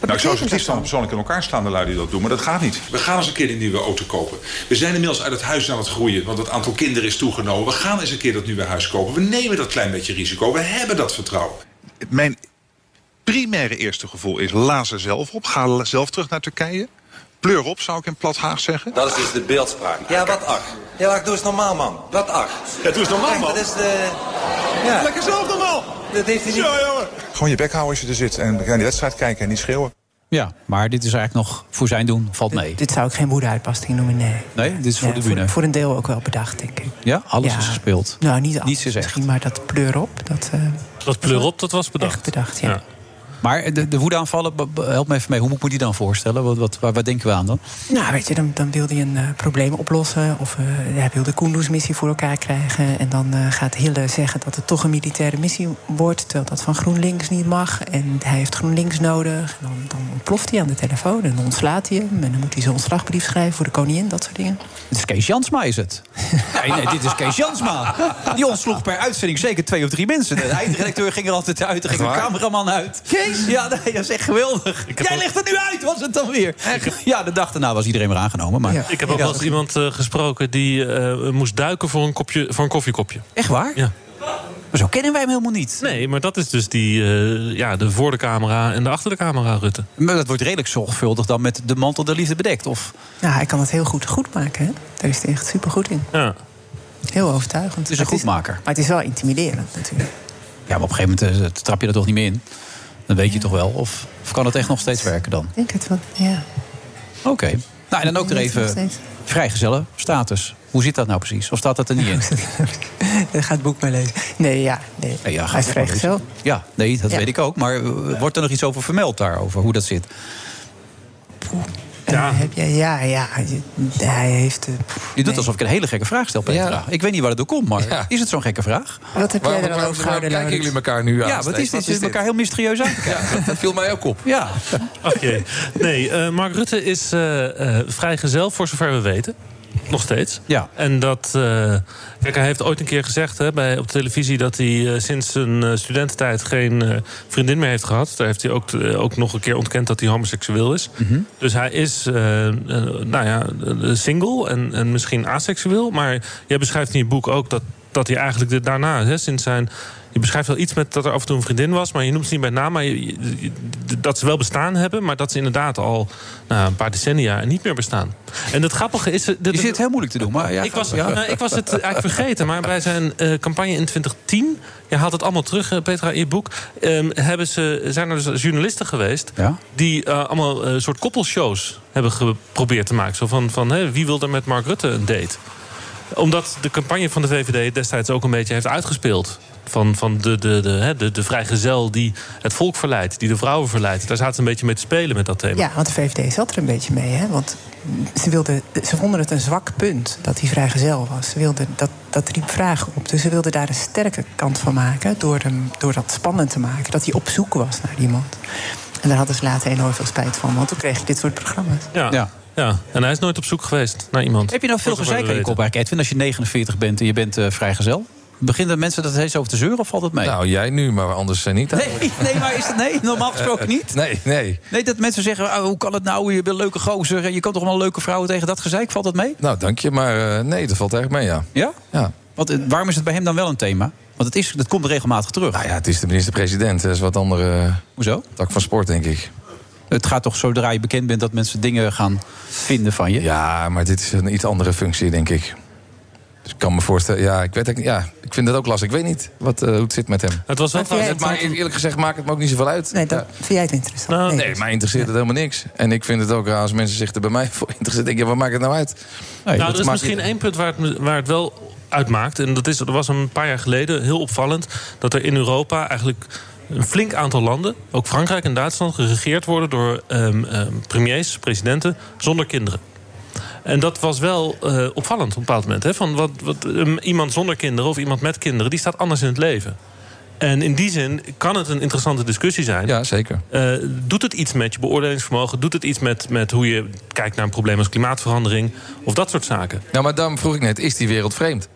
Nou, ik zou ze het liefst dan persoonlijk in elkaar slaan, de lui die dat doen, maar dat gaat niet. We gaan eens een keer die nieuwe auto kopen. We zijn inmiddels uit het huis aan het groeien, want het aantal kinderen is toegenomen. We gaan eens een keer dat nieuwe huis kopen. We nemen dat klein beetje risico. We hebben dat vertrouwen. Mijn primaire eerste gevoel is: la ze zelf op. Ga zelf terug naar Turkije. Pleur op, zou ik in plat Haag zeggen. Dat is dus de beeldspraak. Ja, wat ach. Ja, maar doe eens normaal, man. Wat ach. Ja, doe eens normaal, Kijk, man. Dat is de... Ja. Lekker zelf normaal. Dat heeft hij niet... Gewoon je bek houden als je er zit en naar die wedstrijd kijken en niet schreeuwen. Ja, maar dit is eigenlijk nog voor zijn doen, valt mee. Dit zou ik geen woedeuitbarsting noemen, nee. Nee, dit is voor Ja, de bühne. Voor een deel ook wel bedacht, denk ik. Ja, alles Ja. is gespeeld. Nou, niet alles. Niets is echt. Misschien maar dat pleur op. Dat, eh, Dat pleur op, dat was bedacht. bedacht, ja. Maar de, de woedeaanvallen, b- b- help me even mee. Hoe moet ik me die dan voorstellen? Wat, wat, waar, waar denken we aan dan? Nou, weet je, dan, dan wil hij een eh, probleem oplossen. Of eh, hij wil de Kunduz-missie voor elkaar krijgen. En dan eh, gaat Hille zeggen dat het toch een militaire missie wordt... terwijl dat van GroenLinks niet mag. En hij heeft GroenLinks nodig. En dan, dan ontploft hij aan de telefoon en dan ontslaat hij hem. En dan moet hij zijn ontslagbrief schrijven voor de koningin, dat soort dingen. Het is Kees Jansma, is het? Nee, nee, dit is Kees Jansma. Die ontsloeg per uitzending zeker twee of drie mensen. De eindredacteur ging er altijd uit, er ging een Waar? cameraman uit. Kees? Ja, nee, dat is echt geweldig. Jij legt het nu uit, was het dan weer? [LAUGHS] Ja, de dag daarna was iedereen weer aangenomen. Maar... Ik heb ook wel eens iemand eh, gesproken die eh, moest duiken voor een, kopje, voor een koffiekopje. Echt waar? Ja. Maar zo kennen wij hem helemaal niet. Nee, maar dat is dus die, eh, ja, de voor de camera en de achter de camera, Rutte. Maar dat wordt redelijk zorgvuldig dan met de mantel der liefde bedekt. Of... Nou, hij kan het heel goed goed maken, hè? Daar is hij echt supergoed in. Ja. Heel overtuigend. Het is een goedmaker. Maar het is wel intimiderend natuurlijk. Ja, maar op een gegeven moment eh, trap je er toch niet meer in. Dan weet je toch wel. Of, of kan het echt nog steeds werken dan? Ik denk het wel, ja. Oké. [LAUGHS] Nou, en dan ook er even vrijgezellen status. Hoe zit dat nou precies? Of staat dat er niet in? Daar gaat het boek mee lezen. Nee, ja. Nee. Nee, hij ja, is gaat wel vrijgezel. lezen. Ja, nee, dat Ja. weet ik ook. Maar eh, wordt er nog iets over vermeld daarover? Hoe dat zit? Ja. Eh, Heb jij, ja, ja. je- Hij heeft... eh, Je doet alsof ik een hele gekke vraag stel, Petra. Ik weet niet waar het door komt, maar is het zo'n gekke vraag? Wat heb jij er al over gehouden, Kijken Laurens? jullie elkaar nu aan? Ja, wat steeds? is dit? Ze zitten elkaar heel mysterieus aan te kijken. Ja, dat viel mij ook op. Ja. Oké. Nee, eh, Mark Rutte is eh eh vrijgezel, voor zover we weten. Nog steeds. Ja. En dat. eh, kijk, hij heeft ooit een keer gezegd hè, bij, op televisie dat hij eh, sinds zijn eh, studententijd geen eh, vriendin meer heeft gehad. Daar heeft hij ook, eh, ook nog een keer ontkend dat hij homoseksueel is. Dus hij is, eh, eh, nou ja, eh, single en, en misschien aseksueel. Maar jij beschrijft in je boek ook dat, dat hij eigenlijk de, daarna, hè, sinds zijn. Je beschrijft wel iets met dat er af en toe een vriendin was, maar je noemt ze niet bij naam. Maar je- je- je- dat ze wel bestaan hebben, maar dat ze inderdaad al nou, een paar decennia niet meer bestaan. En het grappige is. Je zit het heel moeilijk te doen, maar ja, ik, ga was, maar. nou, ik was het eigenlijk vergeten, maar bij zijn eh, campagne in 2010, je haalt het allemaal terug, eh, Petra, in je boek, ehm, hebben ze, zijn er dus journalisten geweest Ja. die eh, allemaal een soort koppelshows hebben geprobeerd te maken. Zo van, van hè, wie wil er met Mark Rutte een date? Omdat de campagne van de VVD destijds ook een beetje heeft uitgespeeld. Van, van de, de, de, hè, de, de vrijgezel die het volk verleidt, die de vrouwen verleidt. Daar zaten ze een beetje mee te spelen met dat thema. Ja, want de VVD zat er een beetje mee, hè? Want ze, wilden, ze vonden het een zwak punt dat hij vrijgezel was. Ze wilden, dat, dat riep vragen op. Dus ze wilden daar een sterke kant van maken... Door, hem, door dat spannend te maken, dat hij op zoek was naar iemand. En daar hadden ze later enorm veel spijt van... want toen kreeg je dit soort programma's. Ja. ja. en hij is nooit op zoek geweest naar iemand. Heb je nou veel Voor zover gezeik we aan je weten. kop eigenlijk, Edwin? Als je 49 bent en je bent eh, vrijgezel? Beginnen mensen dat steeds over te zeuren of valt het mee? Nou, jij nu, maar anders eh, niet. [LAUGHS] Nee, nee, maar is dat nee? Normaal gesproken niet. Nee, nee. Nee, dat mensen zeggen, ah, hoe kan het nou? Je bent een leuke gozer en je kan toch wel een leuke vrouwen tegen dat gezeik? Valt dat mee? Nou, dank je, maar eh, nee, dat valt eigenlijk mee, ja. Ja? Ja. Want eh, waarom is het bij hem dan wel een thema? Want het, is, het komt regelmatig terug. Nou ja, het is de minister-president. Dat is wat andere Hoezo? tak van sport, denk ik. Het gaat toch zodra je bekend bent dat mensen dingen gaan vinden van je? Ja, maar dit is een iets andere functie, denk ik. Dus ik kan me voorstellen, ja, ik weet het, ja, ik vind dat ook lastig. Ik weet niet wat, eh, hoe het zit met hem. Het was wel maar, trouwens- eerlijk gezegd maakt het me ook niet zoveel uit. Nee, dat vind jij het interessant. Nou, nee, mij interesseert het helemaal niks. En ik vind het ook raar als mensen zich er bij mij [LAUGHS] voor interesseren. Denk je, wat maakt het nou uit? nou, er is maakt- misschien één punt waar het, me- waar het wel uitmaakt. En dat, is, dat was een paar jaar geleden heel opvallend. Dat er in Europa eigenlijk een flink aantal landen, ook Frankrijk en Duitsland, geregeerd worden door ehm, ehm, premiers, presidenten, zonder kinderen. En dat was wel eh, opvallend op een bepaald moment. Hè? Van wat, wat, ehm, iemand zonder kinderen of iemand met kinderen, die staat anders in het leven. En in die zin kan het een interessante discussie zijn. Ja, zeker. Eh, doet het iets met je beoordelingsvermogen? Doet het iets met, met hoe je kijkt naar een probleem als klimaatverandering? Of dat soort zaken? Nou, maar daarom vroeg ik net, is die wereld vreemd?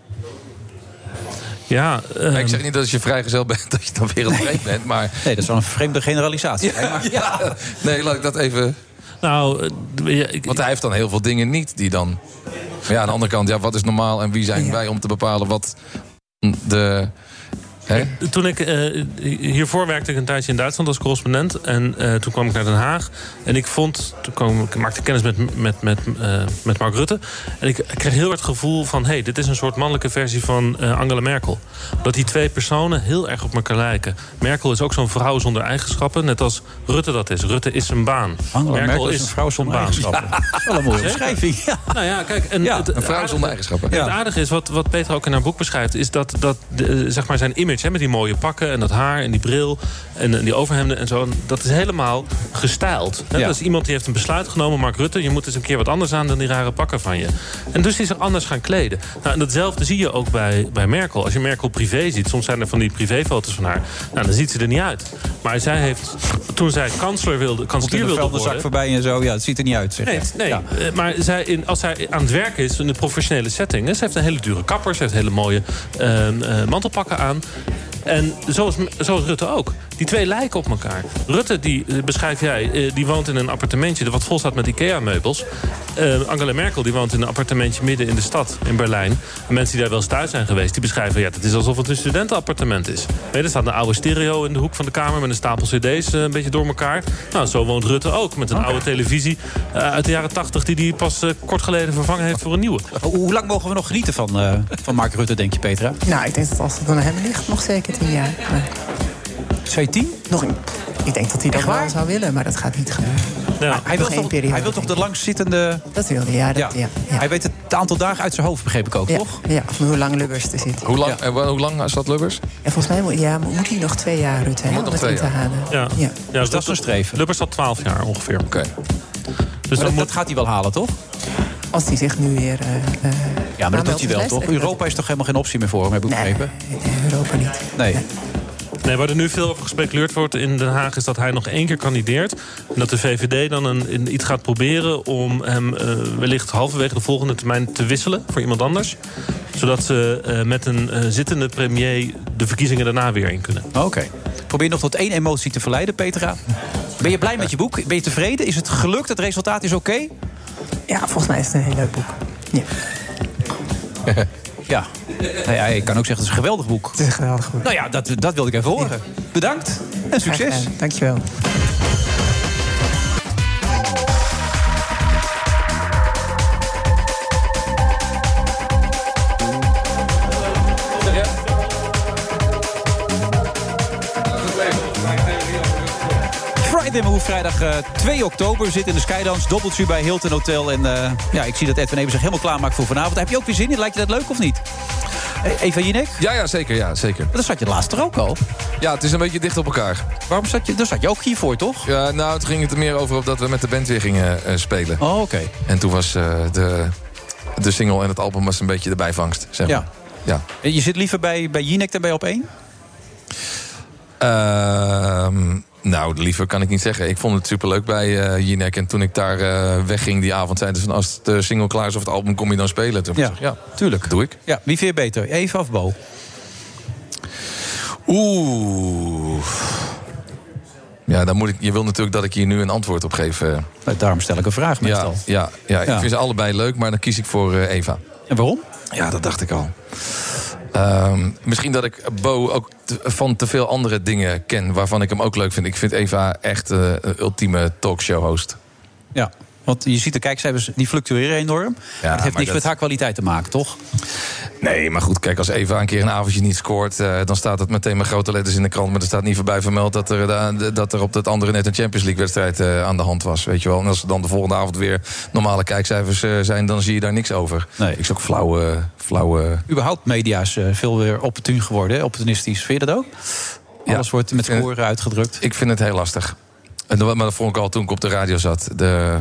Ja, ehm, ik zeg niet dat als je vrijgezel bent, [LAUGHS] dat je dan wereldbreed bent. Maar... Nee, dat is wel een vreemde generalisatie. Ja, ja. Nee, laat ik dat even... Nou, Want hij heeft dan heel veel dingen niet die dan... Maar ja, aan de andere kant, ja, wat is normaal en wie zijn wij om te bepalen wat de... Hè? Toen ik, eh, hiervoor werkte ik een tijdje in Duitsland als correspondent. En eh, toen kwam ik naar Den Haag. En ik vond, toen kwam, ik maakte kennis met, met, met, eh, met Mark Rutte. En ik kreeg heel erg het gevoel van... hé, hey, dit is een soort mannelijke versie van eh, Angela Merkel. Dat die twee personen heel erg op elkaar lijken. Merkel is ook zo'n vrouw zonder eigenschappen. Net als Rutte dat is. Rutte is een baan. Angela Merkel is een vrouw zonder eigenschappen. Dat is wel een mooie Zeker. omschrijving. Nou ja, kijk, en Ja, het, een vrouw aardige- zonder eigenschappen. Het Ja. aardige is, wat, wat Peter ook in haar boek beschrijft... is dat, dat de, zeg maar zijn image hè, met die mooie pakken en dat haar en die bril... en, eh, die overhemden en zo, en dat is helemaal gestyled. Hè? Ja. Dat is iemand die heeft een besluit genomen, Mark Rutte... je moet eens een keer wat anders aan dan die rare pakken van je. En dus is er anders gaan kleden. Nou, en datzelfde zie je ook bij, bij Merkel. Als je Merkel privé ziet, soms zijn er van die privéfoto's van haar... Nou, dan ziet ze er niet uit. Maar zij heeft, toen zij kanselier wilde, Komt in kanselier de wilde vuilniszak worden... voorbij en zo. Ja, het ziet er niet uit. Zeg Nee, je. nee. Ja. Eh, maar zij in, als zij aan het werk is in een professionele setting... hè, ze heeft een hele dure kapper, ze heeft hele mooie ehm, eh, mantelpakken aan... En zoals, zoals Rutte ook. Die twee lijken op elkaar. Rutte, die eh, beschrijf jij, eh, die woont in een appartementje... dat wat vol staat met IKEA-meubels. Eh, Angela Merkel die woont in een appartementje midden in de stad, in Berlijn. En mensen die daar wel eens thuis zijn geweest, die beschrijven... ja, het is alsof het een studentenappartement is. Weet je, er staat een oude stereo in de hoek van de kamer... met een stapel cd's eh, een beetje door elkaar. Nou, zo woont Rutte ook, met een oude televisie eh, uit de jaren 80... die hij pas eh, kort geleden vervangen heeft voor een nieuwe. Ho- Oh, Hoe lang mogen we nog genieten van, eh, van Mark Rutte, denk je, Petra? Nou, ik denk dat als het aan hem ligt, nog zeker tien jaar. Maar Zou je tien? Nog een. Ik denk dat hij dat Echt waar? wel zou willen, maar dat gaat niet gebeuren. Hij- Hij, wil Nog één toch, periode, hij wil toch de langzittende... Dat wilde hij, ja. Dat, ja. Hij weet het aantal dagen uit zijn hoofd, begreep ik ook, ja, toch? ja, maar hoe lang Lubbers er zit. Hoe lang, eh, wel, hoe lang is dat Lubbers? En volgens mij moet, ja, moet hij nog twee jaar, Rutte, hè, Moet om nog het twee in te jaar. halen. Ja, ja. dat is een streven. Lubbers had 12 jaar ongeveer. Oké. Dus Maar dan dat, moet... dat gaat hij wel halen, toch? Als hij zich nu weer... eh, eh, Ja, maar dat doet aanmeldt hij als wel, les. toch? Ik denk Europa is toch helemaal geen optie meer voor hem, heb ik begrepen? Europa niet. Nee. Nee, waar er nu veel over gespeculeerd wordt in Den Haag... is dat hij nog één keer kandideert. En dat de VVD dan een, een- iets gaat proberen om hem eh, wellicht halverwege de volgende termijn te wisselen voor iemand anders. Zodat ze eh, met een eh, zittende premier de verkiezingen daarna weer in kunnen. Oké. Probeer nog tot één emotie te verleiden, Petra. Ben je blij met je boek? Ben je tevreden? Is het gelukt? Het resultaat is oké? Ja, volgens mij is het een heel leuk boek. [LAUGHS] ja. Nou ja, ik kan ook zeggen, het is een geweldig boek. Het is een geweldig boek. Nou ja, dat, dat wilde ik even horen. Bedankt Graag en succes. gedaan. Dankjewel. Friday Move, vrijdag eh, 2 oktober. We zitten in de Skydance, dobbeltje bij Hilton Hotel. En eh, ja, ik zie dat Edwin Eben zich helemaal klaarmaakt voor vanavond. Heb je ook weer zin in? Lijkt je dat leuk of niet? Eh, Eva Jinek? Ja, ja, zeker, ja, zeker. Dat zat je laatst er ook al. Ja, het is een beetje dicht op elkaar. Waarom zat je, daar zat je ook hiervoor, toch? Ja, nou, het ging het er meer over op dat we met de band weer gingen eh, spelen. Oh, oké. En toen was eh, de, de single en het album was een beetje de bijvangst, zeg maar. Ja. Ja. En Je zit liever bij, bij Jinek dan bij op één? Ehm, nou, liever kan ik niet zeggen. Ik vond het superleuk bij eh Jinek. En toen ik daar eh, wegging die avond, zeiden ze van... als de single klaar is of het album, kom je dan spelen? Toen ja, ja, tuurlijk. Doe ik. Ja, wie vind je beter? Eva of Bo? Oeh. Ja, dan moet ik, je wil natuurlijk dat ik hier nu een antwoord op geef. eh. Nou, daarom stel ik een vraag ja, meestal. ja, ja, ik Ja. vind ze allebei leuk, maar dan kies ik voor eh, Eva. En waarom? Ja, dat dacht ik al. Ehm, misschien dat ik Bo ook te- van te veel andere dingen ken... waarvan ik hem ook leuk vind. Ik vind Eva echt eh, een ultieme talkshow-host. Ja, want je ziet de kijkcijfers, die fluctueren enorm. maar het heeft maar niks dat- met haar kwaliteit te maken, toch? Nee, maar goed, kijk, als Eva een keer een avondje niet scoort... eh, dan staat het meteen met grote letters in de krant... maar er staat niet voorbij vermeld dat er, da- dat er op dat andere net een Champions League-wedstrijd eh, aan de hand was. Weet je wel. En als er dan de volgende avond weer normale kijkcijfers eh, zijn... dan zie je daar niks over. Nee. Ik is ook flauwe... flauwe... Überhaupt media is eh, veel weer opportun geworden, hè? opportunistisch. Vind je dat ook? Alles wordt met scoren uitgedrukt. Ik vind het heel lastig. En dat, maar dat vond ik al toen ik op de radio zat. De,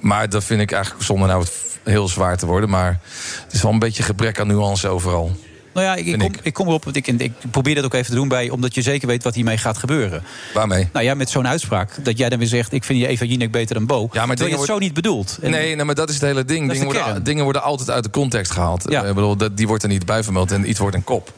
maar dat vind ik eigenlijk, zonder nou het f- heel zwaar te worden... maar het is wel een beetje gebrek aan nuance overal. Nou ja, ik, ik Vind kom, ik. kom erop, want ik, ik probeer dat ook even te doen bij... omdat je zeker weet wat hiermee gaat gebeuren. Waarmee? Nou ja, met zo'n uitspraak. Dat jij dan weer zegt, ik vind je Eva Jinek beter dan Bo. Ja, maar je het wordt- zo niet bedoeld. En- nee, nee, maar dat is het hele ding. Dat is Dingen de worden, al- kern. dingen worden altijd uit de context gehaald. Eh, Ik bedoel, dat, die wordt er niet bij vermeld en iets wordt een kop.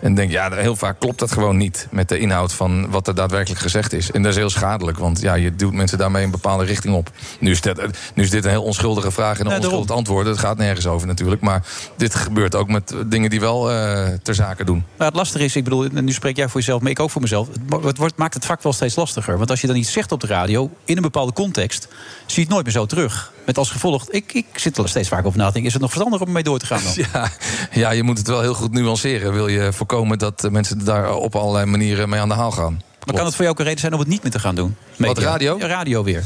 En ik denk, ja, heel vaak klopt dat gewoon niet met de inhoud van wat er daadwerkelijk gezegd is. En dat is heel schadelijk, want ja, je duwt mensen daarmee een bepaalde richting op. Nu is, dat, eh, nu is dit een heel onschuldige vraag en een onschuldig antwoord. Het gaat nergens over natuurlijk. Maar dit gebeurt ook met dingen die wel eh, ter zake doen. Maar het lastige is, ik bedoel, en nu spreek jij voor jezelf, maar ik ook voor mezelf. Het, ma- het wordt, maakt het vak wel steeds lastiger. Want als je dan iets zegt op de radio, in een bepaalde context, zie je het nooit meer zo terug. Met als gevolg, ik, ik zit er steeds vaak over na te denken, is het nog verstandig om mee door te gaan? Dan? Ja, [LAUGHS] ja, je moet het wel heel goed nuanceren. Wil je voorkomen dat eh, mensen daar op allerlei manieren mee aan de haal gaan? Maar kan het voor jou ook een reden zijn om het niet meer te gaan doen? Media. Wat, radio? Eh, radio weer.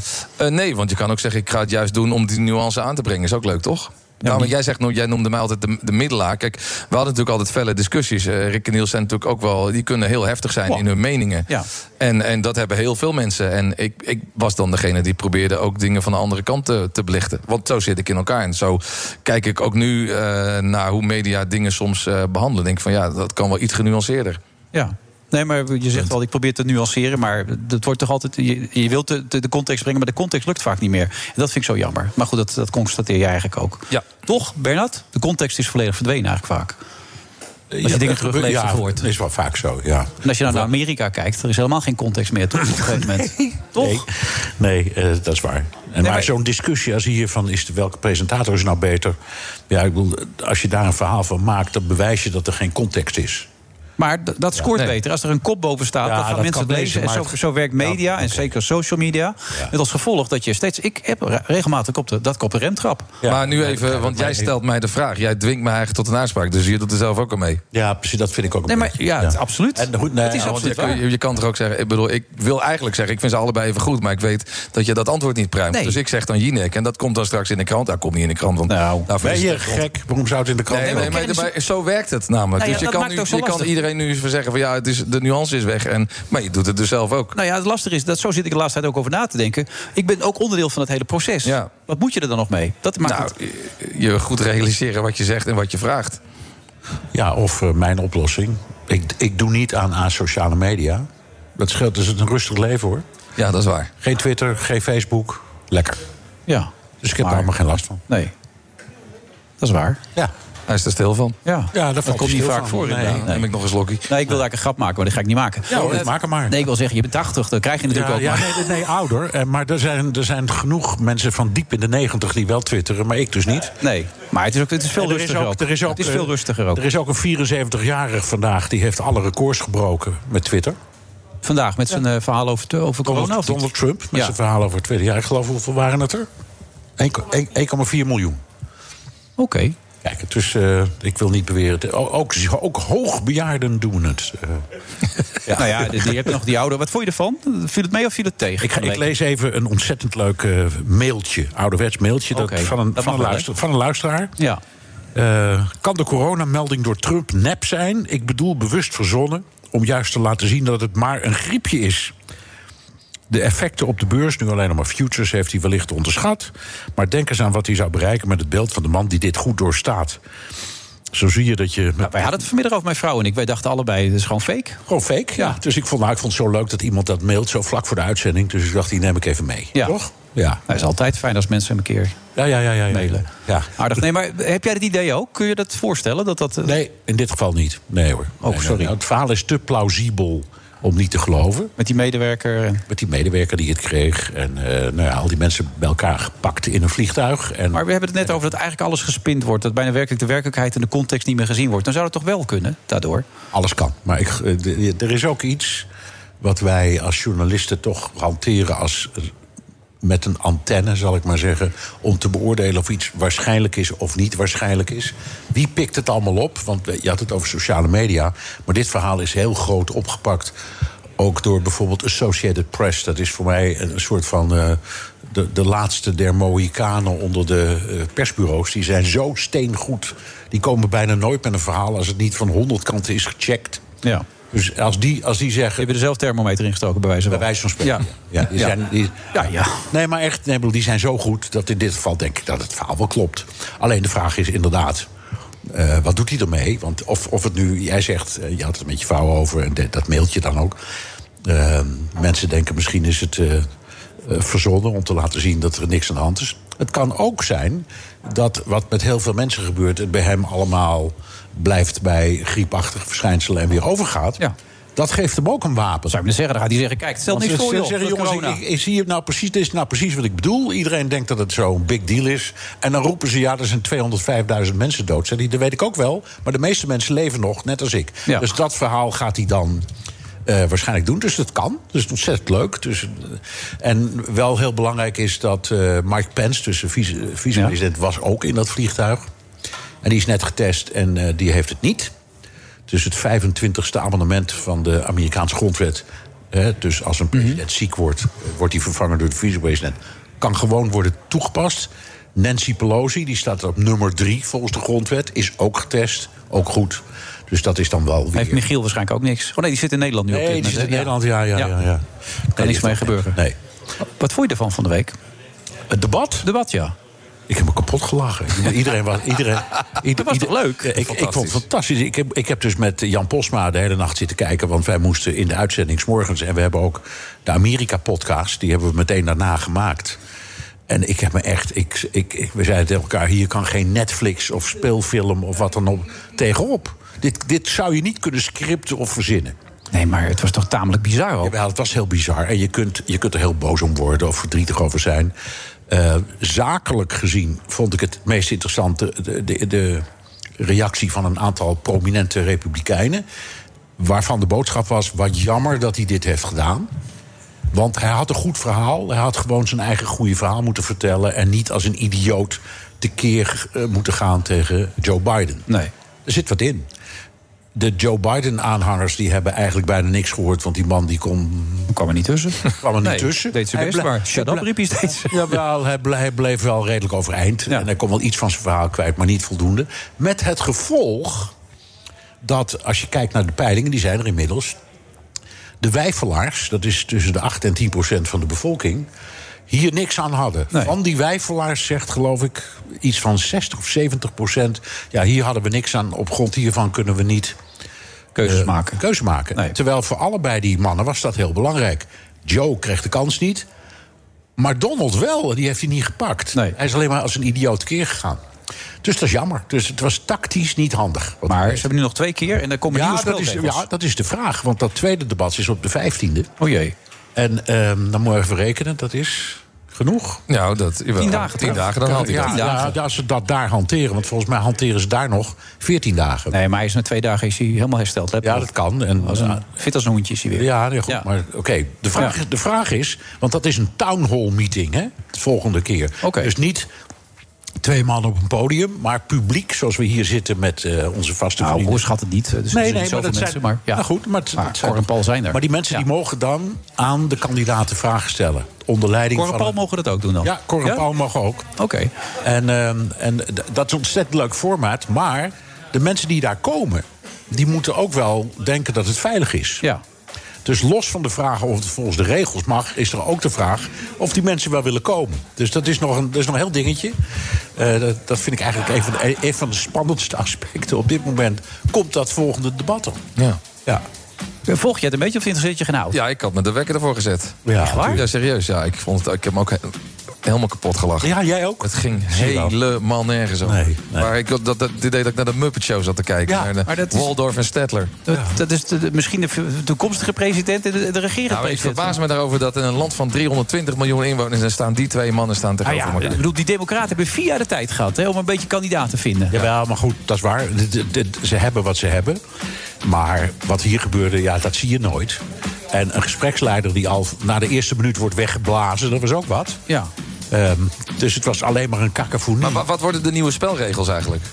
nee, want je kan ook zeggen, ik ga het juist doen om die nuance aan te brengen. Is ook leuk, toch? nou, want jij, zegt, nooit- jij noemde mij altijd de, de middelaar. Kijk, we hadden natuurlijk altijd felle discussies. Eh, Rick en Niels zijn natuurlijk ook wel... die kunnen heel heftig zijn in hun meningen. Ja. En, en dat hebben heel veel mensen. En ik, ik was dan degene die probeerde ook dingen van de andere kant te, te belichten. Want zo zit ik in elkaar. En zo kijk ik ook nu eh, naar hoe media dingen soms eh, behandelen. Denk van, ja, dat kan wel iets genuanceerder. Ja. Nee, maar je zegt wel, ik probeer het te nuanceren, maar dat wordt toch altijd. Je, je wilt de, de, de context brengen, maar de context lukt vaak niet meer. En dat vind ik zo jammer. Maar goed, dat, dat constateer je eigenlijk ook. Ja. Toch, Bernard? De context is volledig verdwenen eigenlijk vaak. Als je Eh, Ja, dingen dat terugleest gebe- of ja, hoort. is wel vaak zo, ja. En als je nou naar Amerika kijkt, er is helemaal geen context meer toch, op een gegeven moment. Toch? Nee, eh, dat is waar. En maar maar- zo'n discussie als hier van is de- welke presentator is nou beter? Ja, ik bedoel, als je daar een verhaal van maakt, dan bewijs je dat er geen context is. Maar d- dat scoort beter. Als er een kop boven staat, Ja, dan gaan dat mensen kan het lezen. lezen, En maar zo, het- zo werkt Ja, media en zeker social media. Met als gevolg dat je steeds... Ik heb re- regelmatig op de, dat kop de remtrap. maar nu even, want jij stelt mij de vraag. Jij dwingt mij eigenlijk tot een uitspraak. Dus je doet er zelf ook al mee. Ja, precies. Dat vind ik ook een Nee, maar ja, het is absoluut. En goed, Het is absoluut je, kun- waar. je, je kan toch ook zeggen, ik bedoel, ik wil eigenlijk zeggen, ik vind ze allebei even goed, maar ik weet dat je dat antwoord niet pruimt. Nee. Dus ik zeg dan Jinek en dat komt dan straks in de krant. Dat komt niet in de krant, want nou, Ben je gek? Waarom zou het in de krant Nee, nee, komen? maar, Kijk, dus- maar zo werkt het Nou namelijk. ja, dus je dat kan, maakt nu, het ook zo je kan lastig. iedereen nu zeggen van ja, het is, de nuance is weg. En, maar je doet het dus zelf ook. Nou ja, het lastige is, dat, zo zit ik de laatste tijd ook over na te denken. Ik ben ook onderdeel van het hele proces. Wat moet je er dan nog mee? Dat maakt het- Nou, eh, Je goed realiseren wat je zegt en wat je vraagt. Ja, of eh, mijn oplossing. Ik, ik doe niet aan aan sociale media. Dat scheelt, dus het een rustig leven hoor. Ja, dat is waar. Geen Twitter, geen Facebook. Lekker. Ja. Dus ik heb daar allemaal geen last van. Nee. Dat is waar. Ja. Hij is er stil van. Ja, ja dat, dat komt niet vaak voor. Nee, inderdaad. neem ik nog eens lokkie. Nee, ik wil eigenlijk een grap maken, maar dat ga ik niet maken. Ja, hoor, maak hem maar. Nee, ik wil zeggen, je bent 80, dan krijg je natuurlijk Ja, ook. ja, maar- nee, nee, nee, ouder. Eh, Maar er zijn, er zijn genoeg mensen van diep in de negentig die wel twitteren, maar ik dus niet. Eh, Nee, maar het is, ook, het is veel En er rustiger Is ook, ook. Er is ook, Het is eh, veel rustiger ook. Er is ook een 74-jarige vandaag die heeft alle records gebroken met Twitter. Vandaag met zijn eh, verhaal over, te- over Donald, corona. of niet? Donald Trump met Ja. zijn verhaal over Twitter. Ja, ik geloof hoeveel waren het er? 1,4 miljoen. Oké. Kijk, het is, eh, ik wil niet beweren. het- Ook, ook, ook hoogbejaarden doen het. eh. Nou ja, die, die heb je nog die oude. Wat vond je ervan? Viel het mee of viel het tegen? Ik, ga, ik lees even een ontzettend leuk eh, mailtje, ouderwets mailtje, dat, Oké, van, een, van, dat mag een wel, luister- van een luisteraar. Ja. Eh, kan de coronamelding door Trump nep zijn? Ik bedoel bewust verzonnen om juist te laten zien dat het maar een griepje is. De effecten op de beurs, nu alleen nog maar futures, heeft hij wellicht onderschat. Maar denk eens aan wat hij zou bereiken met het beeld van de man die dit goed doorstaat. Zo zie je dat je. Nou, Wij hadden het vanmiddag over mijn vrouw en ik. Wij dachten allebei, het is gewoon fake. Gewoon fake, ja. Dus ik vond, nou, ik vond het zo leuk dat iemand dat mailt zo vlak voor de uitzending. Dus ik dacht, die neem ik even mee. Ja. Toch? Ja. Het is altijd fijn als mensen een keer Ja, ja, ja, ja. ja. mailen. Ja. Aardig. Nee, maar heb jij dat idee ook? Kun je dat voorstellen? Dat dat, eh, Oh, Nee, in dit geval niet. Nee hoor. Nee, nee, sorry. nee. Het verhaal is te plausibel om niet te geloven. Met die medewerker? Met die medewerker die het kreeg. En eh, nou ja, al die mensen bij elkaar gepakt in een vliegtuig. En Maar we hebben het net over dat eigenlijk alles gespind wordt. Dat bijna werkelijk de werkelijkheid en de context niet meer gezien wordt. Dan zou dat toch wel kunnen, daardoor? alles kan. Maar ik, eh, d- d- er is ook iets wat wij als journalisten toch hanteren als... eh, Met een antenne, zal ik maar zeggen, om te beoordelen of iets waarschijnlijk is of niet waarschijnlijk is. Wie pikt het allemaal op? Want eh, je had het over sociale media, maar dit verhaal is heel groot opgepakt. Ook door bijvoorbeeld Associated Press. Dat is voor mij een soort van eh, de, de laatste der Mohikanen onder de eh, persbureaus. Die zijn zo steengoed. Die komen bijna nooit met een verhaal als het niet van honderd kanten is gecheckt. Ja. Dus als die, als die zeggen... Heb je er zelf thermometer in gestoken, bij wijze van, bij wijze van spreken? Ja. die Ja. Zijn, die, ja, ja. Nee, maar echt, nee, ik bedoel, die zijn zo goed dat in dit geval denk ik dat het verhaal wel klopt. Alleen de vraag is inderdaad... eh, wat doet hij ermee? Want of, of het nu, jij zegt, eh, je had het met je vrouw over en de- dat mailt je dan ook. Eh, mensen denken misschien is het eh, eh, verzonnen om te laten zien dat er niks aan de hand is. Het kan ook zijn dat wat met heel veel mensen gebeurt, het bij hem allemaal blijft bij griepachtig verschijnselen en weer overgaat. Dat geeft hem ook een wapen. Zou je zeggen, dan gaat hij zeggen, kijk, stel Want niks ze- voor, ze joh, zeggen, door jongens, corona. ik, ik zie het nou precies, dit is nou precies wat ik bedoel. Iedereen denkt dat het zo'n big deal is. En dan roepen ze, ja, er zijn 205.000 mensen dood. Zeg, ik, dat weet ik ook wel, maar de meeste mensen leven nog, net als ik. Dus dat verhaal gaat hij dan eh, waarschijnlijk doen. Dus dat kan. Dus ontzettend leuk. Dus, eh, en wel heel belangrijk is dat eh, Mike Pence, dus de vice- vicepresident, was ook in dat vliegtuig. En die is net getest en eh, die heeft het niet. Dus het 25e amendement van de Amerikaanse grondwet. Hè, dus als een president ziek wordt, eh, wordt hij vervangen door de vicepresident. Kan gewoon worden toegepast. Nancy Pelosi, die staat op nummer drie volgens de grondwet, is ook getest. Ook goed. Dus dat is dan wel weer. Heeft Michiel waarschijnlijk ook niks. Oh nee, die zit in Nederland nu op Nee, die dit moment, zit in hè? Nederland, ja, ja, ja, ja. Kan niks mee gebeuren. Nee. Wat vond je ervan van de week? Het debat? Debat, ja. Ik heb me kapot gelachen. Ik bedoel, Iedereen was. Iedereen, dat was toch leuk? Ja, Ik, ik vond het fantastisch. Ik heb, ik heb dus met Jan Posma de hele nacht zitten kijken. Want wij moesten in de uitzending 's morgens En we hebben ook de Amerika-podcast. Die hebben we meteen daarna gemaakt. En ik heb me echt. Ik, ik, ik- we zeiden tegen elkaar: hier kan geen Netflix of speelfilm of wat dan ook tegenop. Dit, dit zou je niet kunnen scripten of verzinnen. Nee, maar het was toch tamelijk bizar ook? Jawel, het was heel bizar. En je kunt, je kunt er heel boos om worden of verdrietig over zijn. Eh, zakelijk gezien vond ik het meest interessante de, de, de reactie van een aantal prominente republikeinen. Waarvan de boodschap was: wat jammer dat hij dit heeft gedaan. Want hij had een goed verhaal. Hij had gewoon zijn eigen goede verhaal moeten vertellen. En niet als een idioot tekeer eh, moeten gaan tegen Joe Biden. Nee. Er zit wat in. De Joe Biden-aanhangers die hebben eigenlijk bijna niks gehoord. Want die man die kon... kwam er niet tussen. kwam er niet Nee, tussen. deed zijn Hij best, ble- maar shut up ble- riep hij steeds. [LAUGHS] Jawel, hij, ble- hij bleef wel redelijk overeind. En hij kon wel iets van zijn verhaal kwijt, maar niet voldoende. Met het gevolg dat, als je kijkt naar de peilingen... die zijn er inmiddels... de wijfelaars, dat is tussen de 8 en 10 procent van de bevolking... hier niks aan hadden. Van die wijfelaars zegt, geloof ik, iets van 60 of 70 procent... ja, hier hadden we niks aan. Op grond hiervan kunnen we niet... Keuzes maken. Keuze maken. Terwijl voor allebei die mannen was dat heel belangrijk. Joe kreeg de kans niet... Maar Donald wel, die heeft hij niet gepakt. Hij is alleen maar als een idioot keer gegaan. Dus dat is jammer. Dus het was tactisch niet handig. [LAUGHS] Maar ze hebben nu nog twee keer en dan komen ja, nieuwe dat is, spelregels. ja, dat is de vraag. Want dat tweede debat is op de 15e. Oh O jee. En ehm, dan moet je even rekenen, dat is genoeg. Nou, dat, jawel. Tien dagen, Tien toch? dagen, dan haalt hij ja, dat. Ja, als ze dat daar hanteren. Want volgens mij hanteren ze daar nog 14 dagen. Nee, maar hij is na twee dagen is hij helemaal hersteld. Hè? Ja, dat kan. En, als een, fit als een hoentje is hij weer. Ja, nee, goed. Maar oké, de, vraag, de vraag is... Want dat is een town hall meeting, hè? De volgende keer. Dus niet twee mannen op een podium, maar publiek... zoals we hier zitten met eh, onze vaste nou, vrienden. Boers gaat het niet. Dus er zijn niet zoveel mensen, zijn, maar ja. Nou goed, maar, het- het Cor en Paul zijn er. Maar die mensen die mogen dan aan de kandidaten vragen stellen. Onder leiding Cor en van... Paul een- mogen dat ook doen dan? Ja, Cor en Ja? Paul mogen ook. Oké. En, ehm, en d- dat is een ontzettend leuk formaat. Maar de mensen die daar komen... die moeten ook wel denken dat het veilig is. Ja. Dus los van de vraag of het volgens de regels mag... is er ook de vraag of die mensen wel willen komen. Dus dat is nog een, dat is nog een heel dingetje. Eh, dat, dat vind ik eigenlijk een van, de, een van de spannendste [LAUGHS] aspecten op dit moment. Komt dat volgende debat op? Ja. ja. Volg je het een beetje of interesseert je geen hout? Ja, ik had me de wekker ervoor gezet. Ja, Echt waar? Ja, serieus. Ja, ik, vond het, ik heb me ook he- helemaal kapot gelachen. Ja, jij ook? Het ging Zie je wel. helemaal nergens over. Maar ik had dat, dat, het idee dat ik naar de Muppet Show zat te kijken. Ja, naar de maar dat is- Waldorf en Stettler. Dat, dat is de- de- misschien de v- toekomstige president en de, de regerende Nou, ik president. verbaas me daarover dat in een land van 320 miljoen inwoners... en staan die twee mannen staan Ah tegenover ja, elkaar. ik bedoel, die democraten hebben vier jaar de tijd gehad hè, om een beetje kandidaat te vinden. Jawel, maar goed, dat is waar. D- d- d- Ze hebben wat ze hebben. Maar wat hier gebeurde, ja, dat zie je nooit. En een gespreksleider die al na de eerste minuut wordt weggeblazen, dat was ook wat. Ja. Ehm, dus het was alleen maar een kakofonie. Maar wa- wat worden de nieuwe spelregels eigenlijk?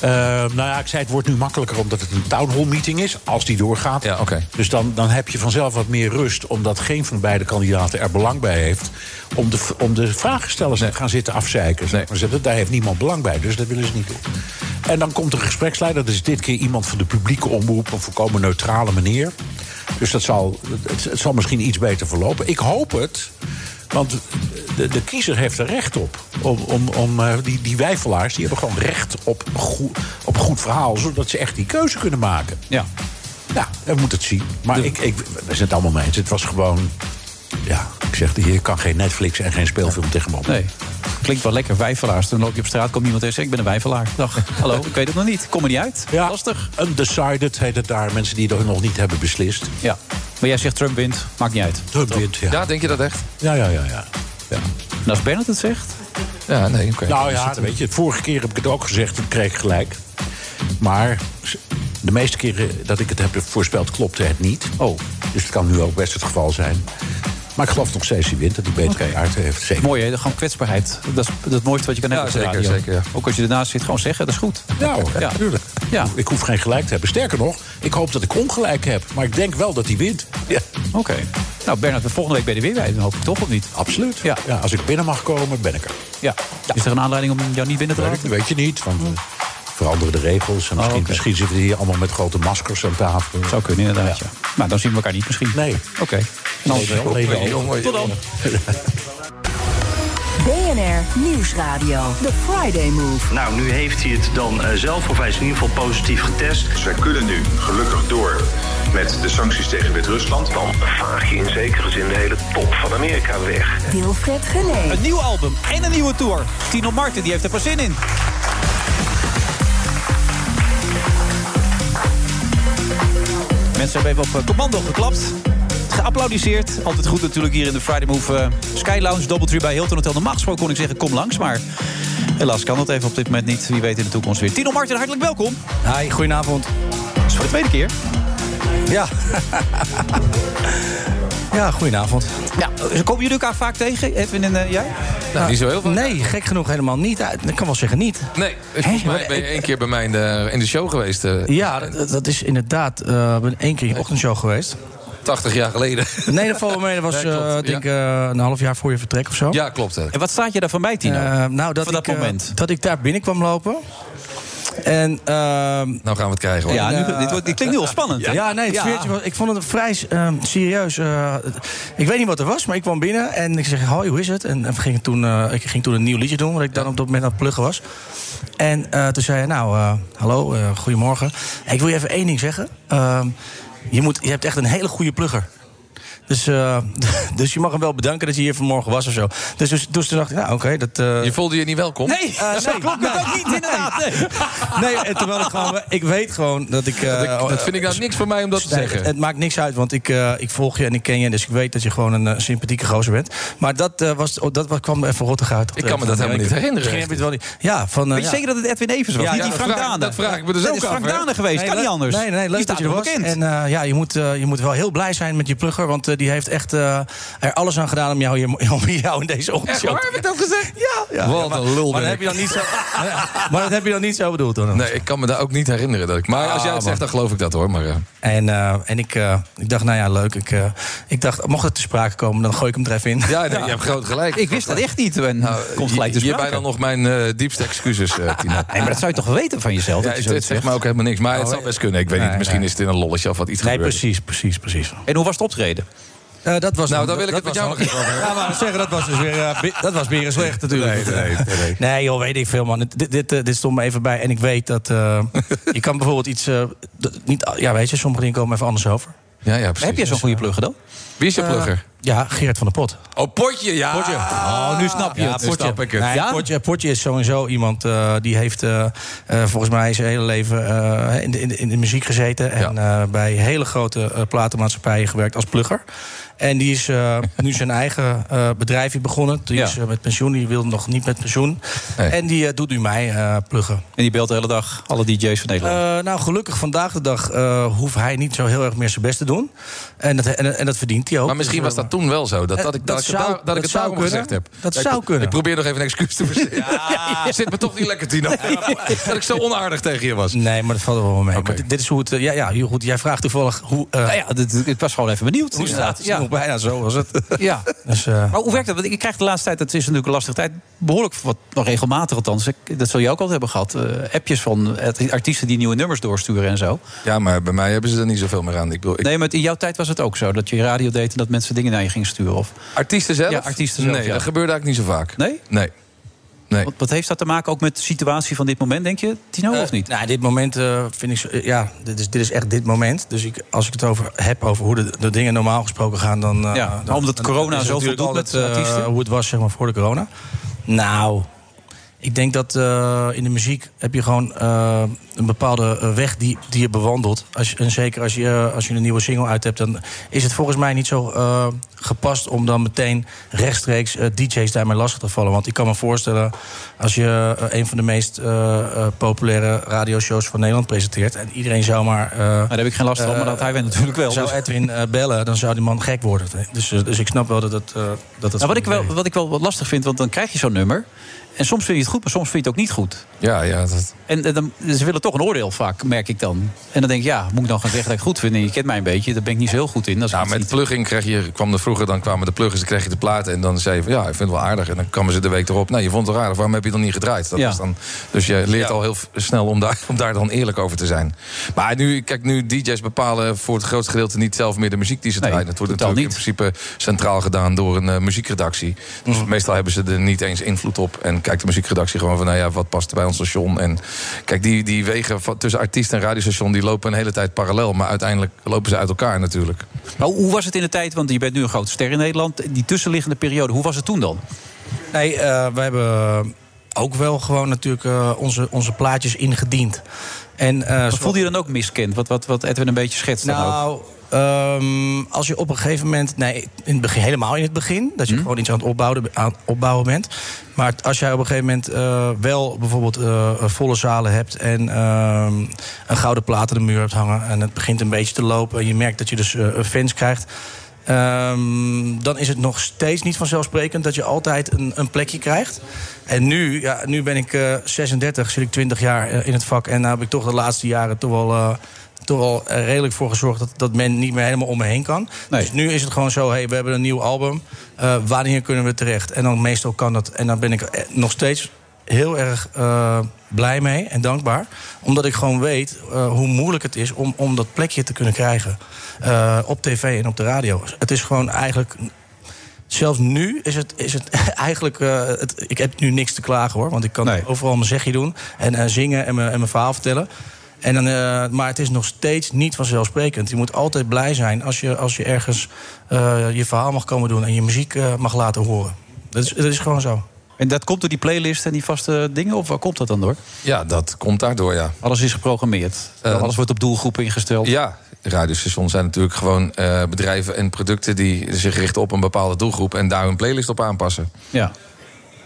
Ehm, nou ja, ik zei het wordt nu makkelijker omdat het een town hall meeting is, als die doorgaat. Dus dan, dan heb je vanzelf wat meer rust, omdat geen van beide kandidaten er belang bij heeft om de, v- om de vragenstellers te gaan zitten afzeiken. zeg Maar zeggen, daar heeft niemand belang bij, dus dat willen ze niet doen. En dan komt een gespreksleider, dat is dit keer iemand van de publieke omroep, op een volkomen neutrale manier. Dus dat zal, het, het zal misschien iets beter verlopen. Ik hoop het, want de, de kiezer heeft er recht op. Om, om, om, eh, die, die wijfelaars die hebben gewoon recht op een goe- op een goed verhaal... zodat ze echt die keuze kunnen maken. Ja. Ja, we moeten het zien. Maar ik, ik, we zijn het allemaal mee eens. Het was gewoon... Ja, ik zeg, hier kan geen Netflix en geen speelfilm tegen me op. Nee. Klinkt wel lekker, wijfelaars. Dan loop je op straat, komt iemand en zegt... ik ben een wijfelaar. [LAUGHS] Dag, hallo, ik weet het nog niet. Kom er niet uit. Ja, Lastig. Undecided heet het daar. Mensen die dat nog niet hebben beslist. Ja. Maar jij zegt Trump wint, maakt niet uit. Trump wint, ja. denk je dat echt? Ja, ja, ja. ja. En als Bernard het zegt? Ja, nee, oké. Dus Nou ja, weet je, vorige keer heb ik het ook gezegd en kreeg ik gelijk. Maar de meeste keren dat ik het heb voorspeld, klopte het niet. Oh. Dus het kan nu ook best het geval zijn. Maar ik geloof nog steeds die wint, dat hij betere kaarten heeft. Zeker. Mooi, hè? Gewoon kwetsbaarheid. Dat is het mooiste wat je kan Ja, hebben. op de zeker, radio. zeker, ja. Ook als je ernaast zit, gewoon zeggen, dat is goed. Nou, natuurlijk. Ja. Ik hoef geen gelijk te hebben. Sterker nog, ik hoop dat ik ongelijk heb. Maar ik denk wel dat hij wint. Ja. Oké. Nou, Bernard, we volgende week ben je er weer bij. Dan hoop ik toch, of niet? Absoluut. Ja. als ik binnen mag komen, ben ik er. Ja. Is er een aanleiding om jou niet binnen te Weet laten? ik- weet je niet, want we veranderen de regels. En misschien, misschien zitten die hier allemaal met grote maskers aan tafel. Oh, Zou kunnen, inderdaad. Ja. Nou, dan zien we elkaar niet misschien. Nee. Oké. Nou, Nee, wel. nee, nee. [LAUGHS] Tot dan. BNR Nieuwsradio. The Friday Move. Nou, nu heeft hij het dan eh, zelf, of hij is in ieder geval positief getest. Zij kunnen nu gelukkig door met de sancties tegen Wit-Rusland. Dan vaag je in zekere zin de hele top van Amerika weg. Wilfred Genee. Een nieuw album en een nieuwe tour. Tino Martin, die heeft er pas zin in. Mensen hebben even op eh, commando geklapt. Geapplaudiseerd. Altijd goed natuurlijk hier in de Friday Move eh, Sky Lounge Doubletree bij Hilton Hotel. Normaal gesproken kon ik zeggen kom langs, maar helaas kan dat even op dit moment niet. Wie weet in de toekomst weer. Tino Martin, hartelijk welkom. Hi, goedenavond. Dat is voor de tweede keer. [LAUGHS] Ja. [LAUGHS] ja, goedenavond. Eh, Ja, komen jullie elkaar vaak tegen, Edwin en eh, jij? Nou, niet zo heel veel. Nee, gek genoeg helemaal niet. Ah, Ik kan wel zeggen niet. Nee, volgens mij ben je één keer bij mij in de, in de show geweest. eh, Ja, dat, dat is inderdaad. eh, Ik ben één keer in de ochtendshow geweest. 80 jaar [LAUGHS] geleden. Nee, dat valt wel mee. Dat was Nee, klopt, eh, ja. denk ik eh, een half jaar voor je vertrek of zo. Ja, klopt. hè. En wat staat je daar van bij, Tino? Eh, nou, dat Van dat ik, eh, moment. dat ik daar binnen kwam lopen. En, nou gaan we het krijgen. Ja, nu, dit, wordt- dit klinkt nu al spannend. hè? Ja, nee, het sfeertje was- ik vond het vrij ehm, serieus. eh, ik weet niet wat er was, maar ik kwam binnen en ik zeg: Hoi, hoe is het? En, en we gingen toen, eh, ik ging toen een nieuw liedje doen, wat ik dan op dat moment aan het pluggen was. En eh, toen zei hij: Nou, eh, hallo, eh, goedemorgen. Ik wil je even één ding zeggen. Ehm, je, moet, je hebt echt een hele goede plugger. Dus, eh, [LAUGHS] dus je mag hem wel bedanken dat je hier vanmorgen was of zo. Dus, dus, dus toen dacht ik, nou oké, dat... eh, Je voelde je niet welkom? [LAUGHS] Nee, Eh, zo klonk het ook niet, inderdaad. Nee, en terwijl ik gewoon... Ik weet gewoon dat ik... eh, Dat ik- dat vind ik nou niks voor mij om dat te Nee, zeggen. Het, het maakt niks uit, want ik, eh, ik volg je en ik ken je. Dus ik weet dat je gewoon een eh, sympathieke gozer bent. Maar dat, eh, was, oh, dat was- kwam even rottig uit. Ik kan me dat helemaal niet herinneren. Misschien heb je het wel niet... Ja, van... eh, Weet je ja. zeker dat het Edwin Evers was? Ja, niet ja, die dat Frank vraag- Dane. dat vraag ik me dus Het ook is af, Frank hè? Dane geweest, Nee, kan niet leuk- anders. Nee, nee, Die leuk staat dat je er nog was. bekend. En eh, ja, je moet, eh, je moet wel heel blij zijn met je plugger. Want eh, die heeft echt eh, er alles aan gedaan om jou, hier- om jou in deze ochtend Echt waar, heb ik dat gezegd? Ja. ja, Wat ja, maar- een lul Maar ben dat ik. heb je dan niet zo... [LAUGHS] Maar dat heb je dan niet zo bedoeld, hoor. Nee, ik kan me daar ook niet herinneren. Dat ik, maar als jij Ah, het zegt, man. dan geloof ik dat hoor. Maar, eh, En, eh, en ik, eh, ik dacht, nou ja, leuk. Ik, eh, ik dacht, mocht het te sprake komen, dan gooi ik hem er even in. Ja, nee, je hebt groot gelijk. Ik wist dat echt niet. eh, En komt je- gelijk te Je sprake. hebt bijna nog mijn eh, diepste [LAUGHS] excuses, eh Tina. Nee, maar dat zou je toch weten van jezelf? Ja, dat je zoiets het, het zegt zegt? mij ook helemaal niks. Maar het Oh, zou best kunnen. Ik weet nee, niet, misschien nee. is het in een lolletje of wat iets Nee, gebeurd. precies, precies, precies. En hoe was het optreden? Eh, dat was Nou, dan daar wil ik het met jou nog even over Ja, maar zeggen, dat was dus weer, eh, bi- dat was weer een slecht natuurlijk. Nee, nee, nee. joh, weet ik veel, man. Het- Dit, dit, eh, dit stond me even bij. En ik weet dat [LAUGHS] eh, je kan bijvoorbeeld iets... eh, dat- niet, ja, weet je, sommige dingen komen even anders over. Ja, ja, precies. Heb jij zo'n goede plugger dan? Wie is je plugger? ja, Geert van der Pot. Oh, potje, ja. Potje. Oh, nu snap Ja, Nu snap ik het. Nee, Potje, Potje is sowieso iemand eh, die heeft eh, eh, volgens mij zijn hele leven eh, in, de, in, de, in de muziek gezeten. En eh, bij hele grote eh, platenmaatschappijen gewerkt als plugger. En die is eh, nu zijn eigen eh, bedrijfje begonnen. Die is eh, met pensioen, die wilde nog niet met pensioen. En die eh, doet nu mij eh, pluggen. En die belt de hele dag alle DJ's van Nederland. Eh, nou, gelukkig vandaag de dag eh, hoeft hij niet zo heel erg meer zijn best te doen. En dat, en, en dat verdient hij ook. Dus, Maar misschien was dat toen wel zo. Dat, Eh, dat ik, dat dat ik het zou- daar- dat dat ik het zou daarom kunnen. gezegd heb. Dat Ik- zou kunnen. Ik probeer nog even een excuus te verzinnen. Zit me toch niet lekker, Tino. Dat ik zo onaardig tegen je was. Nee, maar dat valt er wel mee. Maar dit, dit is hoe het. eh, Ja, ja, heel goed. Jij vraagt toevallig hoe. eh, ja, dit, ik was gewoon even benieuwd. Hoe staat het? Ja. Nog bijna zo was het. [LAUGHS] Ja. Dus, eh, Maar hoe werkt dat? Want ik krijg de laatste tijd, dat is natuurlijk een lastige tijd... behoorlijk wat, nog regelmatig althans, ik- dat zul je ook altijd hebben gehad... eh, appjes van eh, artiesten die nieuwe nummers doorsturen en zo. Ja, maar bij mij hebben ze er niet zoveel meer aan. Ik bedoel, ik- Nee, maar in jouw tijd was het ook zo. Dat je radio deed en dat mensen dingen naar je ging sturen? Of... Artiesten zelf? Ja, artiesten zelf, Nee, ja. dat gebeurt eigenlijk niet zo vaak. Nee? Nee. Wat, wat heeft dat te maken ook met de situatie van dit moment, denk je, Tino, of niet? Nou, dit moment eh, vind ik... zo- eh, ja, dit is, dit is echt dit moment. Dus ik, als ik het over heb over hoe de, de dingen normaal gesproken gaan... dan eh, Ja, dan- maar omdat dan- corona dan is het zoveel natuurlijk doet met altijd, eh, artiesten. hoe het was zeg maar, voor de corona. Nou, ik denk dat eh, in de muziek heb je gewoon eh, een bepaalde eh, weg die, die je bewandelt. Als, je- en zeker als je, eh, als je een nieuwe single uit hebt, dan is het volgens mij niet zo eh, gepast om dan meteen rechtstreeks eh, DJ's daarmee lastig te vallen. Want ik kan me voorstellen, als je eh, een van de meest eh, eh, populaire radioshows van Nederland presenteert en iedereen zou maar. eh, daar heb ik geen last van, eh, maar dat hij weet natuurlijk wel. Zou Dus- Edwin eh, bellen, dan zou die man gek worden. Dus, eh, dus ik snap wel dat het. eh, dat het Nou, wat, ik zo'n wel, wat ik wel wat lastig vind, want dan krijg je zo'n nummer. En soms vind je het goed, maar soms vind je het ook niet goed. Ja, ja. Dat... En, eh, dan, ze willen toch een oordeel vaak, merk ik dan. En dan denk ik, ja, moet ik dan gaan zeggen dat ik het goed vind? En je kent mij een beetje, daar ben ik niet zo heel goed in. Dat is Nou, met de plugin kreeg je, kwam er vroeger, dan kwamen de plugins, dan kreeg je de plaat en dan zei je van ja, ik vind het wel aardig. En dan kwamen ze de week erop, nou je vond het wel aardig, waarom heb je het dan niet gedraaid? Dat Ja. is dan, dus je leert al heel f- snel om daar, om daar dan eerlijk over te zijn. Maar nu, kijk, nu DJ's bepalen voor het grootste gedeelte niet zelf meer de muziek die ze draaien. Het wordt natuurlijk in principe centraal gedaan door een eh, muziekredactie. Dus Mhm. meestal hebben ze er niet eens invloed op en kijkt de muziekredactie gewoon van nou ja, wat past bij ons station. En kijk, die, die wegen van- tussen artiest en radiostation, die lopen een hele tijd parallel, maar uiteindelijk lopen ze uit elkaar natuurlijk. Maar hoe was het in de tijd, want je bent nu een grote ster in Nederland. Die tussenliggende periode, hoe was het toen dan? Nee, eh, we hebben ook wel gewoon natuurlijk eh, onze, onze plaatjes ingediend. En, eh Wat voelde je dan ook miskend? Wat, wat, wat Edwin een beetje schetst dan ook. nou, ehm, als je op een gegeven moment... Nee, in het begin, helemaal in het begin. Dat je Mhm. gewoon iets aan het opbouwen, aan het opbouwen bent. Maar t- als jij op een gegeven moment eh, wel bijvoorbeeld eh, volle zalen hebt... en ehm, een gouden plaat aan de muur hebt hangen... en het begint een beetje te lopen... en je merkt dat je dus eh, fans krijgt... ehm, dan is het nog steeds niet vanzelfsprekend dat je altijd een, een plekje krijgt. En nu, ja, nu ben ik eh, 36, zit ik 20 jaar eh, in het vak. En daar heb ik toch de laatste jaren toch wel eh, toch al eh, redelijk voor gezorgd dat, dat men niet meer helemaal om me heen kan. Dus nu is het gewoon zo, hey, we hebben een nieuw album. eh, wanneer kunnen we terecht? En dan meestal kan dat. En daar ben ik eh, nog steeds heel erg eh, blij mee en dankbaar. Omdat ik gewoon weet eh, hoe moeilijk het is om, om dat plekje te kunnen krijgen. eh, op tv en op de radio. Het is gewoon eigenlijk Zelfs nu is het, [LAUGHS] is het eigenlijk. eh, het, ik heb nu niks te klagen hoor. Want ik kan overal mijn zegje doen. En eh, zingen en mijn en mijn verhaal vertellen. En dan, eh, maar het is nog steeds niet vanzelfsprekend. Je moet altijd blij zijn als je, als je ergens eh, je verhaal mag komen doen. en je muziek eh, mag laten horen. Dat is, dat is gewoon zo. En dat komt door die playlist en die vaste dingen? Of waar komt dat dan door? Ja, dat komt daardoor, ja. Eh, Alles is geprogrammeerd. Alles wordt op doelgroepen ingesteld. Ja, radiostations zijn natuurlijk gewoon eh, bedrijven en producten die zich richten op een bepaalde doelgroep en daar hun playlist op aanpassen. Ja.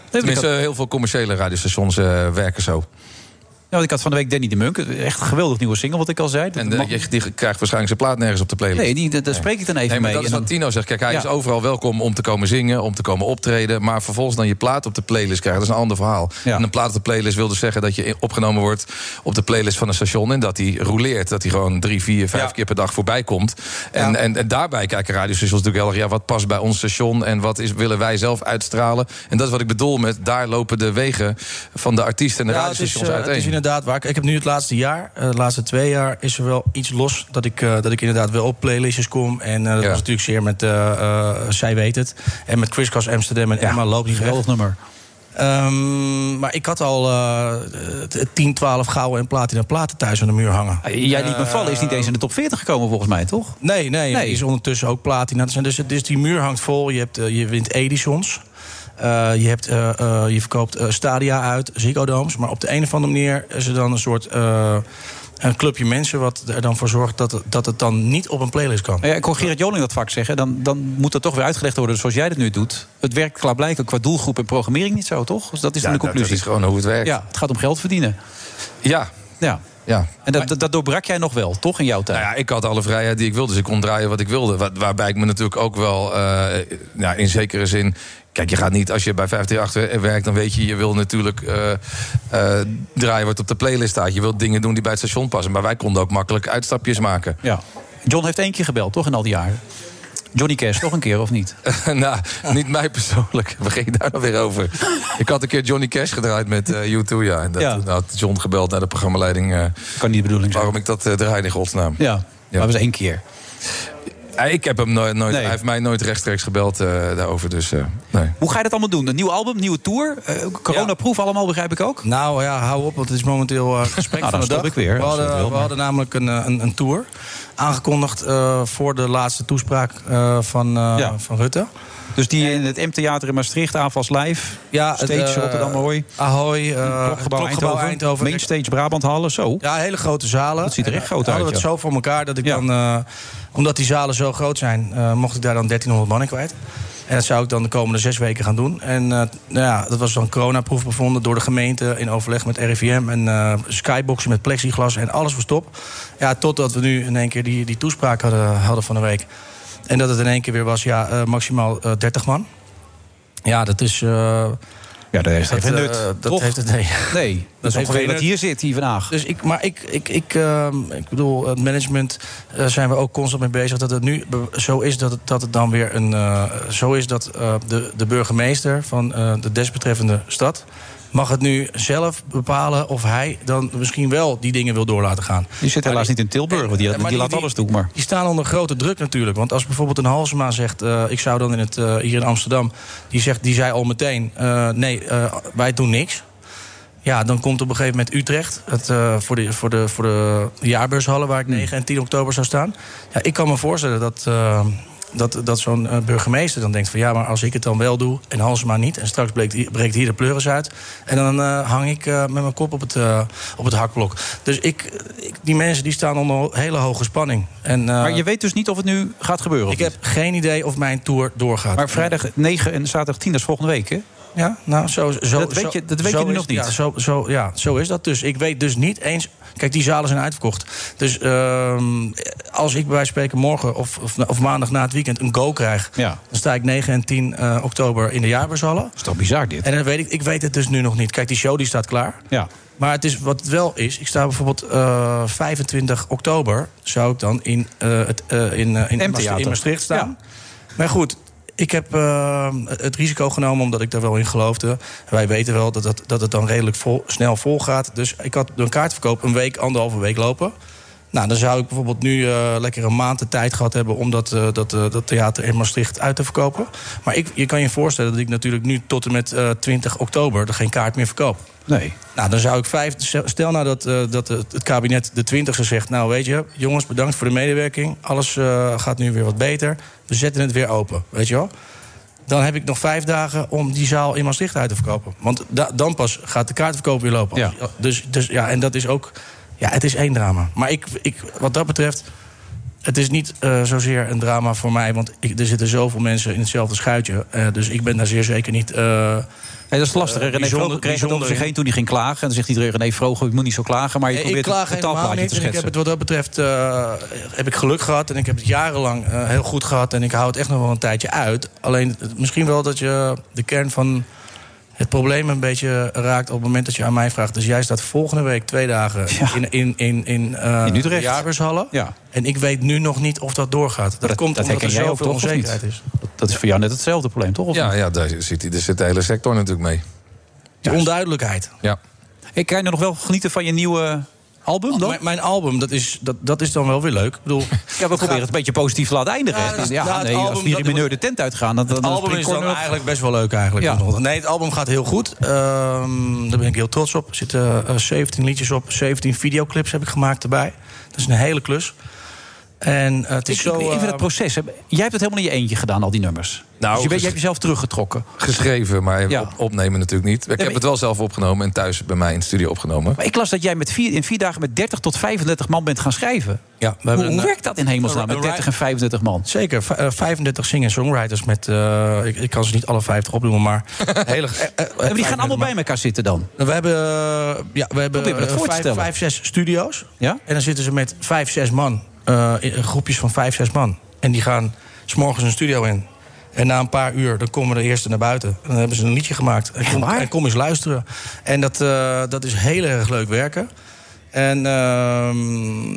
Tenminste, eh, heel veel commerciële radiostations eh, werken zo. Ja, want ik had van de week Danny de Munk. Echt een geweldig nieuwe single, wat ik al zei. En eh, je, die krijgt waarschijnlijk zijn plaat nergens op de playlist. Nee, die- daar spreek ik dan even nee, maar mee. Dat is En wat dan- Tino zegt. Kijk, hij Ja. is overal welkom om te komen zingen, om te komen optreden. Maar vervolgens dan je plaat op de playlist krijgen, dat is een ander verhaal. En een plaat op de playlist wil dus zeggen dat je in- opgenomen wordt op de playlist van een station. En dat die rouleert. Dat die gewoon drie, vier, vijf keer per dag voorbij komt. En, en, en daarbij kijken radiostations natuurlijk heel erg. Ja, wat past bij ons station en wat is, willen wij zelf uitstralen? En dat is wat ik bedoel met daar lopen de wegen van de artiesten en de Ja, het is, eh, radiostations het uiteen. is inderdaad waar. Ik- Ik heb nu het laatste jaar, eh, de laatste twee jaar, is er wel iets los dat ik, eh, dat ik inderdaad wel op playlistjes kom. En eh, dat was natuurlijk zeer met eh, eh, Zij Weet Het. En met Crisscross Amsterdam en Emma loopt niet geweldig nummer. maar ik had al eh, t- 10, 12 gouden en platina platen thuis aan de muur hangen. Eh, Jij liet me vallen is niet eens in de top 40 gekomen volgens mij, toch? Nee, nee, Nee. die is ondertussen ook platina. Dus- Dus, dus die muur hangt vol. Je, hebt, eh, je wint Edisons. Eh, je, hebt, eh, eh, je verkoopt eh, stadia uit, Ziggo Domes. Maar op de een of andere manier is er dan een soort... eh, een clubje mensen wat er dan voor zorgt dat het, dat het dan niet op een playlist kan. Nou Ja, ik hoor Gerrit Joling dat vaak zeggen. Dan, dan moet dat toch weer uitgelegd worden zoals jij dat nu doet. Het werkt klaarblijkelijk qua doelgroep en programmering niet zo, toch? Dus dat is Ja, dan de dat- nou, conclusie. dat is gewoon hoe het werkt. Ja, het gaat om geld verdienen. Ja. Ja. Ja. En dat, dat, dat doorbrak jij nog wel, toch, in jouw tijd? Nou ja, ik had alle vrijheid die ik wilde. Dus ik kon draaien wat ik wilde. Wa- waarbij ik me natuurlijk ook wel, eh, ja, in zekere zin. Kijk, je gaat niet, als je bij 538 werkt, dan weet je, je wil natuurlijk eh, eh, draaien wat op de playlist staat. Je wilt dingen doen die bij het station passen. Maar wij konden ook makkelijk uitstapjes maken. Ja. John heeft één keer gebeld, toch, in al die jaren? Johnny Cash, toch een keer, of niet? [LAUGHS] nou, niet mij persoonlijk. We gingen daar nou weer over. Ik had een keer Johnny Cash gedraaid met eh U2, ja. En dat, toen had John gebeld naar de programmaleiding. eh, kan niet de bedoeling Waarom ik dat eh, draaide in godsnaam. Ja, maar dat was één keer. Eh, Ik heb hem nooit, nooit hij heeft mij nooit rechtstreeks gebeld eh, daarover. Dus, eh, nee. Hoe ga je dat allemaal doen? Een nieuw album, nieuwe tour? eh, coronaproof allemaal, begrijp ik ook? Nou ja, hou op, want het is momenteel eh, het gesprek [LAUGHS] Nou, van de dan dag. stop ik weer, we als je hadden, dat wil, we maar- hadden namelijk een, eh, een, een tour aangekondigd eh, voor de laatste toespraak eh, van, eh, Ja. van Rutte. Dus die in het M-theater in Maastricht, AFAS Live, Ja, Stage het, eh, Rotterdam, Ahoy. Ahoy, eh, Klokgebouw Eindhoven, Mainstage Brabant Hallen, zo. Ja, hele grote zalen. Dat ziet er echt groot Hadden uit, we het ja. zo voor elkaar dat ik dan... eh, omdat die zalen zo groot zijn, eh, mocht ik daar dan 1300 man in kwijt. En dat zou ik dan de komende zes weken gaan doen. En eh, nou ja, dat was dan coronaproef bevonden door de gemeente... in overleg met RIVM en eh, skyboxen met plexiglas en alles was top. Ja, totdat we nu in één keer die, die toespraak hadden, hadden van de week. En dat het in één keer weer was, ja, eh, maximaal eh, 30 man. Ja, dat is... eh, ja, dat heeft geen nut, dat toch? heeft het, [LAUGHS] nee. Nee, dat, heeft is ongeveer geen wat nut. hier zit, hier vandaag. Dus ik, maar ik, ik, ik, ehm, ik bedoel, het management eh, zijn we ook constant mee bezig. Dat het nu be- zo is dat het, dat het dan weer een. eh, zo is dat eh, de, de burgemeester van eh, de desbetreffende stad. Mag het nu zelf bepalen of hij dan misschien wel die dingen wil door laten gaan? Die zit helaas niet in Tilburg, want die, maar die die- laat die- alles toe. Maar. Die staan onder grote druk natuurlijk. Want als bijvoorbeeld een Halsema zegt... eh, ik zou dan in het, eh, hier in Amsterdam... die, zegt, die zei al meteen... eh, nee, eh, wij doen niks. Ja, dan komt op een gegeven moment Utrecht... Het, eh, voor, de, voor, de, voor de jaarbeurshallen waar ik 9 en 10 oktober zou staan. Ja, ik kan me voorstellen dat... eh, dat, dat zo'n eh, burgemeester dan denkt van ja, maar als ik het dan wel doe en Halsema niet... en straks breekt, hier- breekt hier de pleuris uit... en dan eh, hang ik eh, met mijn kop op het, eh, op het hakblok. Dus ik, ik, die mensen die staan onder hele hoge spanning. En, eh, maar je weet dus niet of het nu gaat gebeuren. Ik heb geen idee of mijn tour doorgaat. Maar vrijdag 9 en zaterdag 10, dat is volgende week, hè? Ja, nou, zo, zo, Dat weet zo- je- dat weet zo je nu is- nog niet. Ja zo, zo, ja, zo is dat dus. Ik weet dus niet eens... Kijk, die zalen zijn uitverkocht. Dus ehm, als ik bij wijze van spreken morgen of, of, of maandag na het weekend een go krijg... Ja. dan sta ik 9 en 10 eh, oktober in de jaarbeurshallen. Dat is toch bizar, dit? En dan weet ik, ik weet het dus nu nog niet. Kijk, die show die staat klaar. Ja. Maar het is, wat het wel is, ik sta bijvoorbeeld eh, 25 oktober... zou ik dan in, eh, het, eh, in, eh, in, M-theater. Maastricht- in Maastricht staan. Maar goed, ik heb eh, het risico genomen omdat ik daar wel in geloofde. Wij weten wel dat, dat, dat het dan redelijk vol, snel vol gaat. Dus ik had een kaartverkoop een week, anderhalve week lopen. Nou, dan zou ik bijvoorbeeld nu eh, lekker een maand de tijd gehad hebben... om dat, eh, dat, eh, dat theater in Maastricht uit te verkopen. Maar ik, je kan je voorstellen dat ik natuurlijk nu tot en met eh, 20 oktober... er geen kaart meer verkoop. Nee. Nou, dan zou ik vijf... Stel nou dat, eh, dat het het kabinet de twintigste zegt... nou, weet je, jongens, bedankt voor de medewerking. Alles eh, gaat nu weer wat beter. We zetten het weer open, weet je wel. Dan heb ik nog vijf dagen om die zaal in Maastricht uit te verkopen. Want da- dan pas gaat de kaartverkoop weer lopen. Ja. Dus, dus ja, en dat is ook... Ja, het is één drama. Maar ik, ik, wat dat betreft... Het is niet eh, zozeer een drama voor mij, want ik, er zitten zoveel mensen in hetzelfde schuitje. Eh, dus ik ben daar zeer zeker niet. eh, Nee, dat is lastig. hè? René Vroger kreeg het onder zich heen toen hij ging klagen. En dan zegt iedereen, René Vroger, je moet niet zo klagen. Maar je Nee, Eh, ik probeert klaag een helemaal taalplaatje niet. te En ik heb schetsen. het wat dat betreft eh, heb ik geluk gehad. En ik heb het jarenlang eh, heel goed gehad. En ik hou het echt nog wel een tijdje uit. Alleen het- misschien wel dat je de kern van het probleem een beetje raakt... op het moment dat je aan mij vraagt... dus jij staat volgende week twee dagen in, in, in, in, eh In Utrecht. de jaarbeurshallen. Ja. En ik weet nu nog niet of dat doorgaat. Dat, komt omdat dat er herken jij ook zoveel toch, of niet? onzekerheid is. Dat is voor jou net hetzelfde probleem, toch? Ja, ja daar, zit, daar zit de hele sector natuurlijk mee. De onduidelijkheid. Ja. Ik kan je nog wel genieten van je nieuwe album dan? Oh, mijn, mijn album, dat is, dat, dat is dan wel weer leuk. [LAUGHS] Ik bedoel, ja, we proberen het een beetje positief te laten eindigen. Ja, Ja, dat is- ja, ja, het nee, als album, we hier dat- in mineur de tent uitgaan... Dan, dan Het album springt is dan Cor nog- eigenlijk best wel leuk eigenlijk. Ja. Nee, het album gaat heel goed. Ehm, daar ben ik heel trots op. Er zitten eh, 17 liedjes op. 17 videoclips heb ik gemaakt erbij. Dat is een hele klus. En eh, het is Ik- zo... ik- even eh, dat proces. hè. Jij hebt het helemaal in je eentje gedaan, al die nummers. Nou, dus je, weet, ges- je hebt jezelf teruggetrokken. Geschreven, maar op- opnemen natuurlijk niet. Ik heb het wel zelf opgenomen en thuis bij mij in de studio opgenomen. Maar ik las dat jij met vier, in vier dagen met 30 tot 35 man bent gaan schrijven. Ja, Hoe, hoe werkt dat in hemelsnaam met 30 en 35 man? Zeker, v- eh, 35 singer-songwriters met... eh, ik, ik kan ze niet alle 50 opnoemen, maar... [LAUGHS] hele, Eh, maar die gaan allemaal bij elkaar zitten dan? We hebben, eh, ja, we hebben Probeer me dat eh, voor te vijf, stellen. vijf, zes studio's. Ja? En dan zitten ze met vijf, zes man. eh, in- in groepjes van vijf, zes man. En die gaan s'morgens een studio in. En na een paar uur, dan komen de eerste naar buiten. En dan hebben ze een liedje gemaakt. En kom, en kom eens luisteren. En dat, eh, dat is heel erg leuk werken. En ehm,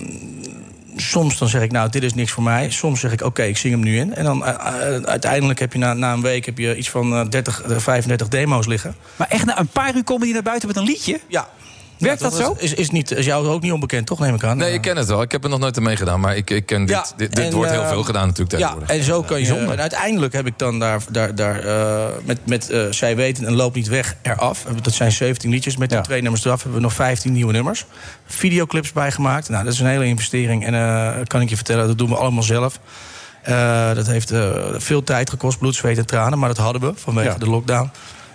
soms dan zeg ik, nou, dit is niks voor mij. Soms zeg ik, oké, ik zing hem nu in. En dan eh, eh, uiteindelijk heb je na, na een week heb je iets van eh, 30, eh, 35 demo's liggen. Maar echt na een paar uur komen die naar buiten met een liedje? Ja. Werkt dat zo? Is, is, niet, is jou ook niet onbekend, toch? Neem ik aan. eh. Nee, ik ken het wel. Ik heb er nog nooit aan meegedaan. Maar ik, ik ken dit. Ja, dit dit en, wordt heel eh, veel gedaan natuurlijk tegenwoordig. Ja, en zo kan je... Bijzonder. En uiteindelijk heb ik dan daar, daar, daar eh, met, met eh, Zij Weten en Loop Niet Weg eraf... Eh, dat zijn 17 liedjes, met die twee nummers eraf... hebben we nog 15 nieuwe nummers. Videoclips bijgemaakt. Nou, dat is een hele investering. En eh, kan ik je vertellen, dat doen we allemaal zelf. Eh, dat heeft eh, veel tijd gekost, bloed, zweet en tranen. Maar dat hadden we vanwege Ja. de lockdown.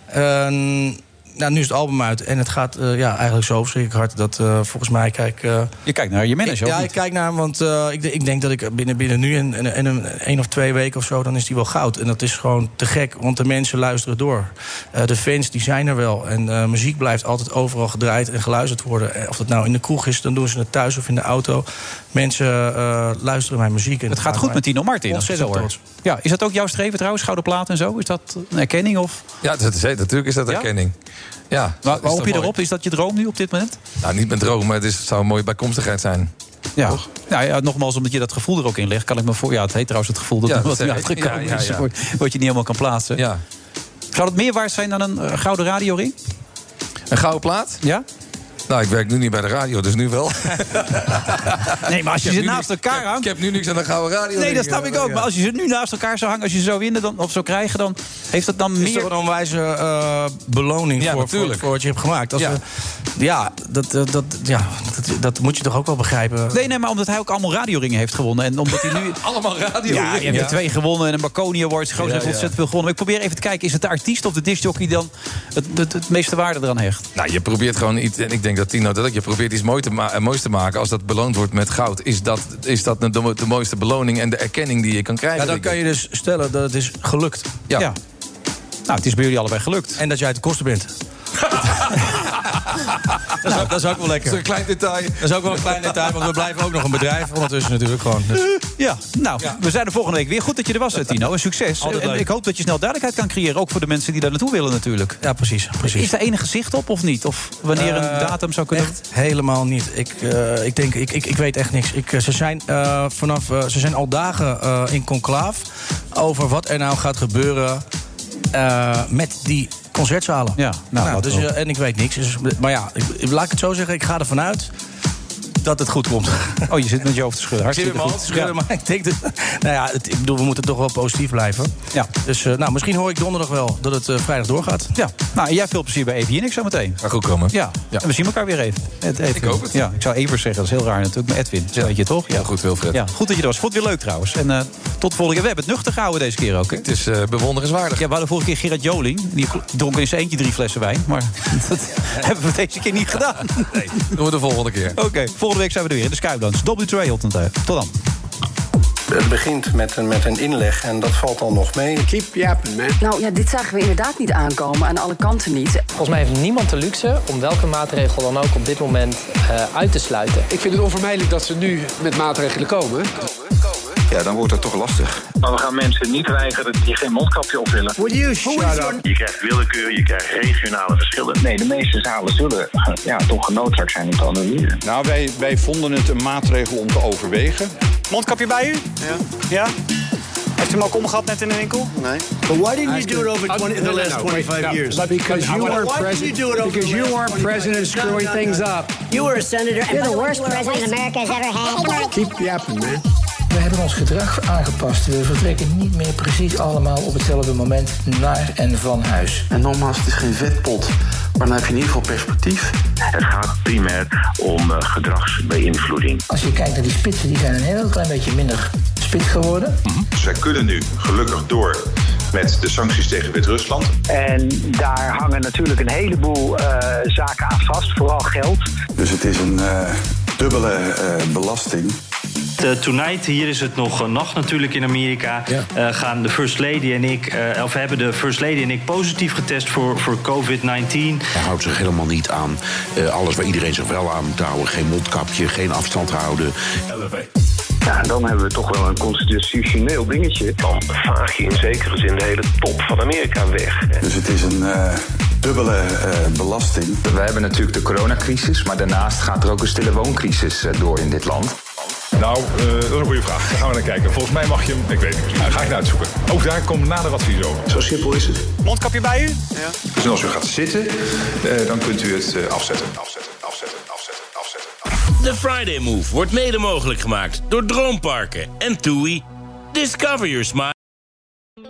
Ehm, nou, nu is het album uit en het gaat eh, ja, eigenlijk zo verschrikkelijk hard... dat eh, volgens mij, kijk... eh, Je kijkt naar je manager, ik- of ja, niet? ik kijk naar hem, want eh, ik, de- ik denk dat ik binnen, binnen nu en, en, en een, één of twee weken of zo... dan is die wel goud. En dat is gewoon te gek, want de mensen luisteren door. Eh, de fans, die zijn er wel. En eh, muziek blijft altijd overal gedraaid en geluisterd worden. Eh, Of dat nou in de kroeg is, dan doen ze het thuis of in de auto. Mensen eh, luisteren naar muziek. En Het gaat goed met Tino Martin. Als ik het zo Ontzettend hoor. trots. Ja, is dat ook jouw streven trouwens? Gouden plaat en zo? Is dat een erkenning? Of? Ja, dat is, natuurlijk is dat erkenning. Ja, Waar, is waar hoop toch je mooi? erop? Is dat je droom nu op dit moment? Nou, niet met droom, maar het, is, het zou een mooie bijkomstigheid zijn. Ja. Nou ja, nogmaals, omdat je dat gevoel er ook in legt, kan ik me voor. Ja, het heet trouwens het gevoel dat Ja, er dat wat nu heet- uitgekomen ja, ja, is. ja. Wat je niet helemaal kan plaatsen. Ja. Zou dat meer waard zijn dan een eh, gouden radioring? Een gouden plaat? Ja. Nou, ik werk nu niet bij de radio, dus [LAUGHS] nu wel. Nee, maar als je Ik heb ze nu naast niks- elkaar ik heb- Ik heb nu niks aan de gouden radio. nee, dat denk snap ik ook. Ja. Maar als je ze nu naast elkaar zou hangen, als je ze zou winnen dan, of zou krijgen, dan heeft dat dan Het is meer. toch een onwijze eh, beloning Ja, voor, voor, natuurlijk. voor wat je hebt gemaakt. Als Ja. we- ja, dat, eh, dat, dat, ja dat, dat moet je toch ook wel begrijpen. Nee, nee, maar omdat hij ook allemaal radioringen heeft gewonnen. En omdat hij nu... allemaal radioringen? Ja, je hebt Ja. er twee gewonnen en een Marconi Award. Groot Ja, heeft ja. ontzettend veel gewonnen. Maar ik probeer even te kijken, is het de artiest of de discjockey dan het, het, het meeste waarde eraan hecht? Nou, je probeert gewoon iets. En ik denk dat Tino dat ook. Je probeert iets mooi te ma- eh, moois te maken. Als dat beloond wordt met goud, is dat, is dat de, mo- de mooiste beloning en de erkenning die je kan krijgen. Ja, dan kan je dus stellen dat het is gelukt. Ja. Nou, het is bij jullie allebei gelukt. En dat jij uit de kosten bent. Ah, dat, is ook, dat is ook Nou. wel lekker. Dat is een klein detail. Dat is ook wel een klein detail, want we blijven ook nog een bedrijf ondertussen natuurlijk gewoon. Dus- Ja, nou, we zijn er volgende week weer. Goed dat je er was, eh, Tino. En succes. Altijd En leuk. ik hoop dat je snel duidelijkheid kan creëren. Ook voor de mensen die daar naartoe willen natuurlijk. Ja, precies. precies. Is er enig gezicht op of niet? Of wanneer een Eh, datum zou kunnen... Echt helemaal niet. Ik, eh, ik denk, ik, ik, ik weet echt niks. Ik, eh, ze, zijn, eh, vanaf, eh, ze zijn al dagen eh, in conclaaf over wat er nou gaat gebeuren eh, met die concertzalen. Ja, nou, laten dus, we eh, en ik weet niks. Dus, maar ja, ik- ik- laat ik het zo zeggen, ik ga ervan uit dat het goed komt. Oh, je zit met je hoofd te schudden. Hartstikke Schudden, goed. schudden, [LAUGHS] maar ik denk dat, nou ja, het- ik bedoel, we moeten toch wel positief blijven. Ja. Dus eh, nou, misschien hoor ik donderdag wel dat het eh, vrijdag doorgaat. Ja, nou, en jij veel plezier bij Evi en ik zo meteen. Gaat goed komen. Ja. en we zien elkaar weer even. Ed, Edwin. Ik hoop het. Ja, ik zou Evers zeggen, dat is heel raar natuurlijk. Maar Edwin, dat weet je toch? Ja, goed Wilfred. Ja, goed dat je er was. Vond het weer leuk trouwens. En eh, tot volgende keer. We hebben het nuchter gehouden deze keer ook. Hè? Het is eh, bewonderenswaardig. Ja, we hadden vorige keer Gerard Joling. Die dronk in zijn eentje drie flessen wijn. Maar [LAUGHS] dat hebben we deze keer niet gedaan. Nee, doen we de volgende keer. [LAUGHS] Oké, volgende week zijn we er weer in de Skydance. W2 tot dan. eh, Tot dan. Het begint met een, met een inleg en dat valt al nog mee. Keep yapping, man. Nou ja, dit zagen we inderdaad niet aankomen. Aan alle kanten niet. Volgens mij heeft niemand de luxe om welke maatregel dan ook op dit moment eh, uit te sluiten. Ik vind het onvermijdelijk dat ze nu met maatregelen komen. Ja, dan wordt dat toch lastig. Maar we gaan mensen niet weigeren die geen mondkapje op willen. Would you shut up? Je krijgt willekeur, je krijgt regionale verschillen. Nee, de meeste zalen zullen eh, ja, toch genoodzaakt zijn om te annuleren. Nou, wij, wij vonden het een maatregel om te overwegen. Mondkapje bij u? Ja. ja? Heeft u hem ook omgehad net in de winkel? Nee. But why didn't you do it over 20, in the last 25 years? Because you weren't Why didn't you do it over because the you last weren't 25 president years? No, screwing no, things no. up. You were a senator. You're the worst president America's ever had. Keep yapping, man. We hebben ons gedrag aangepast. We vertrekken niet meer precies allemaal op hetzelfde moment naar en van huis. En nogmaals, het is geen vetpot, maar dan heb je in ieder geval perspectief. Het gaat primair om eh, gedragsbeïnvloeding. Als je kijkt naar die spitsen, die zijn een heel klein beetje minder spit geworden. Zij kunnen nu gelukkig door met de sancties tegen Wit-Rusland. En daar hangen natuurlijk een heleboel eh, zaken aan vast, vooral geld. Dus het is een dubbele eh, belasting. De tonight, hier is het nog eh, nacht natuurlijk in Amerika. eh, gaan de First Lady en ik, eh, of hebben de First Lady en ik positief getest voor, voor COVID-19. Hij houdt zich helemaal niet aan eh, alles waar iedereen zich wel aan moet houden. Geen mondkapje, geen afstand houden. Ja, dan hebben we toch wel een constitutioneel dingetje. Dan vaag je in zekere zin de hele top van Amerika weg. Dus het is een dubbele eh, belasting. We hebben natuurlijk de coronacrisis, maar daarnaast gaat er ook een stille wooncrisis eh, door in dit land. Nou, eh, dat is een goede vraag. Daar gaan we naar kijken. Volgens mij mag je hem, ik weet het niet, Nou, ga ik naar uitzoeken. Ook daar komt nader advies over. Zo simpel is het. Mondkapje bij u? Dus als u gaat zitten, eh, dan kunt u het eh, afzetten. afzetten, afzetten. De Friday Move wordt mede mogelijk gemaakt door Droomparken en TUI. Discover your smile.